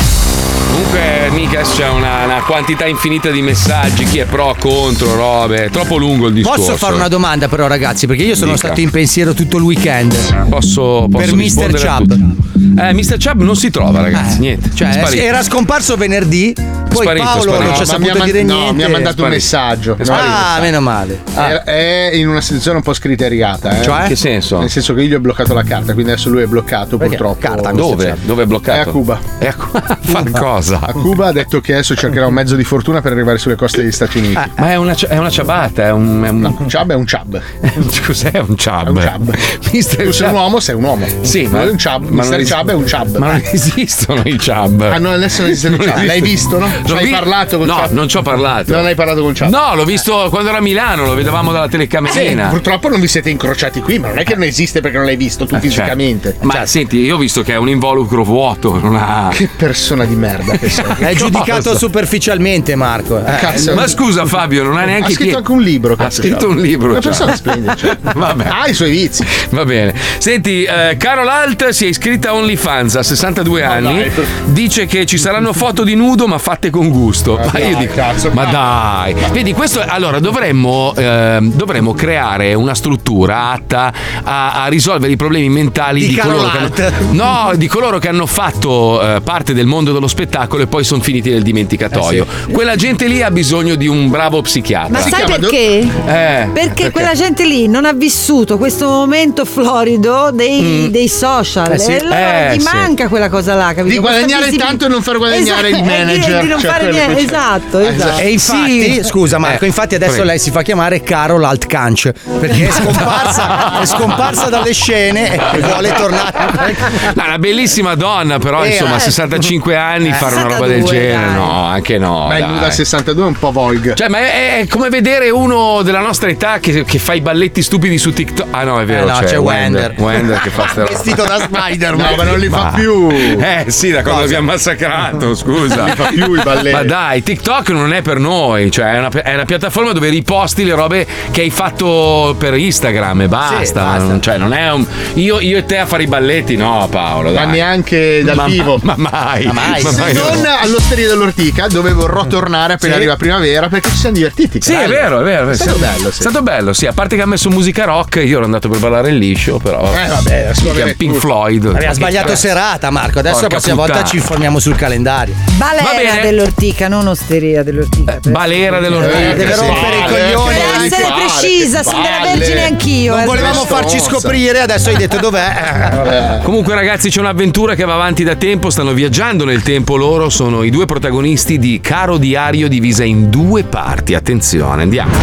[SPEAKER 2] Comunque, Micas c'è una, una quantità infinita di messaggi. Chi è pro, contro, robe. È troppo lungo il discorso.
[SPEAKER 11] Posso fare una domanda però ragazzi, perché io sono
[SPEAKER 2] Dica.
[SPEAKER 11] stato in pensiero tutto il weekend.
[SPEAKER 2] Posso,
[SPEAKER 11] Per
[SPEAKER 2] posso
[SPEAKER 11] Mr.
[SPEAKER 2] rispondere a
[SPEAKER 11] Chubb.
[SPEAKER 2] tutti? Eh, Mr. Chubb non si trova, ragazzi. niente.
[SPEAKER 11] Cioè,
[SPEAKER 2] Sparito.
[SPEAKER 11] era scomparso venerdì, poi
[SPEAKER 2] Sparito,
[SPEAKER 11] Paolo
[SPEAKER 2] sparito.
[SPEAKER 11] non ci
[SPEAKER 10] Ah, mi Cioè, ha
[SPEAKER 11] ha
[SPEAKER 2] No,
[SPEAKER 11] saputo
[SPEAKER 10] man-
[SPEAKER 11] dire
[SPEAKER 10] no,
[SPEAKER 11] niente.
[SPEAKER 10] mi ha mandato un messaggio.
[SPEAKER 11] Ah, meno male.
[SPEAKER 10] È, è in una situazione un po' scriteriata. eh.
[SPEAKER 2] Cioè? In che senso?
[SPEAKER 10] Nel senso che io gli ho bloccato la carta, quindi adesso lui è bloccato purtroppo.
[SPEAKER 2] Dove? Dove è bloccato?
[SPEAKER 10] È a Cuba.
[SPEAKER 2] È a Cuba. Fa cosa?
[SPEAKER 10] A Cuba ha detto che adesso cercherà un mezzo di fortuna per arrivare sulle coste degli Stati Uniti.
[SPEAKER 2] Ma è una, è una ciabatta, è un. È un...
[SPEAKER 10] ciab è un ciab.
[SPEAKER 2] *laughs* Cos'è un ciab?
[SPEAKER 10] È un ciab. tu sei un uomo, sei un uomo.
[SPEAKER 2] Sì,
[SPEAKER 10] ma,
[SPEAKER 2] ma-
[SPEAKER 10] è un ciab.
[SPEAKER 2] ma
[SPEAKER 10] Mister
[SPEAKER 2] non es-
[SPEAKER 10] Ciab è un ciab.
[SPEAKER 2] Ma non esistono i Chubb.
[SPEAKER 10] Ah, no, adesso non esistono i
[SPEAKER 2] Non
[SPEAKER 10] Chubb. L'hai visto, no? Ci
[SPEAKER 2] L'ho
[SPEAKER 10] hai parlato con
[SPEAKER 2] No,
[SPEAKER 10] Chubb.
[SPEAKER 2] non ci ho parlato.
[SPEAKER 10] Non hai parlato con Ciab.
[SPEAKER 2] No, l'ho visto quando era a Milano, lo vedevamo dalla
[SPEAKER 10] Sì,
[SPEAKER 2] telecamerina.
[SPEAKER 10] eh, purtroppo non vi siete incrociati qui, ma non è che non esiste perché non l'hai visto tu
[SPEAKER 2] Cioè,
[SPEAKER 10] fisicamente.
[SPEAKER 2] ma senti, io ho visto che è un involucro vuoto, non ha.
[SPEAKER 10] Che persona di merda che sei.
[SPEAKER 11] È giudicato
[SPEAKER 2] Cosa?
[SPEAKER 11] superficialmente Marco. Eh,
[SPEAKER 10] Cazzo, *laughs*
[SPEAKER 2] ma scusa Fabio, non ha neanche
[SPEAKER 10] Ha scritto
[SPEAKER 2] chie-
[SPEAKER 10] anche un libro.
[SPEAKER 2] Ha scritto un libro.
[SPEAKER 10] Una
[SPEAKER 2] cioè.
[SPEAKER 10] persona splendida.
[SPEAKER 2] *laughs*
[SPEAKER 10] cioè.
[SPEAKER 2] Vabbè.
[SPEAKER 10] Ha i suoi vizi.
[SPEAKER 2] Va bene. Senti, eh, Carol Alt si è iscritta a OnlyFans a 62 anni. Dice che ci saranno foto di nudo, ma fatte con gusto. Ma io dico, ma dai. Vedi, questo allora dovremmo, ehm, dovremmo creare una struttura atta a, a risolvere i problemi mentali
[SPEAKER 11] Di
[SPEAKER 2] di,
[SPEAKER 11] Carol
[SPEAKER 2] coloro che hanno, no, di coloro che hanno fatto eh, parte del mondo dello spettacolo e poi sono finiti nel dimenticatoio. Quella gente lì ha bisogno di un bravo psichiatra.
[SPEAKER 16] Ma sai perché?
[SPEAKER 2] Eh,
[SPEAKER 16] perché? quella gente lì non ha vissuto questo momento florido dei, dei social
[SPEAKER 10] Mm. Eh sì.
[SPEAKER 16] e allora
[SPEAKER 10] Eh
[SPEAKER 16] gli
[SPEAKER 10] sì.
[SPEAKER 16] manca quella cosa là, capito?
[SPEAKER 10] Di
[SPEAKER 16] Questa
[SPEAKER 10] guadagnare
[SPEAKER 16] visibil-
[SPEAKER 10] tanto e non far guadagnare
[SPEAKER 16] Esatto,
[SPEAKER 10] il
[SPEAKER 16] e di-
[SPEAKER 10] manager,
[SPEAKER 16] di non
[SPEAKER 10] cioè
[SPEAKER 16] fare
[SPEAKER 10] quello che
[SPEAKER 16] niente.
[SPEAKER 10] c'è.
[SPEAKER 16] Esatto, esatto.
[SPEAKER 11] E infatti, scusa Marco,
[SPEAKER 2] Eh,
[SPEAKER 11] infatti adesso
[SPEAKER 2] prego.
[SPEAKER 11] lei si fa chiamare Carol Alt Canch *laughs* perché è
[SPEAKER 2] *laughs*
[SPEAKER 11] scomparsa, è scomparsa dalle scene e vuole tornare.
[SPEAKER 2] No, una Ah, bellissima donna, però
[SPEAKER 11] Eh,
[SPEAKER 2] insomma,
[SPEAKER 11] eh.
[SPEAKER 2] 65 anni
[SPEAKER 11] Eh,
[SPEAKER 2] fare una roba del
[SPEAKER 11] 62,
[SPEAKER 2] genere,
[SPEAKER 11] dai.
[SPEAKER 2] no, anche no.
[SPEAKER 10] Ma il
[SPEAKER 2] dai.
[SPEAKER 10] nudo a 62 è un po' volg.
[SPEAKER 2] Cioè, ma è, è come vedere uno della nostra età che, che fa i balletti stupidi su TikTok. Ah, no, è vero.
[SPEAKER 11] Eh, no,
[SPEAKER 2] c'è,
[SPEAKER 11] c'è
[SPEAKER 2] Wender. Wender che fa sta roba.
[SPEAKER 11] *laughs* Vestito da Spider-Man.
[SPEAKER 10] No, ma non li fa
[SPEAKER 2] Ma-
[SPEAKER 10] più.
[SPEAKER 2] Eh sì, da quando abbiamo massacrato, scusa.
[SPEAKER 10] Non li fa più i balletti.
[SPEAKER 2] Ma dai, TikTok non è per noi, cioè è una, è una piattaforma dove riposti le robe che hai fatto per Instagram e basta. ma non- Cioè, non è un. Io, io e te a fare i balletti, no, Paolo.
[SPEAKER 10] Ma
[SPEAKER 2] dai.
[SPEAKER 10] neanche dal
[SPEAKER 2] Ma-
[SPEAKER 10] vivo.
[SPEAKER 2] Ma mai. Ma
[SPEAKER 10] Se
[SPEAKER 2] mai.
[SPEAKER 10] non all'osteria dell'ortica dove vorrò tornare appena
[SPEAKER 2] Sì.
[SPEAKER 10] arriva primavera perché ci siamo divertiti.
[SPEAKER 2] Sì, è vero, è vero.
[SPEAKER 10] È stato bello,
[SPEAKER 2] È stato bello, sì. A parte che ha messo musica rock, io ero andato per ballare il liscio, però.
[SPEAKER 11] Eh, vabbè, adesso
[SPEAKER 2] Mica
[SPEAKER 11] vabbè,
[SPEAKER 2] Pink
[SPEAKER 11] tu-
[SPEAKER 2] Floyd. Eh.
[SPEAKER 11] Aveva sbagliato serata Marco, adesso
[SPEAKER 2] Porca
[SPEAKER 11] la prossima volta
[SPEAKER 2] puttana.
[SPEAKER 11] ci informiamo sul calendario.
[SPEAKER 16] Balena dell'ortica, non osteria dell'ortica.
[SPEAKER 2] Balera dell'ortica.
[SPEAKER 11] Eh, deve
[SPEAKER 2] sì.
[SPEAKER 11] rompere i
[SPEAKER 2] Vale,
[SPEAKER 11] coglioni.
[SPEAKER 16] Per
[SPEAKER 11] dai.
[SPEAKER 16] essere precisa, sono della
[SPEAKER 11] palle.
[SPEAKER 16] Vergine anch'io.
[SPEAKER 11] Non
[SPEAKER 16] eh.
[SPEAKER 11] volevamo farci scoprire, adesso hai detto dov'è.
[SPEAKER 2] Comunque, ragazzi, c'è un'avventura che va avanti da tempo. Stanno viaggiando nel tempo loro. Sono i due protagonisti di Caro Diario divisa in due parti. Attenzione, andiamo.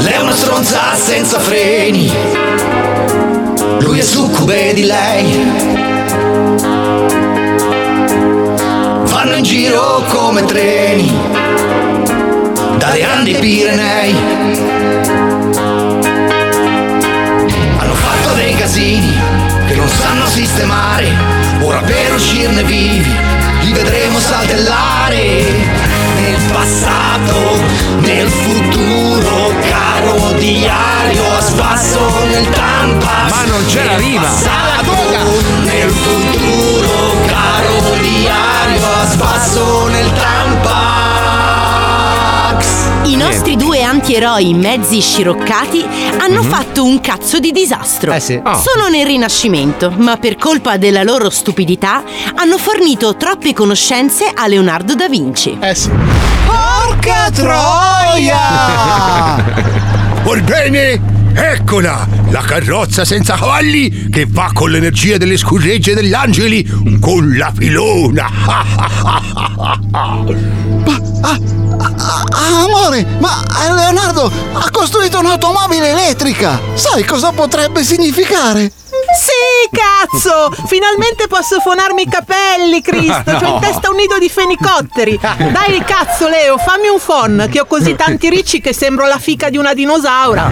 [SPEAKER 8] Lei è una stronza senza freni. Lui è succube di lei. Vanno in giro come treni. Dalle Andi ai Pirenei. Hanno fatto dei casini che non sanno sistemare. Ora per uscirne vivi li vedremo saltellare. Nel passato, nel futuro, caro diario, a spasso nel tampa. Ma non c'è la rima. Nel futuro, caro diario, a spasso nel tampax.
[SPEAKER 23] I nostri due antieroi mezzi sciroccati hanno fatto un cazzo di disastro. Sono nel Rinascimento, ma per colpa della loro stupidità hanno fornito troppe conoscenze a Leonardo da Vinci.
[SPEAKER 10] Eh sì.
[SPEAKER 8] Porca
[SPEAKER 22] *laughs*
[SPEAKER 8] troia!
[SPEAKER 24] Orbene, eccola, la carrozza senza cavalli che va con l'energia delle scorregge degli angeli con la filona.
[SPEAKER 22] Ah, amore, ma eh, Leonardo ha costruito un'automobile elettrica! Sai cosa potrebbe significare?
[SPEAKER 25] Sì, cazzo! Finalmente posso fonarmi i capelli, Cristo!
[SPEAKER 22] Ma *laughs* no.
[SPEAKER 25] C'ho in testa un nido di fenicotteri! Dai, cazzo, Leo, fammi un fon, che ho così tanti ricci che sembro la fica di una dinosaura!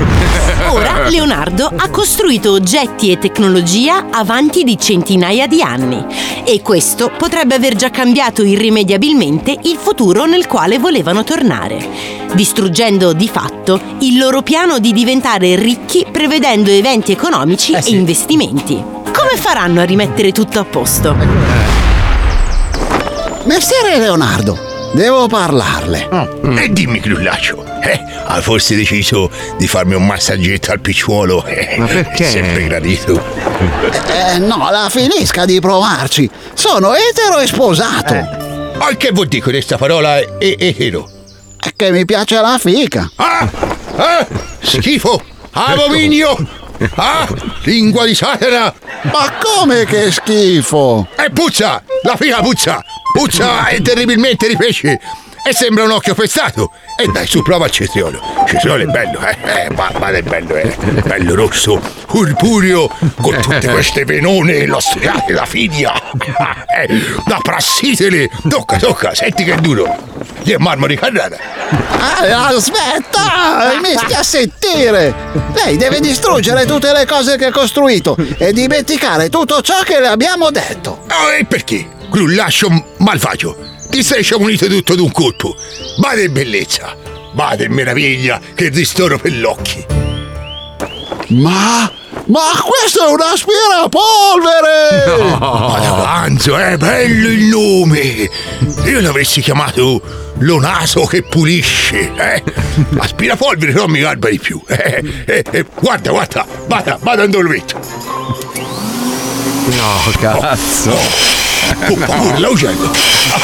[SPEAKER 22] *laughs*
[SPEAKER 23] Ora Leonardo ha costruito oggetti e tecnologia avanti di centinaia di anni e questo potrebbe aver già cambiato irrimediabilmente il futuro nel quale volevano tornare, distruggendo di fatto
[SPEAKER 22] Eh
[SPEAKER 23] il loro piano di diventare ricchi prevedendo eventi economici e investimenti. Come faranno a rimettere tutto a posto?
[SPEAKER 22] Eh. Messere Leonardo, devo parlarle.
[SPEAKER 24] E dimmi, Grullaccio, eh, hai forse deciso di farmi un massaggetto al picciuolo? Eh,
[SPEAKER 22] Ma perché?
[SPEAKER 24] Sempre gradito.
[SPEAKER 22] Eh, no, la finisca di provarci. Sono etero e sposato.
[SPEAKER 2] Eh.
[SPEAKER 24] Ah, che vuol dire questa parola e- etero?
[SPEAKER 22] È Che mi piace la fica.
[SPEAKER 24] Ah! Ah! Schifo! Abominio! Ah! Lingua di satana!
[SPEAKER 22] Ecco. Ma come che schifo!
[SPEAKER 24] E puzza! La figa puzza! Puzza è terribilmente di pesce! E sembra un occhio pezzato! E dai, su, prova il cetriolo! Il cetriolo è bello, eh! eh ma, ma è bello, eh! Bello rosso, purpureo, con tutte queste venone, l'ostriate, la figlia! Ah, eh, la prassitele! Tocca, tocca, senti che è duro! Lì è marmo di carrara!
[SPEAKER 22] Ah,
[SPEAKER 2] Ah!
[SPEAKER 22] aspetta! Mi stia a sentire! Lei deve distruggere tutte le cose che ha costruito e dimenticare tutto ciò che le abbiamo detto.
[SPEAKER 24] Ah, e perché? Grullascio malvagio! Ti sei sciamunito tutto d'un colpo! Vada in bellezza! Vada in meraviglia! Che ristoro per l'occhi!
[SPEAKER 22] Ma. Ma questo è un aspirapolvere!
[SPEAKER 24] Vada avanzo, è eh, bello il nome! Io l'avresti chiamato Lonaso che pulisce, eh? Aspirapolvere non mi garba di più! Eh, eh, eh, guarda, guarda! Vada, vada dove lo metto!
[SPEAKER 2] No, cazzo.
[SPEAKER 24] Oh, urla uccello! Ah,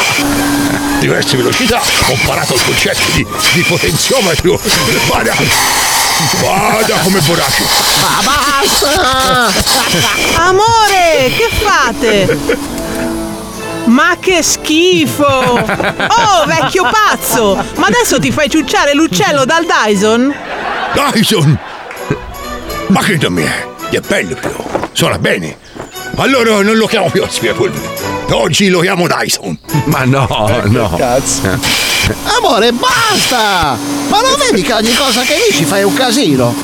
[SPEAKER 24] diverse velocità, ho imparato il concetto di, di potenziometro! Vada! Vada come vorace!
[SPEAKER 22] Ma basta!
[SPEAKER 25] Amore, che fate? Ma che schifo! Oh, vecchio pazzo! Ma adesso ti fai ciucciare l'uccello dal Dyson?
[SPEAKER 24] Dyson! Ma che nome è? È bello però, suona bene. Allora non lo chiamo più aspirapolvere. Da Oggi lo chiamo Dyson.
[SPEAKER 2] Ma no, no.
[SPEAKER 22] Amore, basta! Ah, Ma non vedi che ogni cosa che dici fai un casino?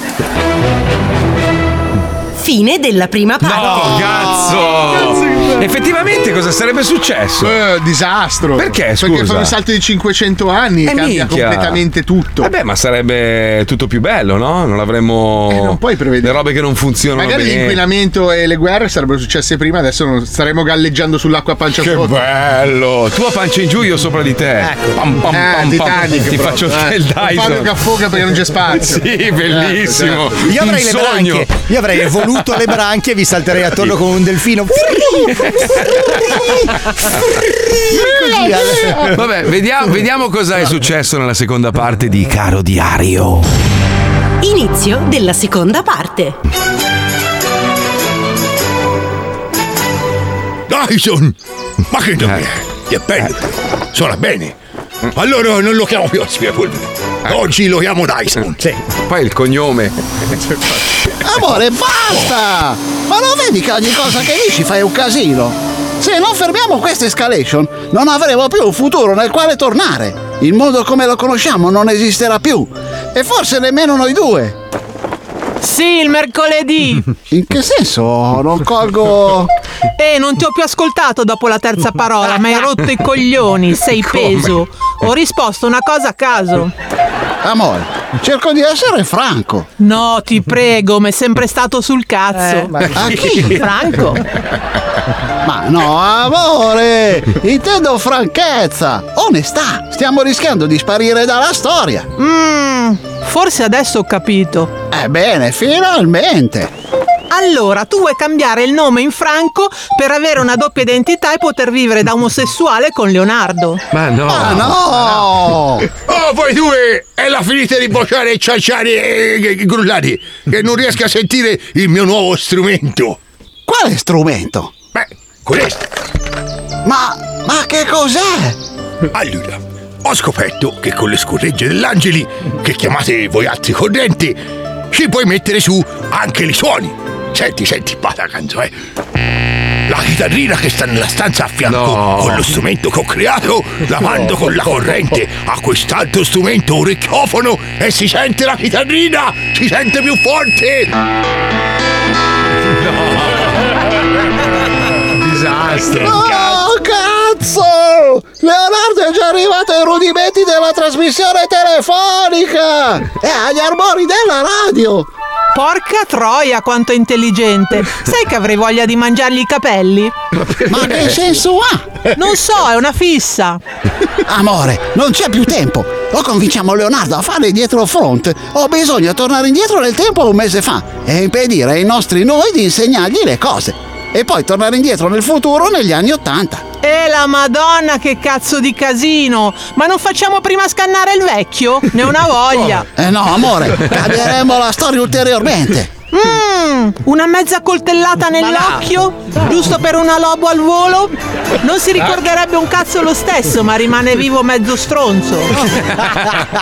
[SPEAKER 23] Fine della prima
[SPEAKER 10] Ah,
[SPEAKER 23] parte.
[SPEAKER 2] No, cazzo! Effettivamente cosa sarebbe successo?
[SPEAKER 22] disastro.
[SPEAKER 2] Perché, scusa?
[SPEAKER 10] Eh, Perché fa un salto di 500 anni e
[SPEAKER 2] Eh,
[SPEAKER 10] cambia
[SPEAKER 2] minchia.
[SPEAKER 10] completamente tutto.
[SPEAKER 2] Vabbè, ma sarebbe tutto più bello, no? Non avremmo
[SPEAKER 10] Eh,
[SPEAKER 2] le robe che non funzionano
[SPEAKER 10] Magari
[SPEAKER 2] bene.
[SPEAKER 10] l'inquinamento e le guerre sarebbero successe prima, adesso non- staremo galleggiando sull'acqua a pancia
[SPEAKER 2] Che
[SPEAKER 10] sotto.
[SPEAKER 2] bello! Tu a pancia in giù, io sopra di te.
[SPEAKER 11] Ecco.
[SPEAKER 2] Pam, pam,
[SPEAKER 10] Eh,
[SPEAKER 2] pam, pam.
[SPEAKER 10] Titanic
[SPEAKER 2] Ti
[SPEAKER 10] proprio,
[SPEAKER 2] faccio
[SPEAKER 10] eh.
[SPEAKER 2] il Dyson.
[SPEAKER 10] Fabio che affoga
[SPEAKER 2] *laughs*
[SPEAKER 10] perché non c'è spazio. Eh,
[SPEAKER 2] Sì, bellissimo.
[SPEAKER 10] Esatto, esatto.
[SPEAKER 11] Io avrei, le branchie, io avrei voluto le branchie e vi salterei attorno con un delfino.
[SPEAKER 2] Vabbè, vediamo, vediamo cosa è successo nella seconda parte di Caro Diario.
[SPEAKER 23] Inizio della seconda parte.
[SPEAKER 24] Dyson! Ma che
[SPEAKER 2] Eh.
[SPEAKER 24] nome è? È bello però, suona bene. Allora non lo chiamo più aspirapolvere. Da Oggi lo chiamo Dyson. Sì.
[SPEAKER 2] Eh. Poi il cognome.
[SPEAKER 22] Amore, basta! Ma non vedi che ogni cosa che dici fai un casino? Se non fermiamo questa escalation, non avremo più un futuro nel quale tornare. Il mondo come lo conosciamo non esisterà più. E forse nemmeno noi due.
[SPEAKER 25] Sì, il mercoledì!
[SPEAKER 22] *laughs* In che senso? Non colgo.
[SPEAKER 25] Eh, non ti ho più ascoltato dopo la terza parola, ma hai rotto i coglioni, sei peso. Ho risposto una cosa a caso.
[SPEAKER 22] Amore, cerco di essere franco. Eh,
[SPEAKER 25] No, ti prego, mi è sempre stato sul cazzo.
[SPEAKER 22] ma chi?
[SPEAKER 25] Franco.
[SPEAKER 22] Ma no, amore! Intendo franchezza, onestà. Stiamo rischiando di sparire dalla storia.
[SPEAKER 25] Mmm, forse adesso ho capito.
[SPEAKER 22] Ebbene, finalmente.
[SPEAKER 25] Allora, tu vuoi cambiare il nome in Franco per avere una doppia identità e poter vivere da omosessuale con Leonardo.
[SPEAKER 2] Ma no!
[SPEAKER 22] Ma Ah, no!
[SPEAKER 24] *laughs* Oh, voi due! E la finite di bocciare e cianciare e e grullare! Che non riesco a sentire il mio nuovo strumento!
[SPEAKER 22] Quale strumento?
[SPEAKER 24] Beh, questo!
[SPEAKER 22] Ma, ma che cos'è?
[SPEAKER 24] Allora, ho scoperto che con le scorregge dell'angeli, che chiamate voi altri correnti, ci puoi mettere su anche i suoni! Senti, senti, bada canzo, eh! La chitarrina che sta nella stanza a fianco con lo strumento che ho creato, la mando con la corrente a quest'altro strumento orecchiofono e si sente la chitarrina! Si sente più forte!
[SPEAKER 2] Disastro!
[SPEAKER 22] Oh, cazzo! Leonardo è già arrivato ai rudimenti della trasmissione telefonica! E agli armoni della radio!
[SPEAKER 25] Porca troia, quanto è intelligente! Sai che avrei voglia di mangiargli i capelli?
[SPEAKER 22] Ma che senso ha?
[SPEAKER 25] Non so, è una fissa.
[SPEAKER 22] Amore, non c'è più tempo. O convinciamo Leonardo a fare dietro front, o bisogna tornare indietro nel tempo a un mese fa e impedire ai nostri noi di insegnargli le cose. E poi tornare indietro nel futuro negli anni Ottanta.
[SPEAKER 25] E la madonna che cazzo di casino! Ma non facciamo prima scannare il vecchio? Ne ho
[SPEAKER 22] *laughs*
[SPEAKER 25] una voglia!
[SPEAKER 22] Eh no,
[SPEAKER 25] *laughs*
[SPEAKER 22] amore, cambieremo la storia ulteriormente.
[SPEAKER 25] Mmm, una mezza coltellata nell'occhio, giusto per una lobo al volo. Non si ricorderebbe un cazzo lo stesso, ma rimane vivo mezzo stronzo.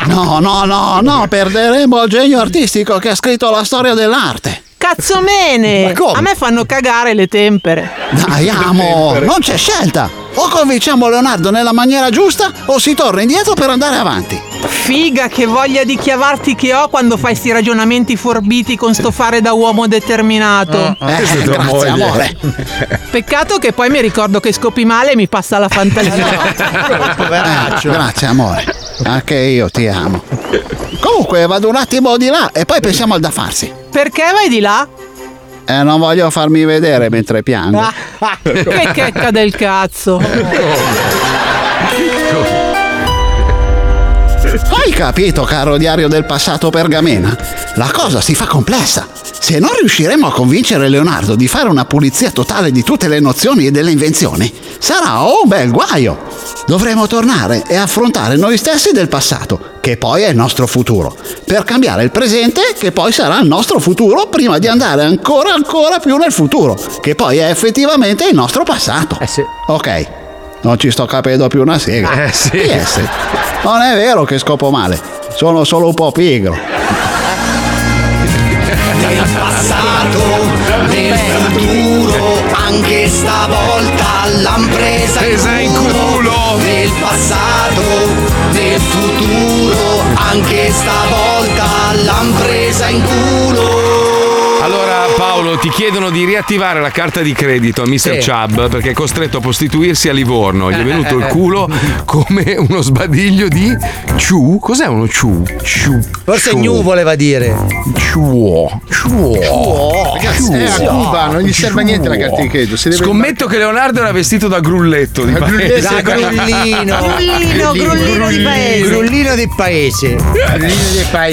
[SPEAKER 22] No, no, no, no, perderemo il genio artistico che ha scritto la storia dell'arte.
[SPEAKER 25] Cazzomene!
[SPEAKER 22] Ma come?
[SPEAKER 25] A me fanno cagare le tempere.
[SPEAKER 22] Dai, amo, non c'è *laughs* scelta. O convinciamo Leonardo nella maniera giusta o si torna indietro per andare avanti.
[SPEAKER 25] Figa che voglia di chiavarti che ho quando fai sti ragionamenti forbiti con sto fare da uomo determinato.
[SPEAKER 22] Eh, grazie, amore.
[SPEAKER 25] Peccato che poi mi ricordo che scopi male e mi passa la fantasia.
[SPEAKER 22] Eh, grazie, amore. Anche io ti amo. Comunque, vado un attimo di là e poi pensiamo al da farsi.
[SPEAKER 25] Perché vai di là?
[SPEAKER 22] Eh, non voglio farmi vedere mentre piango.
[SPEAKER 25] Ah, Che checca del cazzo.
[SPEAKER 22] Hai capito, caro diario del passato pergamena? La cosa si fa complessa. Se non riusciremo a convincere Leonardo di fare una pulizia totale di tutte le nozioni e delle invenzioni, sarà oh, un bel guaio. Dovremo tornare e affrontare noi stessi del passato, che poi è il nostro futuro, per cambiare il presente, che poi sarà il nostro futuro, prima di andare ancora ancora più nel futuro, che poi è effettivamente il nostro passato. Eh sì. Ok, non ci sto capendo più una sega. Eh sì. Non è vero che scopo male, sono solo un po' pigro.
[SPEAKER 8] Nel passato, nel futuro, anche stavolta l'han presa in culo. Nel passato, nel futuro, anche stavolta l'han presa in culo.
[SPEAKER 2] Allora Paolo ti chiedono di riattivare la carta di credito a Mr.
[SPEAKER 3] Sì.
[SPEAKER 2] Chubb perché è costretto a prostituirsi a Livorno. Gli è venuto il
[SPEAKER 3] Eh.
[SPEAKER 2] culo come uno sbadiglio di ciu. Cos'è uno ciu? Ciu.
[SPEAKER 11] Forse
[SPEAKER 2] ciu.
[SPEAKER 11] gnu voleva dire.
[SPEAKER 2] Ciuo. Ciuo.
[SPEAKER 10] Ragazzi,
[SPEAKER 2] Ciuo.
[SPEAKER 10] è Eh, a Cuba, non gli serve a niente la carta di credito. Si deve
[SPEAKER 2] Scommetto che Leonardo era vestito da grulletto di
[SPEAKER 10] Da
[SPEAKER 2] paese.
[SPEAKER 10] grulletto. Da *laughs* grullino.
[SPEAKER 16] Grullino, grullino di paese.
[SPEAKER 11] Grullino di paese.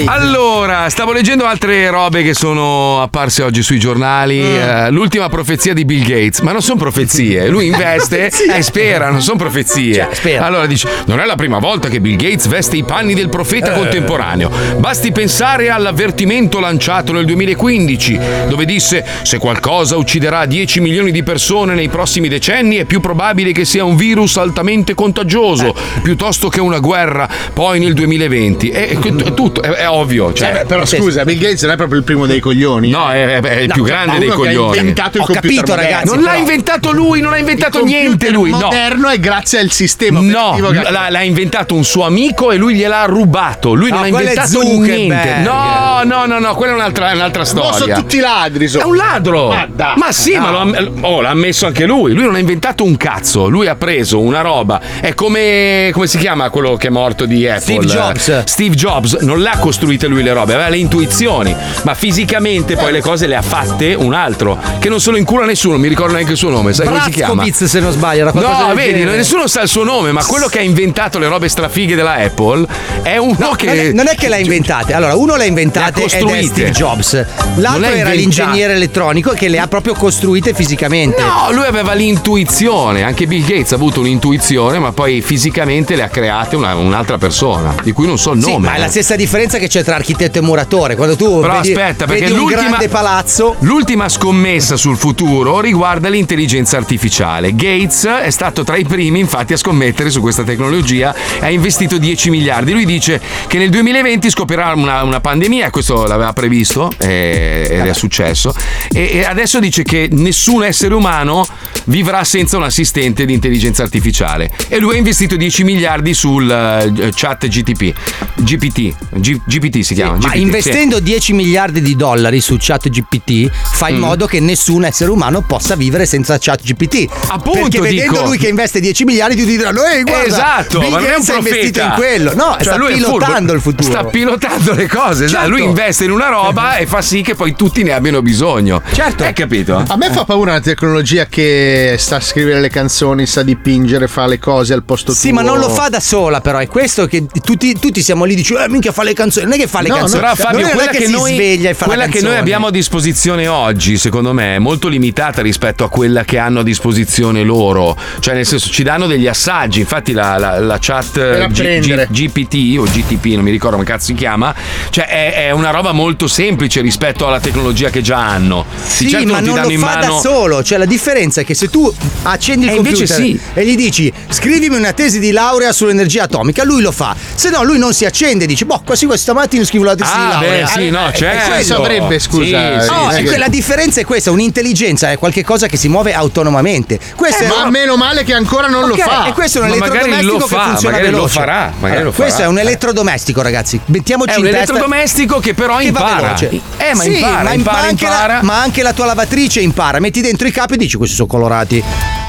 [SPEAKER 11] Ah,
[SPEAKER 2] Allora, stavo leggendo altre robe che sono apparse oggi sui giornali. Eh, l'ultima profezia di Bill Gates, ma non sono profezie. Lui investe e spera, non sono profezie. Allora dice: Non è la prima volta che Bill Gates veste i panni del profeta
[SPEAKER 3] Eh.
[SPEAKER 2] contemporaneo. Basti pensare all'avvertimento lanciato nel 2015, dove disse: Se qualcosa ucciderà 10 milioni di persone nei prossimi decenni, è più probabile che sia un virus altamente contagioso piuttosto che una guerra. Poi nel 2020. È, è tutto, è, è ovvio. cioè.
[SPEAKER 10] Cioè, però scusa, Bill Gates non è proprio il primo dei coglioni.
[SPEAKER 2] No, è, è il
[SPEAKER 10] No,
[SPEAKER 2] più grande dei
[SPEAKER 10] uno che ha
[SPEAKER 2] coglioni.
[SPEAKER 10] inventato il
[SPEAKER 2] Ho
[SPEAKER 10] computer
[SPEAKER 2] capito,
[SPEAKER 10] moderno.
[SPEAKER 2] ragazzi, Non l'ha però. inventato lui, non ha inventato
[SPEAKER 10] Il
[SPEAKER 2] niente lui, no.
[SPEAKER 10] computer moderno è grazie al sistema
[SPEAKER 2] No,
[SPEAKER 10] operativo che-
[SPEAKER 2] l'ha, l'ha inventato un suo amico e lui gliel'ha rubato. Lui
[SPEAKER 10] No,
[SPEAKER 2] non ha
[SPEAKER 10] quello è
[SPEAKER 2] inventato
[SPEAKER 10] Zuckerberg.
[SPEAKER 2] niente. No, no, no, no, quella è un'altra, è un'altra
[SPEAKER 10] No,
[SPEAKER 2] storia.
[SPEAKER 10] sono tutti ladri. sono.
[SPEAKER 2] È un ladro!
[SPEAKER 10] Ma dai.
[SPEAKER 2] Ma sì,
[SPEAKER 10] No.
[SPEAKER 2] ma lo ha- oh, l'ha ammesso anche lui. Lui non ha inventato un cazzo. Lui ha preso una roba. È come. come si chiama quello che è morto di Apple?
[SPEAKER 11] Steve Jobs.
[SPEAKER 2] Steve Jobs non l'ha costruite lui le robe, aveva le intuizioni. Ma fisicamente poi le cose le ha fatte un altro. Che non sono in culo a nessuno, mi ricordo neanche il suo nome. Sai come si chiama?
[SPEAKER 11] Brazcovic, se non sbaglio, era qualcosa
[SPEAKER 2] No,
[SPEAKER 11] del
[SPEAKER 2] vedi,
[SPEAKER 11] genere.
[SPEAKER 2] nessuno sa il suo nome, ma quello che ha inventato le robe strafighe della Apple è uno che.
[SPEAKER 11] Non è, non è che l'ha inventate. Allora, uno l'ha inventate
[SPEAKER 2] Le ha
[SPEAKER 11] ed è
[SPEAKER 2] costruite.
[SPEAKER 11] Steve Jobs. L'altro
[SPEAKER 2] Non le ha
[SPEAKER 11] era
[SPEAKER 2] inventate.
[SPEAKER 11] l'ingegnere elettronico che le ha proprio costruite fisicamente.
[SPEAKER 2] No, lui aveva l'intuizione, anche Bill Gates ha avuto un'intuizione, ma poi fisicamente le ha create una- un'altra persona, di cui non so il
[SPEAKER 11] Sì,
[SPEAKER 2] nome.
[SPEAKER 11] ma è la stessa differenza che c'è tra architetto e muratore. Quando tu
[SPEAKER 2] Però
[SPEAKER 11] vedi,
[SPEAKER 2] aspetta, perché
[SPEAKER 11] vedi un
[SPEAKER 2] l'ultima-
[SPEAKER 11] grande palazzo.
[SPEAKER 2] L'ultima scommessa sul futuro riguarda l'intelligenza artificiale. Gates è stato tra i primi, infatti, a scommettere su questa tecnologia e ha investito 10 miliardi. Lui dice che nel 2020 scoppierà una, una pandemia, questo l'aveva previsto eh, ed è successo. E, e adesso dice che nessun essere umano vivrà senza un assistente di intelligenza artificiale. E lui ha investito 10 miliardi sul eh, chat GTP. GPT, G- GPT si chiama.
[SPEAKER 11] Ma
[SPEAKER 2] GPT, sì.
[SPEAKER 11] investendo 10 miliardi di dollari su ChatGPT, fa in
[SPEAKER 2] Mm.
[SPEAKER 11] modo che nessun essere umano possa vivere senza ChatGPT.
[SPEAKER 2] Appunto,
[SPEAKER 11] Perché vedendo
[SPEAKER 2] dico.
[SPEAKER 11] lui che investe 10 miliardi, tutti diranno: Ehi, guarda,
[SPEAKER 2] esatto,
[SPEAKER 11] Bill
[SPEAKER 2] ma non è un
[SPEAKER 11] Gates ha investito
[SPEAKER 2] profeta.
[SPEAKER 11] in quello. No,
[SPEAKER 2] Cioè,
[SPEAKER 11] sta
[SPEAKER 2] lui è furbo.
[SPEAKER 11] pilotando il futuro.
[SPEAKER 2] Sta pilotando le cose. esatto.
[SPEAKER 11] Certo.
[SPEAKER 2] Lui investe in una roba e fa sì che poi tutti ne abbiano bisogno. Certo. Hai capito?
[SPEAKER 26] A me fa
[SPEAKER 10] paura la tecnologia che sta a scrivere le canzoni, sta a dipingere, fa le cose al posto
[SPEAKER 11] Sì, ma non
[SPEAKER 2] Oh.
[SPEAKER 11] lo fa da sola, però è questo che tutti, tutti siamo lì, dici, eh, minchia fa le canzoni. Non è che fa le
[SPEAKER 2] No,
[SPEAKER 11] canzoni. cioè,
[SPEAKER 2] Però Fabio,
[SPEAKER 11] non è
[SPEAKER 2] quella,
[SPEAKER 11] che,
[SPEAKER 2] che,
[SPEAKER 11] si
[SPEAKER 2] noi,
[SPEAKER 11] sveglia e fa
[SPEAKER 2] quella
[SPEAKER 11] la
[SPEAKER 2] che
[SPEAKER 11] canzone.
[SPEAKER 2] noi abbiamo a disposizione oggi, secondo me, è molto limitata rispetto a quella che hanno a disposizione loro. Cioè, nel senso, ci danno degli assaggi. Infatti, la, la- la chat eh, G- G-
[SPEAKER 27] apprendere.
[SPEAKER 2] GPT o GTP, non mi ricordo come cazzo si chiama, cioè è, è una roba molto semplice rispetto alla tecnologia che già hanno. Di
[SPEAKER 11] Sì,
[SPEAKER 2] certo
[SPEAKER 11] ma
[SPEAKER 2] ti
[SPEAKER 11] non,
[SPEAKER 2] danno
[SPEAKER 11] lo
[SPEAKER 2] in
[SPEAKER 11] fa
[SPEAKER 2] mano.
[SPEAKER 11] da solo. Cioè, la differenza è che se tu accendi il
[SPEAKER 2] Eh, invece
[SPEAKER 11] computer
[SPEAKER 2] sì.
[SPEAKER 11] e gli dici scrivimi una tesi di laurea sull'energia atomica, lui lo fa. Se no, lui non si accende e dice, boh, quasi questa mattina scrivo la tesi
[SPEAKER 2] Ah,
[SPEAKER 11] di laurea.
[SPEAKER 2] beh, sì, no,
[SPEAKER 11] Eh,
[SPEAKER 2] certo.
[SPEAKER 11] quello.
[SPEAKER 2] Sì, avrebbe, scusa, sì,
[SPEAKER 11] Oh,
[SPEAKER 2] sì,
[SPEAKER 11] e
[SPEAKER 2] sì.
[SPEAKER 11] que- La differenza è questa: un'intelligenza è qualcosa che si muove autonomamente. Questo
[SPEAKER 10] Eh,
[SPEAKER 11] è
[SPEAKER 10] ma meno male che ancora non lo
[SPEAKER 11] Ok,
[SPEAKER 2] Ah,
[SPEAKER 10] fa.
[SPEAKER 11] Eh, E questo è un
[SPEAKER 10] Ma magari
[SPEAKER 11] elettrodomestico
[SPEAKER 10] lo
[SPEAKER 11] che
[SPEAKER 10] fa,
[SPEAKER 11] funziona
[SPEAKER 10] magari lo
[SPEAKER 11] veloce.
[SPEAKER 10] farà, magari
[SPEAKER 11] Allora,
[SPEAKER 10] lo farà.
[SPEAKER 11] Questo è un elettrodomestico, ragazzi. Mettiamoci
[SPEAKER 2] È
[SPEAKER 11] in
[SPEAKER 2] un
[SPEAKER 11] testa-
[SPEAKER 2] elettrodomestico che però
[SPEAKER 11] va
[SPEAKER 2] impara.
[SPEAKER 11] veloce.
[SPEAKER 2] Eh, ma
[SPEAKER 11] Sì,
[SPEAKER 2] impara,
[SPEAKER 11] ma
[SPEAKER 2] impara,
[SPEAKER 11] anche la-
[SPEAKER 2] impara.
[SPEAKER 11] ma anche la tua lavatrice impara. Metti dentro i capi e dici questi sono colorati.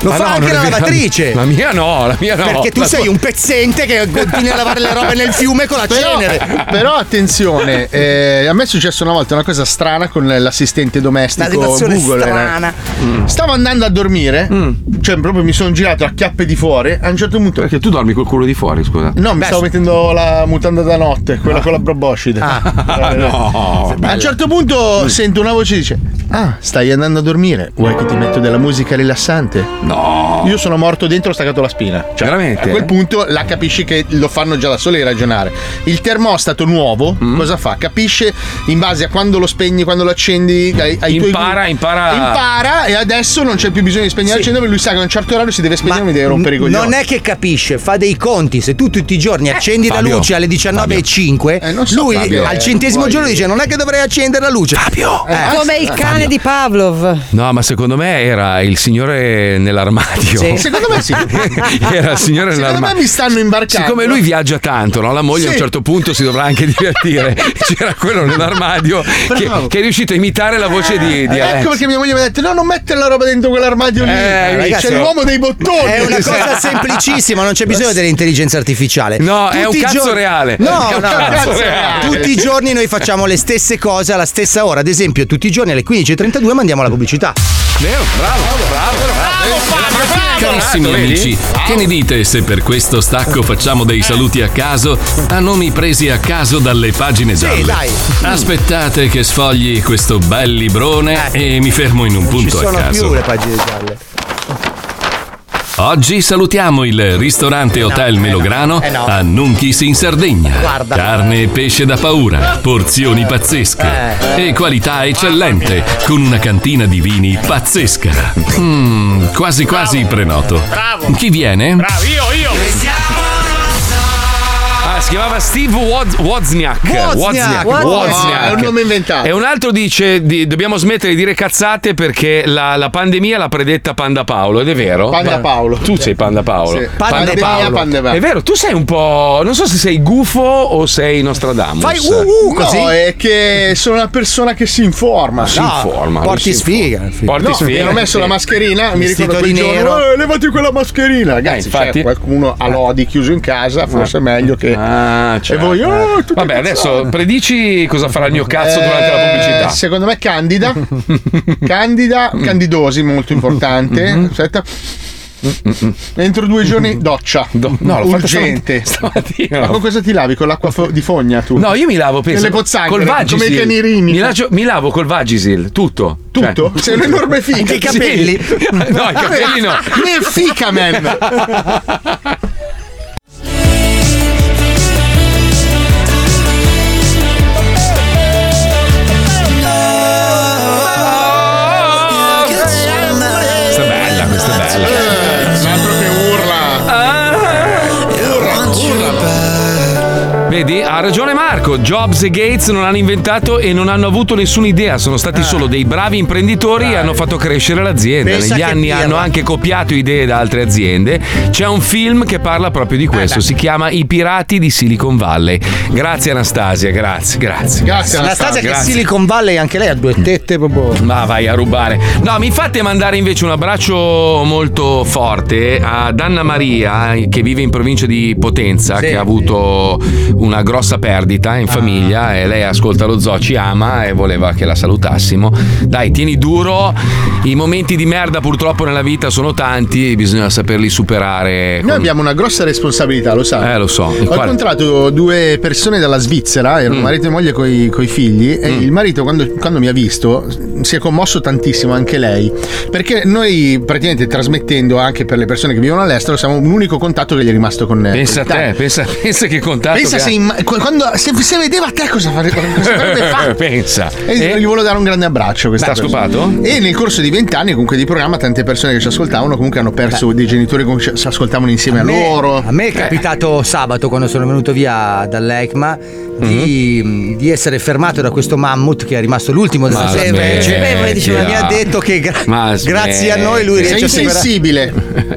[SPEAKER 11] Lo
[SPEAKER 2] Ma
[SPEAKER 11] fa
[SPEAKER 2] Ah, no,
[SPEAKER 11] anche
[SPEAKER 2] non
[SPEAKER 11] la
[SPEAKER 2] è vero.
[SPEAKER 11] lavatrice.
[SPEAKER 2] La mia no, la mia no.
[SPEAKER 11] Perché tu
[SPEAKER 2] La
[SPEAKER 11] sei
[SPEAKER 2] tua-
[SPEAKER 11] un pezzente che continui a lavare le robe nel fiume con la
[SPEAKER 10] Però-
[SPEAKER 11] cenere.
[SPEAKER 10] Però attenzione, eh, a me è successo una volta una cosa strana con l'assistente domestico
[SPEAKER 11] L'animazione
[SPEAKER 10] Google.
[SPEAKER 11] strana.
[SPEAKER 10] eh. Stavo andando a dormire, cioè proprio mi sono girato a chiappe di fuori. A un certo punto.
[SPEAKER 2] Mm. Perché tu dormi col culo di fuori, scusa.
[SPEAKER 10] No, mi stavo mettendo la mutanda da notte, quella con la proboscide. Eh,
[SPEAKER 2] Ah, *laughs* no.
[SPEAKER 10] A un certo punto sento una voce che dice: Ah, stai andando a dormire. Vuoi che ti metto della musica rilassante?
[SPEAKER 2] No.
[SPEAKER 10] Io sono morto dentro, ho staccato la spina. Cioè,
[SPEAKER 2] Veramente?
[SPEAKER 10] A quel punto la capisci che lo fanno già da soli ragionare. Il termostato nuovo
[SPEAKER 2] Mm.
[SPEAKER 10] cosa fa? Capisce in base a quando lo spegni, quando lo accendi, ai, ai tuoi
[SPEAKER 2] Impara,
[SPEAKER 10] gusti.
[SPEAKER 2] impara.
[SPEAKER 10] Impara e adesso non c'è più bisogno di spegnere
[SPEAKER 11] Sì.
[SPEAKER 10] l'accendere perché lui sa che a un certo orario si deve spegnere e mi deve
[SPEAKER 2] Eh,
[SPEAKER 10] rompere i coglioni.
[SPEAKER 11] Non è che capisce, fa dei conti. Se tu tutti i giorni accendi la
[SPEAKER 10] Fabio,
[SPEAKER 11] luce alle 19.05,
[SPEAKER 10] so,
[SPEAKER 11] lui
[SPEAKER 10] Fabio,
[SPEAKER 11] al
[SPEAKER 10] eh,
[SPEAKER 11] centesimo
[SPEAKER 10] vuoi-
[SPEAKER 11] giorno dice: Non è che dovrei accendere la luce. Eh. Fabio,
[SPEAKER 2] Eh.
[SPEAKER 16] Eh, Come il cane di Pavlov.
[SPEAKER 2] No, ma secondo me era il signore nell'armadio.
[SPEAKER 10] Sì. Secondo me sì.
[SPEAKER 2] *laughs* era il signore
[SPEAKER 10] Secondo me
[SPEAKER 2] nell'armadio.
[SPEAKER 10] mi stanno imbarcando.
[SPEAKER 2] Siccome lui viaggia tanto, no? la moglie
[SPEAKER 10] Sì.
[SPEAKER 2] a un certo punto si dovrà anche
[SPEAKER 10] *laughs*
[SPEAKER 2] divertire. C'era quello nell'armadio che,
[SPEAKER 10] Bravo.
[SPEAKER 2] che è riuscito a imitare la voce di, di
[SPEAKER 10] ecco
[SPEAKER 2] Alex.
[SPEAKER 10] perché mia moglie mi ha detto: No, non mettere la roba dentro quell'armadio lì.
[SPEAKER 2] Eh, ragazzi,
[SPEAKER 10] c'è
[SPEAKER 2] no.
[SPEAKER 10] l'uomo dei bottoni. "Ah,
[SPEAKER 11] È una cosa semplicissima, non c'è bisogno dell'intelligenza artificiale. No,
[SPEAKER 2] è un cazzo reale.
[SPEAKER 11] No,
[SPEAKER 2] È
[SPEAKER 11] no,
[SPEAKER 2] un cazzo
[SPEAKER 11] no.
[SPEAKER 2] reale.
[SPEAKER 11] Tutti i giorni noi facciamo le stesse cose alla stessa ora. Ad esempio, tutti i giorni alle 15.32 mandiamo la pubblicità.
[SPEAKER 2] Vero, bravo, bravo,
[SPEAKER 10] Eh,
[SPEAKER 1] Carissimi amici, che ne dite se per questo stacco facciamo
[SPEAKER 11] Eh.
[SPEAKER 1] dei saluti a caso a nomi presi a caso dalle pagine gialle?
[SPEAKER 11] dai.
[SPEAKER 1] Aspettate che sfogli questo bel librone e mi fermo in un
[SPEAKER 11] Eh, Ci
[SPEAKER 1] punto a
[SPEAKER 11] sono
[SPEAKER 1] caso.
[SPEAKER 11] più le pagine gialle.
[SPEAKER 1] Oggi salutiamo il
[SPEAKER 11] Eh
[SPEAKER 1] ristorante Hotel Melograno a Nunchis in Sardegna. Carne e pesce da paura,
[SPEAKER 11] Eh.
[SPEAKER 1] porzioni pazzesche e qualità eccellente con una cantina di vini pazzesca. Mm, quasi quasi prenoto. Chi viene?
[SPEAKER 2] Io, io. Ah, si chiamava Steve Woz- Wozniak.
[SPEAKER 10] Wozniak. Wozniak. Ah,
[SPEAKER 2] Wozniak.
[SPEAKER 10] È un nome inventato.
[SPEAKER 2] E un altro dice: di- dobbiamo smettere di dire cazzate perché la, la pandemia l'ha predetta Panda Paolo, ed è vero?
[SPEAKER 10] Panda
[SPEAKER 2] Ma-
[SPEAKER 10] Paolo.
[SPEAKER 2] Tu sei Panda Paolo.
[SPEAKER 10] Sì. Pandemia, pandemia.
[SPEAKER 2] È vero, tu sei un po'. Non so se sei gufo o sei Nostradamus.
[SPEAKER 10] No, è che uh, sono una persona che si informa.
[SPEAKER 2] Si informa, lui si
[SPEAKER 11] sfiga.
[SPEAKER 2] Porti
[SPEAKER 10] no,
[SPEAKER 2] sfiga,
[SPEAKER 10] Mi ero messo
[SPEAKER 2] sì.
[SPEAKER 10] la mascherina, mi
[SPEAKER 2] Vestito
[SPEAKER 10] ricordo quel
[SPEAKER 2] di
[SPEAKER 10] giorno,
[SPEAKER 2] nero.
[SPEAKER 10] "Eh, levati quella mascherina, ragazzi,
[SPEAKER 2] Eh, infatti.
[SPEAKER 10] c'è qualcuno a Lodi chiuso in casa, forse è meglio che...
[SPEAKER 2] Cioè,
[SPEAKER 10] e voi, "Oh, tutte
[SPEAKER 2] Vabbè, adesso
[SPEAKER 10] cazzate".
[SPEAKER 2] predici cosa farà il mio cazzo durante la
[SPEAKER 10] Eh,
[SPEAKER 2] pubblicità.
[SPEAKER 10] Secondo me
[SPEAKER 2] *laughs*
[SPEAKER 10] Candida, Candida, Candidosi molto importante.
[SPEAKER 2] Mm-hmm.
[SPEAKER 10] Aspetta. Entro due giorni doccia.
[SPEAKER 2] no, l'ho fatta
[SPEAKER 10] urgente.
[SPEAKER 2] *laughs* Stamattina.
[SPEAKER 10] Ma con cosa ti lavi? Con l'acqua fo- di fogna tu?
[SPEAKER 2] No, io mi lavo, penso.
[SPEAKER 10] Nelle pozzanghere,
[SPEAKER 2] col
[SPEAKER 10] come i
[SPEAKER 2] Vagisil.
[SPEAKER 10] canirini.
[SPEAKER 2] Mi, laccio- mi lavo col Vagisil, tutto.
[SPEAKER 10] Tutto? Sei un'enorme figa.
[SPEAKER 2] Anche
[SPEAKER 10] *laughs*
[SPEAKER 2] i capelli? *laughs* No, i capelli no.
[SPEAKER 10] Nel fica,
[SPEAKER 2] *laughs*
[SPEAKER 10] man.
[SPEAKER 2] Questa è bella, questa è bella.
[SPEAKER 8] Eh.
[SPEAKER 10] altro che urla.
[SPEAKER 2] Vedi, ha ragione Marco. Ecco, Jobs e Gates non hanno inventato e non hanno avuto nessuna idea, sono stati solo dei bravi imprenditori e hanno fatto crescere l'azienda.
[SPEAKER 4] Pensa
[SPEAKER 2] Negli
[SPEAKER 4] che
[SPEAKER 2] anni
[SPEAKER 4] pirla.
[SPEAKER 2] hanno anche copiato idee da altre aziende. C'è un film che parla proprio di questo, si chiama I pirati di Silicon Valley. Grazie Anastasia, grazie, grazie.
[SPEAKER 11] Anastasia che
[SPEAKER 2] Grazie. Mm.
[SPEAKER 11] Silicon Valley anche lei ha due tette proprio.
[SPEAKER 2] Ma vai a rubare. No, mi fate mandare invece un abbraccio molto forte ad Anna Maria eh, che vive in provincia di Potenza, che ha avuto una grossa perdita in famiglia e lei ascolta lo zoo, ci ama e voleva che la salutassimo. Dai, tieni duro, i momenti di merda purtroppo nella vita sono tanti, bisogna saperli superare.
[SPEAKER 10] Noi abbiamo una grossa responsabilità, lo sai.
[SPEAKER 2] Eh, lo so.
[SPEAKER 10] Ho
[SPEAKER 2] Guarda-
[SPEAKER 10] incontrato due persone dalla Svizzera, erano
[SPEAKER 2] Mm.
[SPEAKER 10] marito e moglie con i figli, e il marito quando, quando mi ha visto si è commosso tantissimo anche lei, perché noi praticamente trasmettendo anche per le persone che vivono all'estero siamo un unico contatto che gli è rimasto con eh,
[SPEAKER 2] Pensa a
[SPEAKER 10] con l'Italia.
[SPEAKER 2] te, pensa, pensa che contatto.
[SPEAKER 10] Pensa
[SPEAKER 2] che
[SPEAKER 10] se,
[SPEAKER 2] ha.
[SPEAKER 10] imma- qu- quando, se, se vedeva te cosa fare- cosa *laughs*
[SPEAKER 2] *laughs*
[SPEAKER 10] avrebbe fatto.
[SPEAKER 2] Pensa.
[SPEAKER 10] E gli volevo dare un grande abbraccio. Questa
[SPEAKER 2] L'ha
[SPEAKER 10] cosa.
[SPEAKER 2] scopato?
[SPEAKER 10] E nel corso di vent'anni, comunque, di programma, tante persone che ci ascoltavano, comunque hanno perso dei genitori che ci- si ascoltavano insieme a,
[SPEAKER 11] me-
[SPEAKER 10] loro.
[SPEAKER 11] A
[SPEAKER 2] Eh.
[SPEAKER 11] me è capitato sabato quando sono venuto via dall'ECMA di, di essere fermato da questo mammut che è rimasto l'ultimo della
[SPEAKER 2] Mm-hmm. Ma eh,
[SPEAKER 11] sua
[SPEAKER 2] smettila.
[SPEAKER 11] specie. Cioè, E diceva, mi ha detto che gra-
[SPEAKER 2] Ma
[SPEAKER 11] grazie a noi lui
[SPEAKER 2] smettila.
[SPEAKER 11] riesce a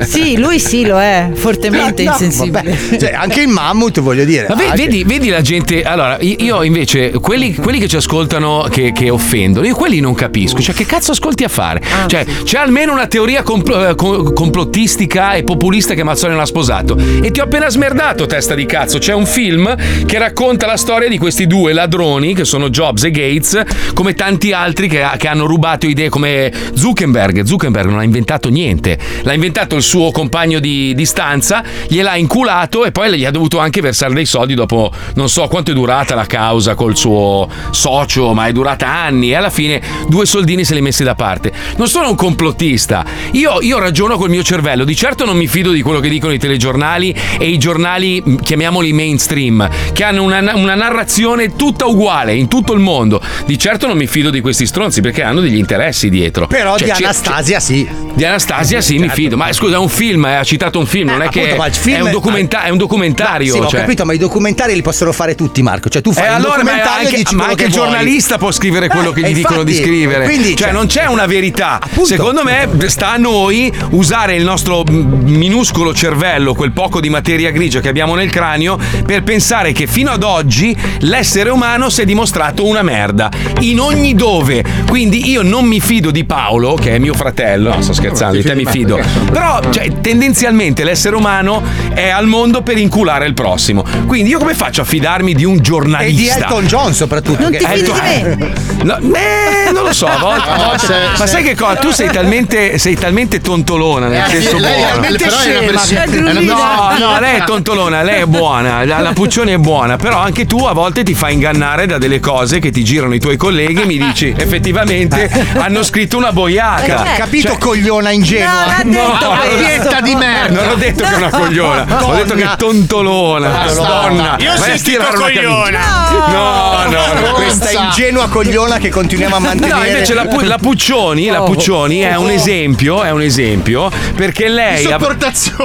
[SPEAKER 16] Sì, lui sì lo è, fortemente
[SPEAKER 11] No, no,
[SPEAKER 16] insensibile.
[SPEAKER 11] Cioè, anche il mammut, voglio dire.
[SPEAKER 2] Ma ve- vedi, vedi la gente. Allora, i- io invece, quelli, quelli che ci ascoltano che, che offendono, io quelli non capisco. Cioè, che cazzo ascolti a fare? Cioè, c'è almeno una teoria compl- eh, co- complottistica e populista che Mazzoni non ha sposato. E ti ho appena smerdato, testa di cazzo. C'è un film che racconta la storia di questi due ladroni, che sono Jobs e Gates, come tanti altri che, che hanno rubato idee come Zuckerberg. Zuckerberg non ha inventato niente, l'ha inventato il suo compagno di, di stanza, gliel'ha inculato e poi gli ha dovuto anche versare dei soldi dopo non so quanto è durata la causa col suo socio, ma è durata anni e alla fine due soldini se li ha messi da parte. Non sono un complottista, io, io ragiono col mio cervello, di certo non mi fido di quello che dicono i telegiornali e i giornali, mh, chiamiamoli mainstream, che hanno una, una narrazione tutta uguale in tutto il mondo. Di certo non mi fido di questi stronzi perché hanno degli interessi dietro. Cioè,
[SPEAKER 11] Però di
[SPEAKER 2] ci-
[SPEAKER 11] Anastasia sì. Certo.
[SPEAKER 2] Di Anastasia sì, mi fido. Ma scusa, è un film, eh, ha citato un film, non è
[SPEAKER 11] Eh,
[SPEAKER 2] che
[SPEAKER 11] appunto, ma il film
[SPEAKER 2] è, un
[SPEAKER 11] è-
[SPEAKER 2] documenta- è un
[SPEAKER 11] Sì,
[SPEAKER 2] documentario.
[SPEAKER 11] ma ho
[SPEAKER 2] cioè.
[SPEAKER 11] capito, ma i documentari li possono fare tutti, Marco. Cioè, tu fai
[SPEAKER 2] Eh,
[SPEAKER 11] un
[SPEAKER 2] allora, ma
[SPEAKER 11] documentario e
[SPEAKER 2] anche-
[SPEAKER 11] dici
[SPEAKER 2] ma
[SPEAKER 11] quello
[SPEAKER 2] anche
[SPEAKER 11] che
[SPEAKER 2] il
[SPEAKER 11] vuoi.
[SPEAKER 2] giornalista può scrivere quello che
[SPEAKER 11] eh,
[SPEAKER 2] gli dicono di
[SPEAKER 11] infatti,
[SPEAKER 2] scrivere.
[SPEAKER 11] quindi,
[SPEAKER 2] cioè,
[SPEAKER 11] cioè,
[SPEAKER 2] non c'è una verità. Secondo me sta a noi usare il nostro mm, minuscolo cervello, quel poco di materia grigia che abbiamo nel cranio, per pensare che fino ad oggi l'essere umano si è dimostrato una merda. In ogni dove. Quindi io non mi fido di Paolo, che è mio fratello. No, sto scherzando, di te mi fido. Però, cioè, tendenzialmente l'essere umano è al mondo per inculare il prossimo. Quindi io come faccio a fidarmi di un
[SPEAKER 11] E
[SPEAKER 2] giornalista?
[SPEAKER 11] di Elton John soprattutto.
[SPEAKER 2] Non
[SPEAKER 11] che-
[SPEAKER 2] ti fidi di me? No, eh, non lo so, a volte- a
[SPEAKER 11] No,
[SPEAKER 2] volte-
[SPEAKER 11] se-
[SPEAKER 2] ma
[SPEAKER 11] se-
[SPEAKER 2] sai che cosa? Tu sei talmente, sei talmente tontolona nel
[SPEAKER 11] Eh,
[SPEAKER 2] senso
[SPEAKER 11] lei è
[SPEAKER 2] buono.
[SPEAKER 11] talmente Però è una scema, persona- è
[SPEAKER 2] no,
[SPEAKER 11] grullina.
[SPEAKER 2] no, lei è tontolona, lei è buona, la, la Puccioni è buona, però anche tu a volte ti fai ingannare da delle cose che ti girano i tuoi colleghi e mi dici effettivamente
[SPEAKER 11] Eh.
[SPEAKER 2] hanno scritto una boiata.
[SPEAKER 11] Cioè, capito,
[SPEAKER 2] Cioè,
[SPEAKER 11] cogliona ingenua.
[SPEAKER 2] No, l'ha detto questo.
[SPEAKER 11] Detta
[SPEAKER 2] Non ho detto che è una cogliona, ho
[SPEAKER 11] Donna.
[SPEAKER 2] detto che è tontolona.
[SPEAKER 11] Basta.
[SPEAKER 2] Ah, Donna.
[SPEAKER 11] Io ho
[SPEAKER 2] Vai a
[SPEAKER 11] sentito
[SPEAKER 2] stirare una camicia. No, no, no.
[SPEAKER 11] Questa ingenua cogliona che continuiamo a mantenere. Oh.
[SPEAKER 2] No, invece la, Pu- la Puccioni, la Puccioni è un esempio, è un esempio, perché lei av- *laughs*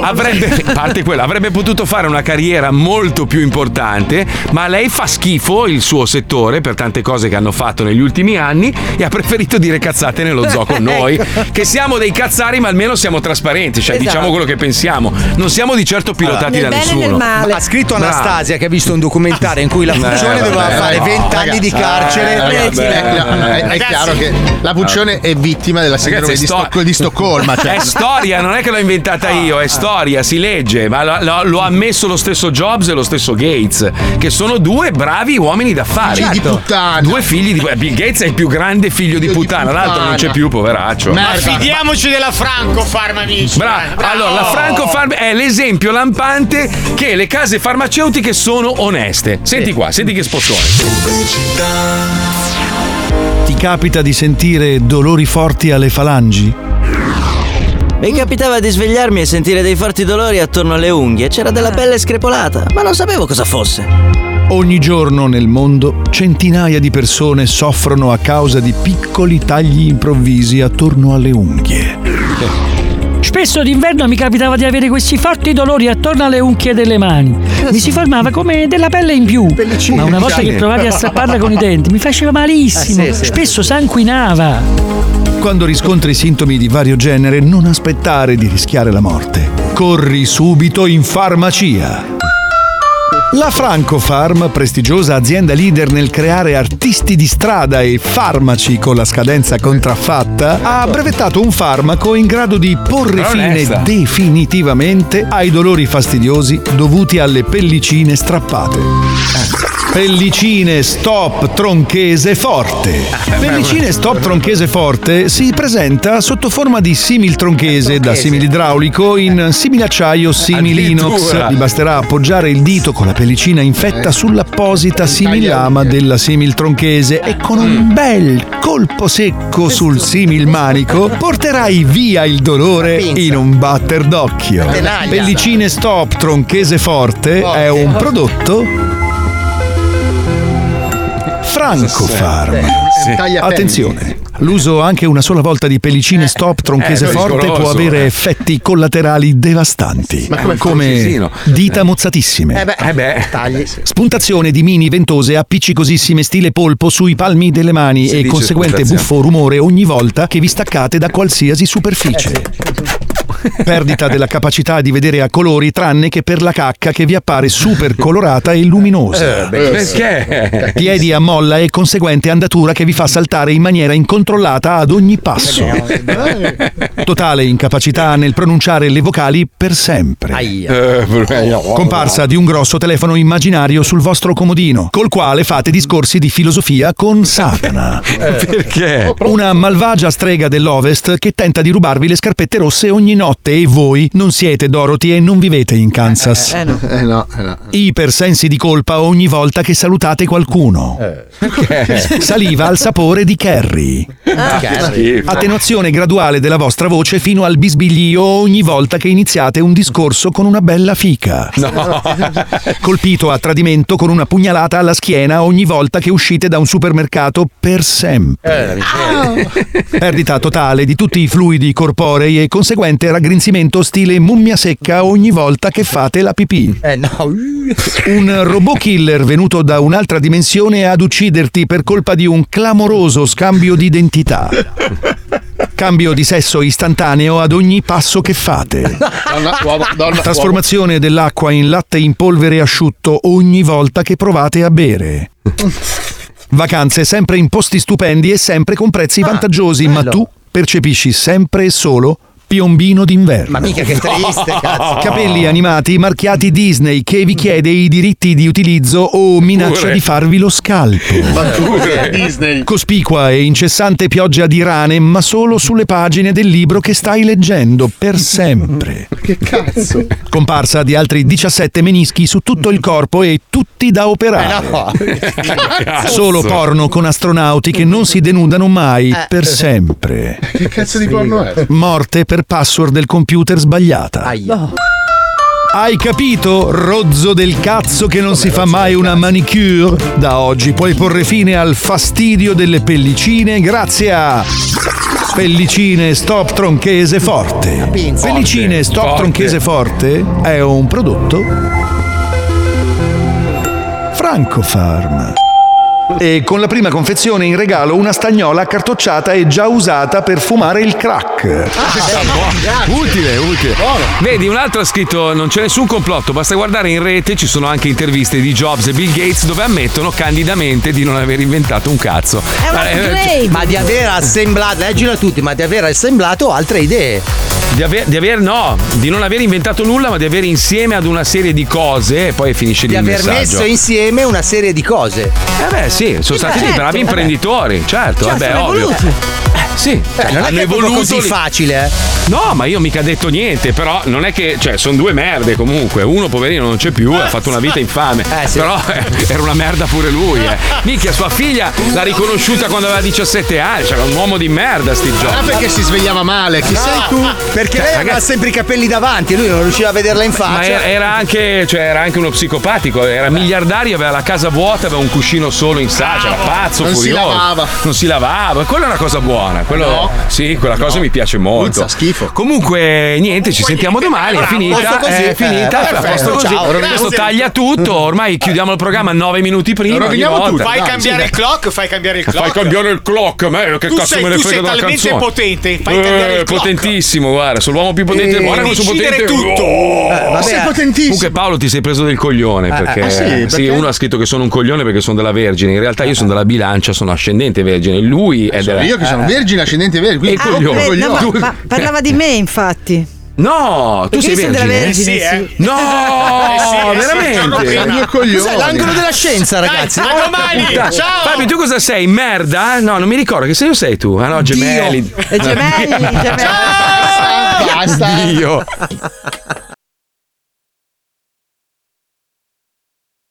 [SPEAKER 28] *laughs*
[SPEAKER 2] avrebbe, a parte quello, avrebbe potuto fare una carriera molto più importante, ma lei fa schifo il suo settore per tante cose che hanno fatto negli ultimi anni e ha preferito dire cazzate nello zoo con noi, che siamo dei cazzari ma almeno siamo trasparenti, cioè
[SPEAKER 11] Esatto.
[SPEAKER 2] diciamo quello che pensiamo, non siamo di certo pilotati da nessuno.
[SPEAKER 11] Ma ha scritto
[SPEAKER 2] Bravo.
[SPEAKER 11] Anastasia che ha visto un documentario in cui la
[SPEAKER 2] Eh,
[SPEAKER 11] Puccioni
[SPEAKER 2] vabbè,
[SPEAKER 11] doveva fare
[SPEAKER 2] no,
[SPEAKER 11] 20
[SPEAKER 2] ragazzi.
[SPEAKER 11] anni di carcere.
[SPEAKER 2] Eh, vabbè,
[SPEAKER 11] Sì,
[SPEAKER 2] eh,
[SPEAKER 11] no,
[SPEAKER 10] No, ecco, è, è
[SPEAKER 2] Ragazzi.
[SPEAKER 10] chiaro che la Puccione è vittima della sindrome
[SPEAKER 2] Ragazzi, è
[SPEAKER 10] di,
[SPEAKER 2] sto-
[SPEAKER 10] Stocco- di Stoccolma. Cioè.
[SPEAKER 2] *laughs* È storia, non è che l'ho inventata io, è storia, si legge, ma lo, lo- lo ha ammesso lo stesso Jobs e lo stesso Gates, che sono due bravi uomini d'affari.
[SPEAKER 10] Figli di
[SPEAKER 2] puttana. Due figli di Bill Gates è il più grande figlio di puttana, l'altro non c'è più, poveraccio.
[SPEAKER 7] Ma fidiamoci della Franco Farm, amici.
[SPEAKER 2] Bra-
[SPEAKER 7] dai, bravo.
[SPEAKER 2] allora, la Franco Farm è l'esempio lampante che le case farmaceutiche sono oneste. Senti qua, senti che spossone.
[SPEAKER 28] Ti capita di sentire dolori forti alle falangi?
[SPEAKER 29] Mi capitava di svegliarmi e sentire dei forti dolori attorno alle unghie. C'era della pelle screpolata, ma non sapevo cosa fosse.
[SPEAKER 2] Ecco,
[SPEAKER 28] Ogni giorno nel mondo centinaia di persone soffrono a causa di piccoli tagli improvvisi attorno alle unghie.
[SPEAKER 4] Spesso d'inverno mi capitava di avere questi forti dolori attorno alle unghie delle mani. Mi si formava come della pelle in più. Ma una volta che provavi a strapparla con i denti mi faceva malissimo.
[SPEAKER 28] Eh, sì, sì.
[SPEAKER 4] Spesso sanguinava.
[SPEAKER 28] Quando riscontri sintomi di vario genere, non aspettare di rischiare la morte. Corri subito in farmacia. La Francofarm, prestigiosa azienda leader nel creare artisti di strada e farmaci con la scadenza contraffatta, ha brevettato un farmaco in grado di porre
[SPEAKER 2] Però onesta.
[SPEAKER 28] fine definitivamente ai dolori fastidiosi dovuti alle pellicine strappate. Pellicine Stop Tronchese Forte.
[SPEAKER 2] Ah,
[SPEAKER 28] Pellicine Stop Tronchese Forte si presenta sotto forma di simil tronchese da simil idraulico in simil acciaio simil inox.
[SPEAKER 2] Addirittura.
[SPEAKER 28] Vi basterà appoggiare il dito con la pellicina
[SPEAKER 2] Eh.
[SPEAKER 28] infetta sull'apposita similama della simil tronchese e con
[SPEAKER 2] Mm.
[SPEAKER 28] un bel colpo secco sul simil manico porterai via il dolore in un batter d'occhio.
[SPEAKER 2] Tenaglia.
[SPEAKER 28] Pellicine Stop Tronchese Forte è un prodotto Francofarm.
[SPEAKER 2] Sì. Taglia pelli.
[SPEAKER 28] Attenzione. L'uso anche una sola volta di pellicine stop tronchese
[SPEAKER 2] eh,
[SPEAKER 28] forte
[SPEAKER 2] pericoloso,
[SPEAKER 28] può avere
[SPEAKER 2] eh.
[SPEAKER 28] effetti collaterali devastanti,
[SPEAKER 2] Ma come
[SPEAKER 28] come
[SPEAKER 2] francesino.
[SPEAKER 28] dita mozzatissime,
[SPEAKER 2] Eh beh, tagli.
[SPEAKER 28] spuntazione di mini ventose appiccicosissime stile polpo sui palmi delle mani
[SPEAKER 2] Si
[SPEAKER 28] e
[SPEAKER 2] dice
[SPEAKER 28] conseguente
[SPEAKER 2] spuntazione.
[SPEAKER 28] buffo rumore ogni volta che vi staccate da qualsiasi
[SPEAKER 2] Eh,
[SPEAKER 28] superficie. Perdita della capacità di vedere a colori tranne che per la cacca che vi appare super colorata e luminosa.
[SPEAKER 2] Eh, bellissimo. Perché?
[SPEAKER 28] Piedi a molla e conseguente andatura che vi fa saltare in maniera incontrollata ad ogni passo. *laughs* Totale incapacità nel pronunciare le vocali per sempre. Comparsa di un grosso telefono immaginario sul vostro comodino, col quale fate discorsi di filosofia con Satana.
[SPEAKER 10] *laughs*
[SPEAKER 2] Perché?
[SPEAKER 28] Eh, Una malvagia strega dell'Ovest che tenta di rubarvi le scarpette rosse ogni notte e voi non siete Dorothy e non vivete in Kansas.
[SPEAKER 10] Eh, no. Eh, no, eh, no.
[SPEAKER 28] Ipersensi di colpa ogni volta che salutate qualcuno. *laughs*
[SPEAKER 10] Eh.
[SPEAKER 28] Saliva al sapore di Kerry.
[SPEAKER 2] Ah,
[SPEAKER 10] Ah.
[SPEAKER 5] Ah,
[SPEAKER 28] Attenuazione graduale della vostra voce fino al bisbiglio ogni volta che iniziate un discorso con una bella fica. *laughs* Colpito a tradimento con una pugnalata alla schiena ogni volta che uscite da un supermercato per sempre. Perdita totale di tutti i fluidi corporei e conseguente raggrinzimento stile mummia secca ogni volta che fate la pipì. Un robot killer venuto da un'altra dimensione ad ucciderti per colpa di un clamoroso scambio di identità. Cambio di sesso istantaneo ad ogni passo che fate.
[SPEAKER 10] Donna, uomo, donna,
[SPEAKER 28] Trasformazione dell'acqua in latte in polvere asciutto ogni volta che provate a bere. Vacanze sempre in posti stupendi e sempre con
[SPEAKER 5] Ah,
[SPEAKER 28] prezzi vantaggiosi, ma tu percepisci sempre e solo piombino d'inverno.
[SPEAKER 5] Ma mica che triste, cazzo.
[SPEAKER 28] Capelli animati marchiati Disney che vi chiede i diritti di utilizzo o minaccia
[SPEAKER 5] Pure.
[SPEAKER 28] di farvi lo scalpo.
[SPEAKER 5] Ma pure.
[SPEAKER 28] Disney. Cospicua e incessante pioggia di rane, ma solo sulle pagine del libro che stai leggendo per sempre.
[SPEAKER 10] Che cazzo?
[SPEAKER 28] Comparsa di altri 17 menischi su tutto il corpo e tutti da operare.
[SPEAKER 10] Eh,
[SPEAKER 28] Solo porno con astronauti che non si denudano mai
[SPEAKER 10] Eh.
[SPEAKER 28] per sempre.
[SPEAKER 10] Che cazzo di porno è?
[SPEAKER 28] Morte per password del computer sbagliata. Hai capito, rozzo del cazzo che non si fa mai una manicure? Da oggi puoi porre fine al fastidio delle pellicine grazie a Pellicine Stop Tronchese Forte. Pellicine Stop
[SPEAKER 2] Forte.
[SPEAKER 28] Tronchese Forte è un prodotto Francofarm. E con la prima confezione in regalo una stagnola accartocciata e già usata per fumare il crack.
[SPEAKER 2] Utile, utile. Vedi, un altro ha scritto: Non c'è nessun complotto, basta guardare in rete, ci sono anche interviste di Jobs e Bill Gates dove ammettono candidamente di non aver inventato un cazzo. Ma, eh,
[SPEAKER 5] Ma di aver assemblato, leggilo a tutti, ma di aver assemblato altre idee.
[SPEAKER 2] Di aver, di aver- no, di non aver inventato nulla, ma di avere insieme ad una serie di cose e poi finisce
[SPEAKER 5] Di
[SPEAKER 2] il
[SPEAKER 5] aver
[SPEAKER 2] messaggio.
[SPEAKER 5] messo insieme una serie di cose.
[SPEAKER 2] Eh beh, sì, sono stati dei
[SPEAKER 5] Certo.
[SPEAKER 2] bravi imprenditori, certo,
[SPEAKER 5] Cioè,
[SPEAKER 2] vabbè,
[SPEAKER 5] sono
[SPEAKER 2] ovvio.
[SPEAKER 5] evoluti.
[SPEAKER 2] Eh, sì,
[SPEAKER 5] Cioè, non è
[SPEAKER 2] hanno
[SPEAKER 5] che è proprio
[SPEAKER 2] evoluto
[SPEAKER 5] così
[SPEAKER 2] lì.
[SPEAKER 5] facile, eh.
[SPEAKER 2] No, ma io mica ho detto niente, però non è che, cioè, sono due merde comunque. Uno poverino non c'è più, ha fatto una vita
[SPEAKER 5] *laughs*
[SPEAKER 2] infame. Però eh, era una merda pure lui, eh. Minchia, sua figlia l'ha riconosciuta quando aveva 17 anni, c'era un uomo di merda sti giorni.
[SPEAKER 10] Ah, perché si svegliava male? Chi
[SPEAKER 5] No,
[SPEAKER 10] sei tu?
[SPEAKER 5] Perché lei aveva sempre i capelli davanti, lui non riusciva a vederla in
[SPEAKER 2] Cioè, Ma
[SPEAKER 5] faccia.
[SPEAKER 2] era, era anche, cioè, era anche uno psicopatico, era miliardario, aveva la casa vuota, aveva un cuscino solo in sacca, era pazzo,
[SPEAKER 5] Non si
[SPEAKER 2] furioso.
[SPEAKER 5] lavava.
[SPEAKER 2] Non si lavava, quella è una cosa buona. quello- sì, quella cosa mi piace molto. schifo. Certo. Ah, Comunque, niente, ci sentiamo domani. È
[SPEAKER 3] Bravo,
[SPEAKER 2] finita,
[SPEAKER 3] posto così,
[SPEAKER 2] è
[SPEAKER 3] eh,
[SPEAKER 2] finita.
[SPEAKER 3] perfetto,
[SPEAKER 2] a posto così.
[SPEAKER 3] ciao,
[SPEAKER 2] Questo
[SPEAKER 3] grazie.
[SPEAKER 2] taglia tutto. Ormai chiudiamo il programma nove minuti prima. ogni volta.
[SPEAKER 7] Fai
[SPEAKER 2] Dai,
[SPEAKER 7] cambiare
[SPEAKER 2] sì,
[SPEAKER 7] il clock, fai cambiare il
[SPEAKER 2] dai.
[SPEAKER 7] clock.
[SPEAKER 2] Fai cambiare il clock, a me che
[SPEAKER 7] Tu
[SPEAKER 2] cazzo
[SPEAKER 7] sei-
[SPEAKER 2] me ne
[SPEAKER 7] tu
[SPEAKER 2] frega
[SPEAKER 7] sei
[SPEAKER 2] della
[SPEAKER 7] talmente
[SPEAKER 2] canzone. Eh,
[SPEAKER 7] potente, fai cambiare il clock.
[SPEAKER 2] Potentissimo, guarda, sono l'uomo più potente del
[SPEAKER 7] Devi
[SPEAKER 2] mondo. come sono
[SPEAKER 7] decidere
[SPEAKER 2] potente.
[SPEAKER 7] tutto.
[SPEAKER 2] Oh.
[SPEAKER 7] Eh, Sei potentissimo.
[SPEAKER 2] Comunque Paolo ti sei preso del coglione
[SPEAKER 7] Ah,
[SPEAKER 2] perché,
[SPEAKER 7] ah, sì, perché?
[SPEAKER 2] sì, uno ha scritto che sono un coglione perché sono della Vergine. In realtà io sono della bilancia, sono ascendente vergine. Lui
[SPEAKER 7] Eh,
[SPEAKER 2] è della
[SPEAKER 10] io che sono
[SPEAKER 2] Ah.
[SPEAKER 10] vergine, ascendente vergine, quindi
[SPEAKER 2] E
[SPEAKER 10] proprio
[SPEAKER 2] coglione.
[SPEAKER 10] coglione.
[SPEAKER 16] Ah, No, ma,
[SPEAKER 2] Tu-
[SPEAKER 16] ma parlava di me, infatti.
[SPEAKER 2] No, tu
[SPEAKER 16] Perché
[SPEAKER 2] sei
[SPEAKER 16] io sono
[SPEAKER 2] vergine?
[SPEAKER 16] della Vergine, sì.
[SPEAKER 2] No,
[SPEAKER 16] Eh sì,
[SPEAKER 2] *laughs*
[SPEAKER 16] eh sì, sono
[SPEAKER 2] veramente?
[SPEAKER 16] prima.
[SPEAKER 2] Due
[SPEAKER 16] Cos'è, l'angolo della
[SPEAKER 11] scienza,
[SPEAKER 2] Dai,
[SPEAKER 11] ragazzi?
[SPEAKER 2] a
[SPEAKER 11] Porca
[SPEAKER 2] domani.
[SPEAKER 11] puttana.
[SPEAKER 2] Ciao. Fabio, tu cosa sei? Merda? No, non mi ricordo che segno sei tu. Ah no, *laughs* gemelli.
[SPEAKER 16] E gemelli, gemelli.
[SPEAKER 2] Dio.